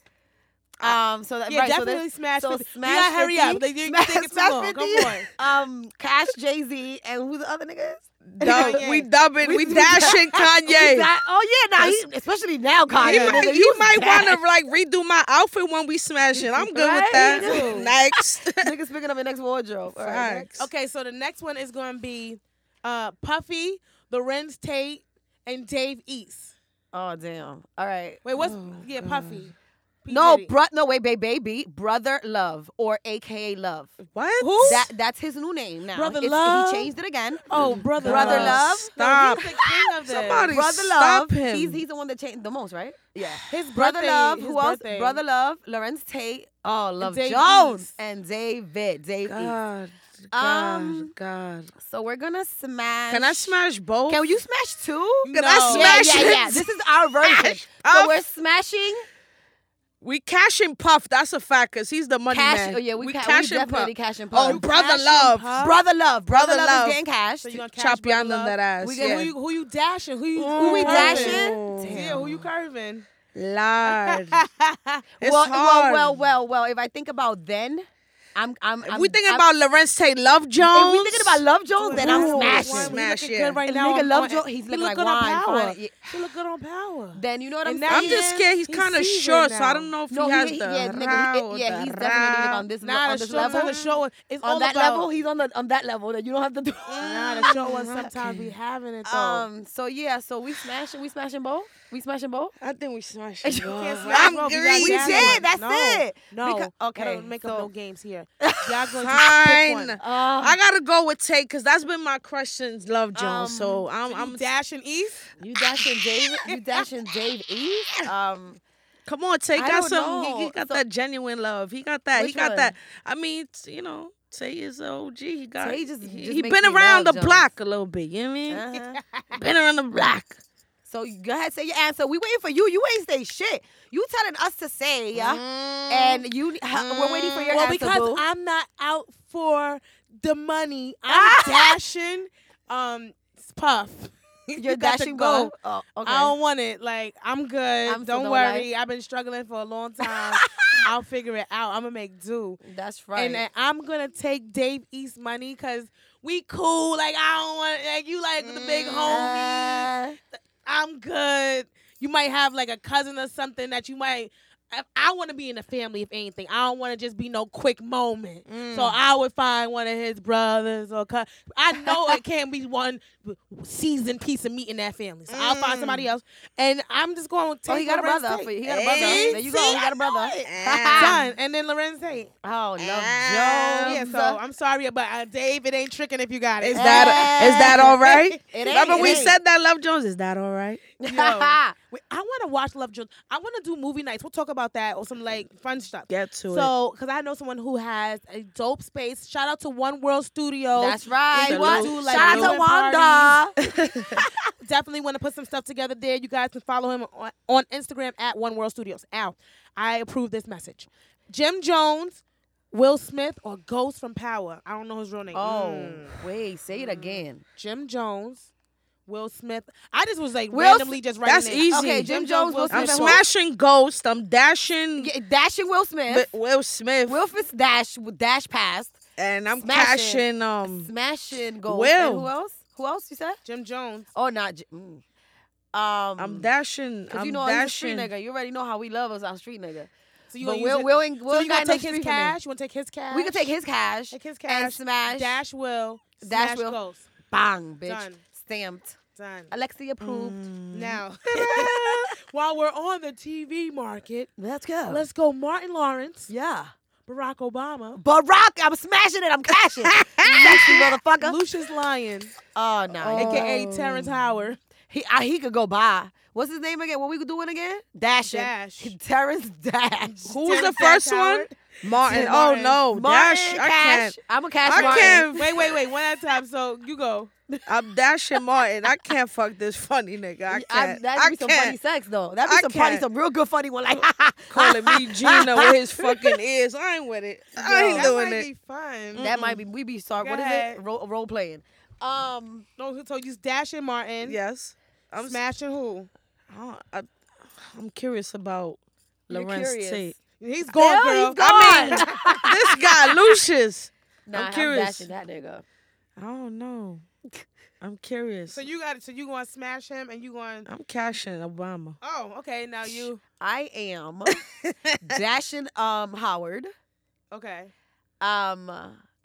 [SPEAKER 3] Um, so that,
[SPEAKER 1] yeah,
[SPEAKER 3] right, so that-
[SPEAKER 1] definitely smash.
[SPEAKER 3] so
[SPEAKER 1] 50.
[SPEAKER 3] smash
[SPEAKER 1] we gotta hurry up.
[SPEAKER 3] 50.
[SPEAKER 1] Like, you
[SPEAKER 3] Smash-
[SPEAKER 1] think it's too
[SPEAKER 3] smash
[SPEAKER 1] long.
[SPEAKER 3] 50.
[SPEAKER 1] Come on.
[SPEAKER 3] um, Cash, Jay Z, and who the other nigga is?
[SPEAKER 2] dub, we
[SPEAKER 1] Kanye.
[SPEAKER 2] dubbing. We,
[SPEAKER 3] We- we-
[SPEAKER 2] dashing Kanye.
[SPEAKER 3] That- oh yeah, now he, especially now, Kanye.
[SPEAKER 2] You might,
[SPEAKER 3] nigga,
[SPEAKER 2] you
[SPEAKER 3] was
[SPEAKER 2] might
[SPEAKER 3] bad.
[SPEAKER 2] want to like redo my outfit when we smash it. I'm good with
[SPEAKER 3] Right?
[SPEAKER 2] that. Next.
[SPEAKER 3] Niggas picking up your next wardrobe. All right, next.
[SPEAKER 2] Facts.
[SPEAKER 1] Okay, so the next one is gonna be uh, Puffy, Lorenz Tate, and Dave East.
[SPEAKER 3] Oh damn. All right.
[SPEAKER 1] Wait, what's yeah, Puffy? P.
[SPEAKER 3] Oh, No,
[SPEAKER 1] Diddy.
[SPEAKER 3] bro. No, wait, baby, baby, brother, love, or AKA love.
[SPEAKER 2] What?
[SPEAKER 1] Who?
[SPEAKER 3] That that's his new name now.
[SPEAKER 1] Brother
[SPEAKER 3] It's-
[SPEAKER 1] Love?
[SPEAKER 3] He changed it again.
[SPEAKER 1] Oh, brother,
[SPEAKER 3] Brother
[SPEAKER 1] love.
[SPEAKER 3] Love?
[SPEAKER 2] Stop.
[SPEAKER 1] He's the king of this.
[SPEAKER 2] Somebody
[SPEAKER 3] brother
[SPEAKER 2] stop
[SPEAKER 3] love.
[SPEAKER 2] him.
[SPEAKER 3] He's he's the one that changed the most, right? Yeah.
[SPEAKER 1] His
[SPEAKER 3] Brother
[SPEAKER 1] birthday-
[SPEAKER 3] love.
[SPEAKER 1] his
[SPEAKER 3] Who else?
[SPEAKER 1] birthday.
[SPEAKER 3] Brother love. Lorenz Tate. Oh, love
[SPEAKER 1] Dave
[SPEAKER 3] Jones
[SPEAKER 1] East.
[SPEAKER 3] and David. Dave East.
[SPEAKER 2] God, God,
[SPEAKER 3] Um,
[SPEAKER 2] God.
[SPEAKER 3] So we're gonna smash.
[SPEAKER 2] Can I smash both?
[SPEAKER 3] Can you smash two?
[SPEAKER 2] Can I
[SPEAKER 1] No.
[SPEAKER 3] Yeah,
[SPEAKER 2] smash
[SPEAKER 3] yeah,
[SPEAKER 2] it?
[SPEAKER 3] yeah. This is our version.
[SPEAKER 2] Puff.
[SPEAKER 3] So we're smashing
[SPEAKER 2] We cash and puff. That's a fact, cause he's the money
[SPEAKER 3] cash.
[SPEAKER 2] man.
[SPEAKER 3] Oh yeah, we, ca-
[SPEAKER 2] cash
[SPEAKER 3] we
[SPEAKER 2] and
[SPEAKER 3] definitely
[SPEAKER 2] puff.
[SPEAKER 3] cash and puff.
[SPEAKER 2] Oh, brother
[SPEAKER 1] and
[SPEAKER 2] love,
[SPEAKER 1] puff?
[SPEAKER 3] brother love, brother,
[SPEAKER 2] Brother
[SPEAKER 3] love,
[SPEAKER 2] love.
[SPEAKER 3] is getting cash.
[SPEAKER 1] So you gonna cash
[SPEAKER 2] chop
[SPEAKER 1] brother
[SPEAKER 2] yonder
[SPEAKER 1] love?
[SPEAKER 2] that ass.
[SPEAKER 3] We
[SPEAKER 1] Yeah,
[SPEAKER 2] yeah.
[SPEAKER 1] Who you who you dashing? Who you
[SPEAKER 2] Ooh.
[SPEAKER 1] who
[SPEAKER 3] we
[SPEAKER 1] you curving?
[SPEAKER 3] dashing?
[SPEAKER 1] Yeah, who you curving?
[SPEAKER 2] Lord, it's
[SPEAKER 3] well, well,
[SPEAKER 2] hard.
[SPEAKER 3] well, well, well. If I think about then, I'm, I'm.
[SPEAKER 2] If
[SPEAKER 3] I'm
[SPEAKER 2] we thinking
[SPEAKER 3] I'm,
[SPEAKER 2] about Lorenz Tate Love
[SPEAKER 3] If
[SPEAKER 2] Jones.
[SPEAKER 3] we thinking about Love Jones, then I'm
[SPEAKER 2] Ooh.
[SPEAKER 1] One, he
[SPEAKER 3] smashing.
[SPEAKER 2] Smash.
[SPEAKER 1] looking
[SPEAKER 2] yeah.
[SPEAKER 1] good right
[SPEAKER 3] And
[SPEAKER 1] now.
[SPEAKER 3] nigga
[SPEAKER 1] on-
[SPEAKER 3] Love
[SPEAKER 1] on-
[SPEAKER 3] Joe- he's
[SPEAKER 1] he
[SPEAKER 3] looking
[SPEAKER 1] look
[SPEAKER 3] like
[SPEAKER 1] good on
[SPEAKER 3] wine,
[SPEAKER 1] power.
[SPEAKER 3] fine, yeah.
[SPEAKER 1] He look good on power.
[SPEAKER 3] Then you know what I'm
[SPEAKER 1] And now
[SPEAKER 2] I'm
[SPEAKER 3] saying.
[SPEAKER 2] just scared he's
[SPEAKER 1] He's
[SPEAKER 2] kind of
[SPEAKER 1] seasoned
[SPEAKER 2] short, so I
[SPEAKER 1] now.
[SPEAKER 2] don't know if
[SPEAKER 3] No,
[SPEAKER 2] he
[SPEAKER 3] he-
[SPEAKER 2] has the
[SPEAKER 3] yeah, nigga, he-
[SPEAKER 2] row,
[SPEAKER 3] yeah,
[SPEAKER 2] the
[SPEAKER 3] he's definitely
[SPEAKER 2] row.
[SPEAKER 3] on this le-
[SPEAKER 1] Nah,
[SPEAKER 3] on
[SPEAKER 1] the
[SPEAKER 3] this
[SPEAKER 1] show on
[SPEAKER 3] level.
[SPEAKER 1] the show is- it's all
[SPEAKER 3] on that
[SPEAKER 1] about, Mm,
[SPEAKER 3] level, he's on the on that level that you don't have to do.
[SPEAKER 1] Nah, the show was sometimes we having it though.
[SPEAKER 3] um. So yeah. So we smashing. We smashing both. We smashing both.
[SPEAKER 2] I think we smash. it.
[SPEAKER 1] Can't smash
[SPEAKER 2] I'm
[SPEAKER 1] both, you gotta
[SPEAKER 3] We
[SPEAKER 2] greedy.
[SPEAKER 1] down
[SPEAKER 3] did,
[SPEAKER 1] one.
[SPEAKER 3] that's
[SPEAKER 1] no,
[SPEAKER 3] it.
[SPEAKER 1] No,
[SPEAKER 3] Because-
[SPEAKER 1] okay.
[SPEAKER 3] okay,
[SPEAKER 1] don't make
[SPEAKER 3] so-
[SPEAKER 1] up no games here. Y'all going to
[SPEAKER 2] Fine.
[SPEAKER 1] pick one.
[SPEAKER 3] Uh,
[SPEAKER 2] I gotta go with Tate because that's been my question, Love Jones.
[SPEAKER 3] Um,
[SPEAKER 2] so I'm,
[SPEAKER 1] I'm
[SPEAKER 2] I'm
[SPEAKER 1] dashing east.
[SPEAKER 3] You dashing Dave? You dashing Dave East? Um,
[SPEAKER 2] Come on, Tate
[SPEAKER 3] I
[SPEAKER 2] got
[SPEAKER 3] don't
[SPEAKER 2] some. He, he
[SPEAKER 3] know.
[SPEAKER 2] got
[SPEAKER 3] So-
[SPEAKER 2] that genuine love. He got that. he
[SPEAKER 3] Which
[SPEAKER 2] got
[SPEAKER 3] one?
[SPEAKER 2] that. I mean, it's, you know, Tay is a OG. He got.
[SPEAKER 3] Tay just-
[SPEAKER 2] he,
[SPEAKER 3] just
[SPEAKER 2] he
[SPEAKER 3] makes
[SPEAKER 2] been
[SPEAKER 3] me
[SPEAKER 2] around the
[SPEAKER 3] love Jones.
[SPEAKER 2] block a little bit. You know what I mean? been around the block.
[SPEAKER 3] So you go ahead, say your answer. We waiting for you. You ain't say shit. You telling us to say, yeah, and you we're waiting for your
[SPEAKER 1] Mm-hmm. well,
[SPEAKER 3] answer.
[SPEAKER 1] because
[SPEAKER 3] boo.
[SPEAKER 1] I'm not out for the money. I'm dashing. Um, it's puff.
[SPEAKER 3] you're
[SPEAKER 1] got to
[SPEAKER 3] dashing
[SPEAKER 1] go.
[SPEAKER 3] gold. Oh, okay.
[SPEAKER 1] I don't want it. Like I'm good.
[SPEAKER 3] I'm still
[SPEAKER 1] don't
[SPEAKER 3] doing
[SPEAKER 1] worry. I've been struggling for a long time. I'll figure it out. I'm gonna make do.
[SPEAKER 3] That's right.
[SPEAKER 1] And then I'm gonna take Dave East money because we cool. Like I don't want like you like the
[SPEAKER 3] Mm.
[SPEAKER 1] big homie. I'm good.
[SPEAKER 2] Mm.
[SPEAKER 1] You might have like a cousin or something that you might. I, I want to be in the family if anything. I don't want to just be no quick moment. So
[SPEAKER 3] Mm.
[SPEAKER 1] I would find one of his brothers or cou- I know it can't be one seasoned piece of meat in that family. So I'll find somebody else, and I'm just going to
[SPEAKER 3] Mm. oh,
[SPEAKER 1] take.
[SPEAKER 3] he got a
[SPEAKER 1] Lorenz Tate. Eh?
[SPEAKER 3] brother. for you. He got a brother.
[SPEAKER 2] Hey,
[SPEAKER 3] there you go. He
[SPEAKER 2] see,
[SPEAKER 3] got a
[SPEAKER 2] I know
[SPEAKER 3] brother.
[SPEAKER 2] it.
[SPEAKER 1] Done. And then Lorenz Tate.
[SPEAKER 3] Oh, love Jones. Oh,
[SPEAKER 2] Ah.
[SPEAKER 1] Yeah. So I'm sorry, but uh, Dave, it ain't tricking if you got it. Eh?
[SPEAKER 2] Is that is that all right?
[SPEAKER 3] It ain't,
[SPEAKER 2] Remember
[SPEAKER 3] it
[SPEAKER 2] we
[SPEAKER 3] ain't.
[SPEAKER 2] said that Love Jones. Is that all right?
[SPEAKER 1] Yo. Wait, I want to watch Love Jones. I want to do movie nights. We'll talk about that or some like fun stuff.
[SPEAKER 2] Get to it.
[SPEAKER 1] So, because I know someone who has a dope space. Shout out to One World Studios.
[SPEAKER 3] That's right.
[SPEAKER 2] Salute.
[SPEAKER 3] What?
[SPEAKER 2] Salute.
[SPEAKER 3] Shout out to
[SPEAKER 1] Salute.
[SPEAKER 3] Wanda.
[SPEAKER 1] Definitely want to put some stuff together there. You guys can follow him on, on Instagram at One World Studios. Ow. I approve this message. Jim Jones, Will Smith, or Ghost from Power. I don't know his real name.
[SPEAKER 3] Oh,
[SPEAKER 1] Mm.
[SPEAKER 3] wait. Say it again.
[SPEAKER 1] Jim Jones, Will Smith. I just was like
[SPEAKER 3] Will
[SPEAKER 1] randomly just writing
[SPEAKER 2] that's
[SPEAKER 1] it.
[SPEAKER 2] easy.
[SPEAKER 3] Okay, Jim Jones, Will
[SPEAKER 2] I'm
[SPEAKER 3] Smith, and who-
[SPEAKER 2] smashing Ghost. I'm dashing
[SPEAKER 3] Yeah, dashing Will Smith.
[SPEAKER 2] Wi- Will Smith,
[SPEAKER 3] Will Smith's dash dash past.
[SPEAKER 2] and I'm
[SPEAKER 3] smashing.
[SPEAKER 2] cashing. Um,
[SPEAKER 3] Smashing gold.
[SPEAKER 2] Will.
[SPEAKER 3] And who else? Who else you said?
[SPEAKER 1] Jim Jones.
[SPEAKER 3] Oh, not. J- Mm. Um,
[SPEAKER 2] I'm dashing.
[SPEAKER 3] Cause
[SPEAKER 2] I'm
[SPEAKER 3] you know he's a street
[SPEAKER 2] dashing.
[SPEAKER 3] nigga. You already know how we love us our street nigga.
[SPEAKER 1] So you
[SPEAKER 3] but
[SPEAKER 1] gonna
[SPEAKER 3] Will,
[SPEAKER 1] use
[SPEAKER 3] Will,
[SPEAKER 1] it-
[SPEAKER 3] and, Will
[SPEAKER 1] so you
[SPEAKER 3] got
[SPEAKER 1] gonna
[SPEAKER 3] enough
[SPEAKER 1] take
[SPEAKER 3] street
[SPEAKER 1] his
[SPEAKER 3] for me.
[SPEAKER 1] cash? You wanna take his cash?
[SPEAKER 3] We can take his cash.
[SPEAKER 1] Take his
[SPEAKER 3] and
[SPEAKER 1] cash.
[SPEAKER 3] smash.
[SPEAKER 1] Dash Will.
[SPEAKER 3] Dash
[SPEAKER 1] smash
[SPEAKER 3] Will.
[SPEAKER 1] Ghost.
[SPEAKER 3] Bang, bitch.
[SPEAKER 1] Done. Mm.
[SPEAKER 3] Stamped.
[SPEAKER 1] Done.
[SPEAKER 3] Alexi approved.
[SPEAKER 1] Now, while we're on the TV market,
[SPEAKER 3] Let's go.
[SPEAKER 1] let's go Martin Lawrence,
[SPEAKER 3] yeah.
[SPEAKER 1] Barack Obama,
[SPEAKER 3] Barack, I'm smashing it. I'm cashing. Sexy motherfucker.
[SPEAKER 1] Lucius Lyon,
[SPEAKER 3] Oh no.
[SPEAKER 2] Oh.
[SPEAKER 1] aka
[SPEAKER 2] Oh.
[SPEAKER 1] Terrence Howard.
[SPEAKER 3] He I, he could go by. What's his name again? What we doing again? Dashing.
[SPEAKER 1] Dash.
[SPEAKER 3] Terrence Dash.
[SPEAKER 2] Who was the
[SPEAKER 1] Terrence
[SPEAKER 2] first one?
[SPEAKER 1] Howard.
[SPEAKER 2] Martin.
[SPEAKER 1] Yeah,
[SPEAKER 2] Oh
[SPEAKER 1] Martin.
[SPEAKER 2] no,
[SPEAKER 3] Martin
[SPEAKER 2] dash. I
[SPEAKER 3] Cash.
[SPEAKER 2] can't.
[SPEAKER 3] I'm a cash
[SPEAKER 2] I
[SPEAKER 3] Martin.
[SPEAKER 2] can't.
[SPEAKER 1] Wait, wait, wait. One at a time. So you go.
[SPEAKER 2] I'm dashing Martin. I can't fuck this funny nigga. I can't.
[SPEAKER 3] that'd
[SPEAKER 2] I
[SPEAKER 3] be some funny
[SPEAKER 2] can't.
[SPEAKER 3] sex though. That'd be
[SPEAKER 2] I
[SPEAKER 3] some funny,
[SPEAKER 2] can't.
[SPEAKER 3] some real good funny one. Like,
[SPEAKER 2] Calling me Gina with his fucking ears. I ain't with it. I
[SPEAKER 1] Yo,
[SPEAKER 2] ain't
[SPEAKER 1] that
[SPEAKER 2] doing
[SPEAKER 1] might
[SPEAKER 2] it.
[SPEAKER 1] be fun.
[SPEAKER 3] That might be we be sorry.
[SPEAKER 1] Go
[SPEAKER 3] What is it?
[SPEAKER 1] ahead.
[SPEAKER 3] Role, role playing. Um,
[SPEAKER 1] No, so you dashing Martin.
[SPEAKER 2] yes. I'm smash.
[SPEAKER 1] Smashing who?
[SPEAKER 2] I, am curious about
[SPEAKER 3] You're
[SPEAKER 2] Lorenz
[SPEAKER 3] curious.
[SPEAKER 2] Tate.
[SPEAKER 1] He's gone,
[SPEAKER 3] Bill,
[SPEAKER 1] girl.
[SPEAKER 3] he's gone.
[SPEAKER 2] I mean, this guy Lucius.
[SPEAKER 3] nah,
[SPEAKER 2] I'm
[SPEAKER 3] I'm,
[SPEAKER 2] curious.
[SPEAKER 3] dashing that nigga.
[SPEAKER 2] I don't know. I'm curious.
[SPEAKER 1] So you got. So you gonna smash him, and you going?
[SPEAKER 2] I'm cashing Obama.
[SPEAKER 1] Oh, okay. Now you.
[SPEAKER 3] I am dashing um Howard.
[SPEAKER 1] Okay.
[SPEAKER 3] Um,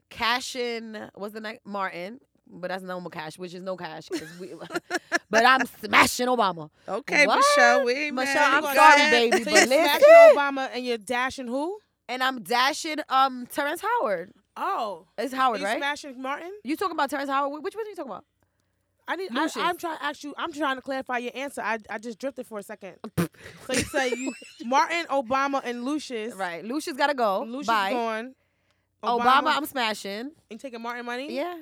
[SPEAKER 3] cashing what's the name Martin, but that's normal cash, which is no cash. 'cause we- but I'm smashing Obama.
[SPEAKER 2] Okay,
[SPEAKER 3] What?
[SPEAKER 2] Michelle. We ain't
[SPEAKER 3] Michelle,
[SPEAKER 2] married.
[SPEAKER 3] I'm
[SPEAKER 2] Go
[SPEAKER 3] sorry,
[SPEAKER 2] ahead.
[SPEAKER 1] So
[SPEAKER 3] baby, but
[SPEAKER 1] you're
[SPEAKER 3] listen.
[SPEAKER 1] smashing Obama, and you're dashing who?
[SPEAKER 3] And I'm dashing um Terrence Howard.
[SPEAKER 1] Oh.
[SPEAKER 3] It's Howard,
[SPEAKER 1] you
[SPEAKER 3] right?
[SPEAKER 1] smashing Martin?
[SPEAKER 3] you talking about Terrence Howard? Wh- Which one are you talking about?
[SPEAKER 1] I need. I,
[SPEAKER 3] Lucius.
[SPEAKER 1] I'm trying to ask you. I'm trying to clarify your answer. I, I just drifted for a second. so you said you Martin, Obama, and Lucius.
[SPEAKER 3] Right, Lucius gotta go.
[SPEAKER 1] Lucius
[SPEAKER 3] Bye.
[SPEAKER 1] gone.
[SPEAKER 3] Obama, I'm smashing.
[SPEAKER 1] and taking Martin money.
[SPEAKER 3] Yeah,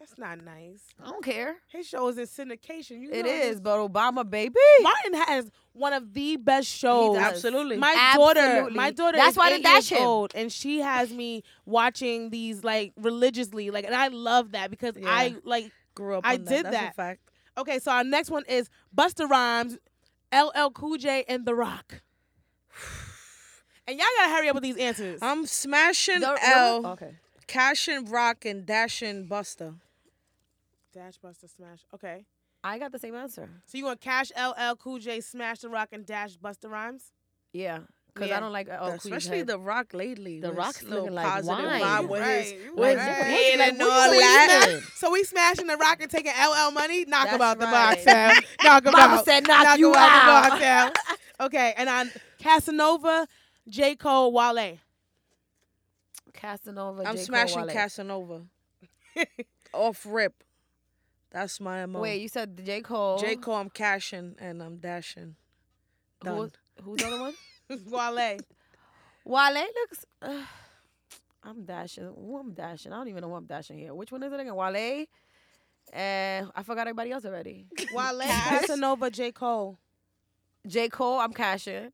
[SPEAKER 1] That's not nice.
[SPEAKER 3] I don't care.
[SPEAKER 1] His show is in syndication. You
[SPEAKER 3] It
[SPEAKER 1] know
[SPEAKER 3] is,
[SPEAKER 1] this.
[SPEAKER 3] but Obama, baby.
[SPEAKER 1] Martin has one of the best shows.
[SPEAKER 3] does.
[SPEAKER 2] Absolutely.
[SPEAKER 1] My daughter,
[SPEAKER 3] Absolutely.
[SPEAKER 1] my daughter
[SPEAKER 3] That's
[SPEAKER 1] is
[SPEAKER 3] why I
[SPEAKER 1] eight
[SPEAKER 3] didn't dash
[SPEAKER 1] years
[SPEAKER 3] him.
[SPEAKER 1] old, and she has me watching these like religiously, like, and I love that because I
[SPEAKER 2] Yeah.
[SPEAKER 1] like.
[SPEAKER 2] grew up.
[SPEAKER 1] I
[SPEAKER 2] on
[SPEAKER 1] did
[SPEAKER 2] that. That's
[SPEAKER 1] that.
[SPEAKER 2] a fact.
[SPEAKER 1] Okay, so our next one is Busta Rhymes, LL Cool J, and The Rock. And y'all gotta hurry up with these answers.
[SPEAKER 2] I'm smashing
[SPEAKER 3] Don't-
[SPEAKER 2] L,
[SPEAKER 1] Oh.
[SPEAKER 3] Okay.
[SPEAKER 2] cashing Rock, and dashing Buster.
[SPEAKER 1] Dash Buster Smash. Okay,
[SPEAKER 3] I got the same answer.
[SPEAKER 1] so you gonna cash LL Cool J, Smash The Rock, and Dash Busta Rhymes?
[SPEAKER 3] Yeah, because I
[SPEAKER 1] Yeah.
[SPEAKER 3] don't like uh, oh, Queen's
[SPEAKER 2] Especially
[SPEAKER 3] head.
[SPEAKER 2] the Rock lately.
[SPEAKER 3] The
[SPEAKER 2] with
[SPEAKER 3] Rock's
[SPEAKER 2] his little
[SPEAKER 3] looking like
[SPEAKER 2] positive
[SPEAKER 3] wine.
[SPEAKER 2] vibe with
[SPEAKER 1] Right,
[SPEAKER 2] his,
[SPEAKER 1] you
[SPEAKER 2] with his
[SPEAKER 1] right.
[SPEAKER 2] head
[SPEAKER 3] Like,
[SPEAKER 2] and
[SPEAKER 3] what you
[SPEAKER 2] all
[SPEAKER 3] doing?
[SPEAKER 2] that.
[SPEAKER 3] Good.
[SPEAKER 1] So we smashing The Rock and taking LL money. Knock
[SPEAKER 3] That's
[SPEAKER 1] him out the
[SPEAKER 3] right.
[SPEAKER 1] box, Sam. Knock him
[SPEAKER 3] Mama
[SPEAKER 1] out.
[SPEAKER 3] said knock
[SPEAKER 1] him
[SPEAKER 3] you
[SPEAKER 1] out.
[SPEAKER 3] out.
[SPEAKER 1] the box, Sam. Okay, and on Casanova, J Cole, Wale.
[SPEAKER 3] Casanova.
[SPEAKER 2] I'm
[SPEAKER 3] J. Cole,
[SPEAKER 2] smashing
[SPEAKER 3] Wale.
[SPEAKER 2] Casanova. Off rip. That's my MO.
[SPEAKER 3] Wait, you said the J Cole.
[SPEAKER 2] J. Cole, I'm cashing and I'm dashing.
[SPEAKER 3] Who,
[SPEAKER 2] Done.
[SPEAKER 3] was- who's the other one?
[SPEAKER 1] Wale.
[SPEAKER 3] Wale looks. Uh, I'm I'm dashing. Who I'm dashing? I don't even know who I'm dashing here. Which one is it again? Wale. And I forgot everybody else already.
[SPEAKER 1] Wale, Casanova, J. Cole.
[SPEAKER 3] J. Cole, I'm cashing,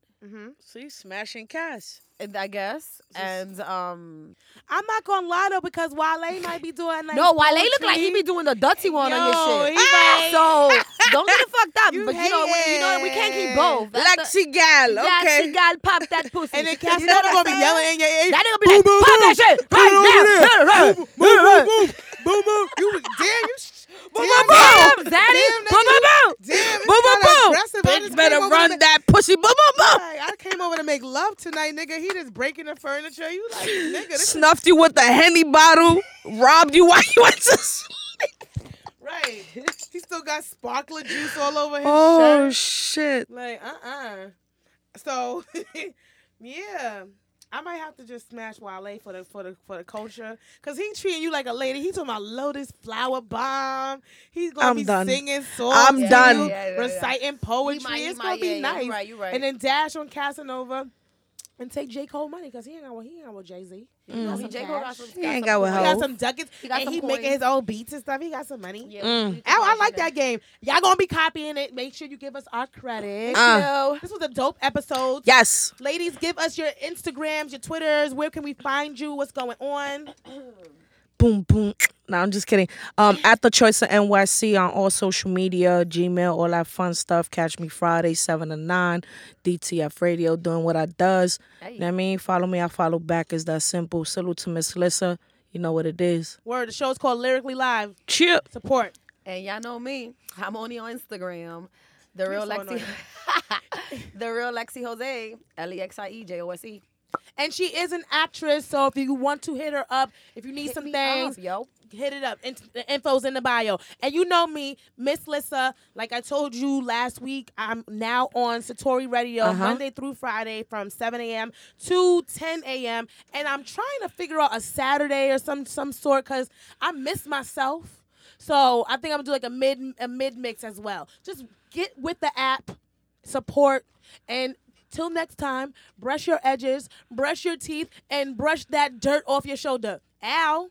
[SPEAKER 2] See, smashing Cass.
[SPEAKER 3] and I guess. And um,
[SPEAKER 1] I'm not gonna lie though because Wale might be doing like
[SPEAKER 3] no, Wale look like he be doing the dirty one on his shit. Ah, So don't get it fucked up. but you know, we, you know, we can't keep both. That's the-
[SPEAKER 2] Lexi Gal,
[SPEAKER 3] That
[SPEAKER 2] okay.
[SPEAKER 3] shit, gal, pop that pussy.
[SPEAKER 1] And then
[SPEAKER 3] You know what
[SPEAKER 1] Casanova
[SPEAKER 3] I'm
[SPEAKER 1] gonna be
[SPEAKER 3] saying?
[SPEAKER 1] yelling in your ear.
[SPEAKER 3] That nigga be like, pop that shit right now. Right, right.
[SPEAKER 1] Boom, boom, boom, boom, boom. You damn, you. sh- Boom, boom,
[SPEAKER 3] Boom,
[SPEAKER 1] boom.
[SPEAKER 3] boom, daddy.
[SPEAKER 1] Damn,
[SPEAKER 3] Boom, boom, boom.
[SPEAKER 1] Damn, it's
[SPEAKER 2] Boom, boom,
[SPEAKER 1] kinda
[SPEAKER 2] boom.
[SPEAKER 1] aggressive. I
[SPEAKER 2] Bitch
[SPEAKER 1] just
[SPEAKER 2] better
[SPEAKER 1] came over to
[SPEAKER 2] run
[SPEAKER 1] make-
[SPEAKER 2] that pussy. Boom, boom, boom.
[SPEAKER 1] Like, I came over to make love tonight, nigga. He just breaking the furniture. You like, nigga, this is
[SPEAKER 2] Snuffed you with the Henny bottle. Robbed you while you went to sleep.
[SPEAKER 1] right. He still got sparkler juice all over his shirt.
[SPEAKER 2] Oh, shit.
[SPEAKER 1] Like, uh uh So, yeah. I might have to just smash Wale for the for the for the culture, cause he treating you like a lady. He talking about Lotus Flower Bomb. He's gonna
[SPEAKER 2] I'm
[SPEAKER 1] be
[SPEAKER 2] done.
[SPEAKER 1] singing songs.
[SPEAKER 2] I'm
[SPEAKER 1] to
[SPEAKER 2] done.
[SPEAKER 1] you,
[SPEAKER 3] Yeah, yeah, yeah.
[SPEAKER 1] Reciting poetry.
[SPEAKER 3] He might- he
[SPEAKER 1] it's
[SPEAKER 3] might-
[SPEAKER 1] gonna be
[SPEAKER 3] yeah, yeah, you
[SPEAKER 1] nice.
[SPEAKER 3] right, you right.
[SPEAKER 1] And then dash on Casanova, and take J Cole money, cause he ain't got what he ain't got with Jay Z.
[SPEAKER 3] You know, he J. Cole got some-
[SPEAKER 2] He ain't
[SPEAKER 3] some
[SPEAKER 2] got what
[SPEAKER 1] He Mm.
[SPEAKER 3] coin.
[SPEAKER 1] got
[SPEAKER 2] Oh.
[SPEAKER 1] some ducats,
[SPEAKER 3] got
[SPEAKER 1] and
[SPEAKER 3] some
[SPEAKER 1] he making
[SPEAKER 3] coins.
[SPEAKER 1] his own beats and stuff. He got some money.
[SPEAKER 3] Yeah,
[SPEAKER 2] Mm.
[SPEAKER 3] we can
[SPEAKER 1] Ow, Oh, I
[SPEAKER 3] cash
[SPEAKER 1] like
[SPEAKER 3] in
[SPEAKER 1] that game. Y'all gonna be copying it. Make sure you give us our credit.
[SPEAKER 2] Uh.
[SPEAKER 1] This was a dope episode.
[SPEAKER 2] Yes.
[SPEAKER 1] Ladies, give us your Instagrams, your Twitters. Where can we find you? What's going on?
[SPEAKER 2] boom boom. No, I'm just kidding. Um, at the choice of NYC on all social media, Gmail, all that fun stuff. Catch me Friday, seven to nine, DTF Radio, doing what I does. You know what I mean, follow me, I follow back. It's that simple. Salute to Miss Lissa. You know what it is.
[SPEAKER 1] Word. The show's called Lyrically Live.
[SPEAKER 2] Chip.
[SPEAKER 1] Support.
[SPEAKER 3] And y'all know me. I'm only on Instagram. The real
[SPEAKER 1] so
[SPEAKER 3] Lexi. the real Lexi Jose. L E X I E J O S E.
[SPEAKER 1] And she is an actress, so if you want to hit her up, if you need
[SPEAKER 3] Hit
[SPEAKER 1] some
[SPEAKER 3] me up,
[SPEAKER 1] things,
[SPEAKER 3] yo.
[SPEAKER 1] hit it up. In- the info's in the bio. And you know me, Miss Lissa. Like I told you last week, I'm now on Satori Radio Monday through Friday from 7 a.m. to 10 a.m. And I'm trying to figure out a Saturday or some some sort because I miss myself. So I think I'm gonna do like a mid a mid mix as well. Just get with the app, support, and till next time, brush your edges, brush your teeth, and brush that dirt off your shoulder. Ow.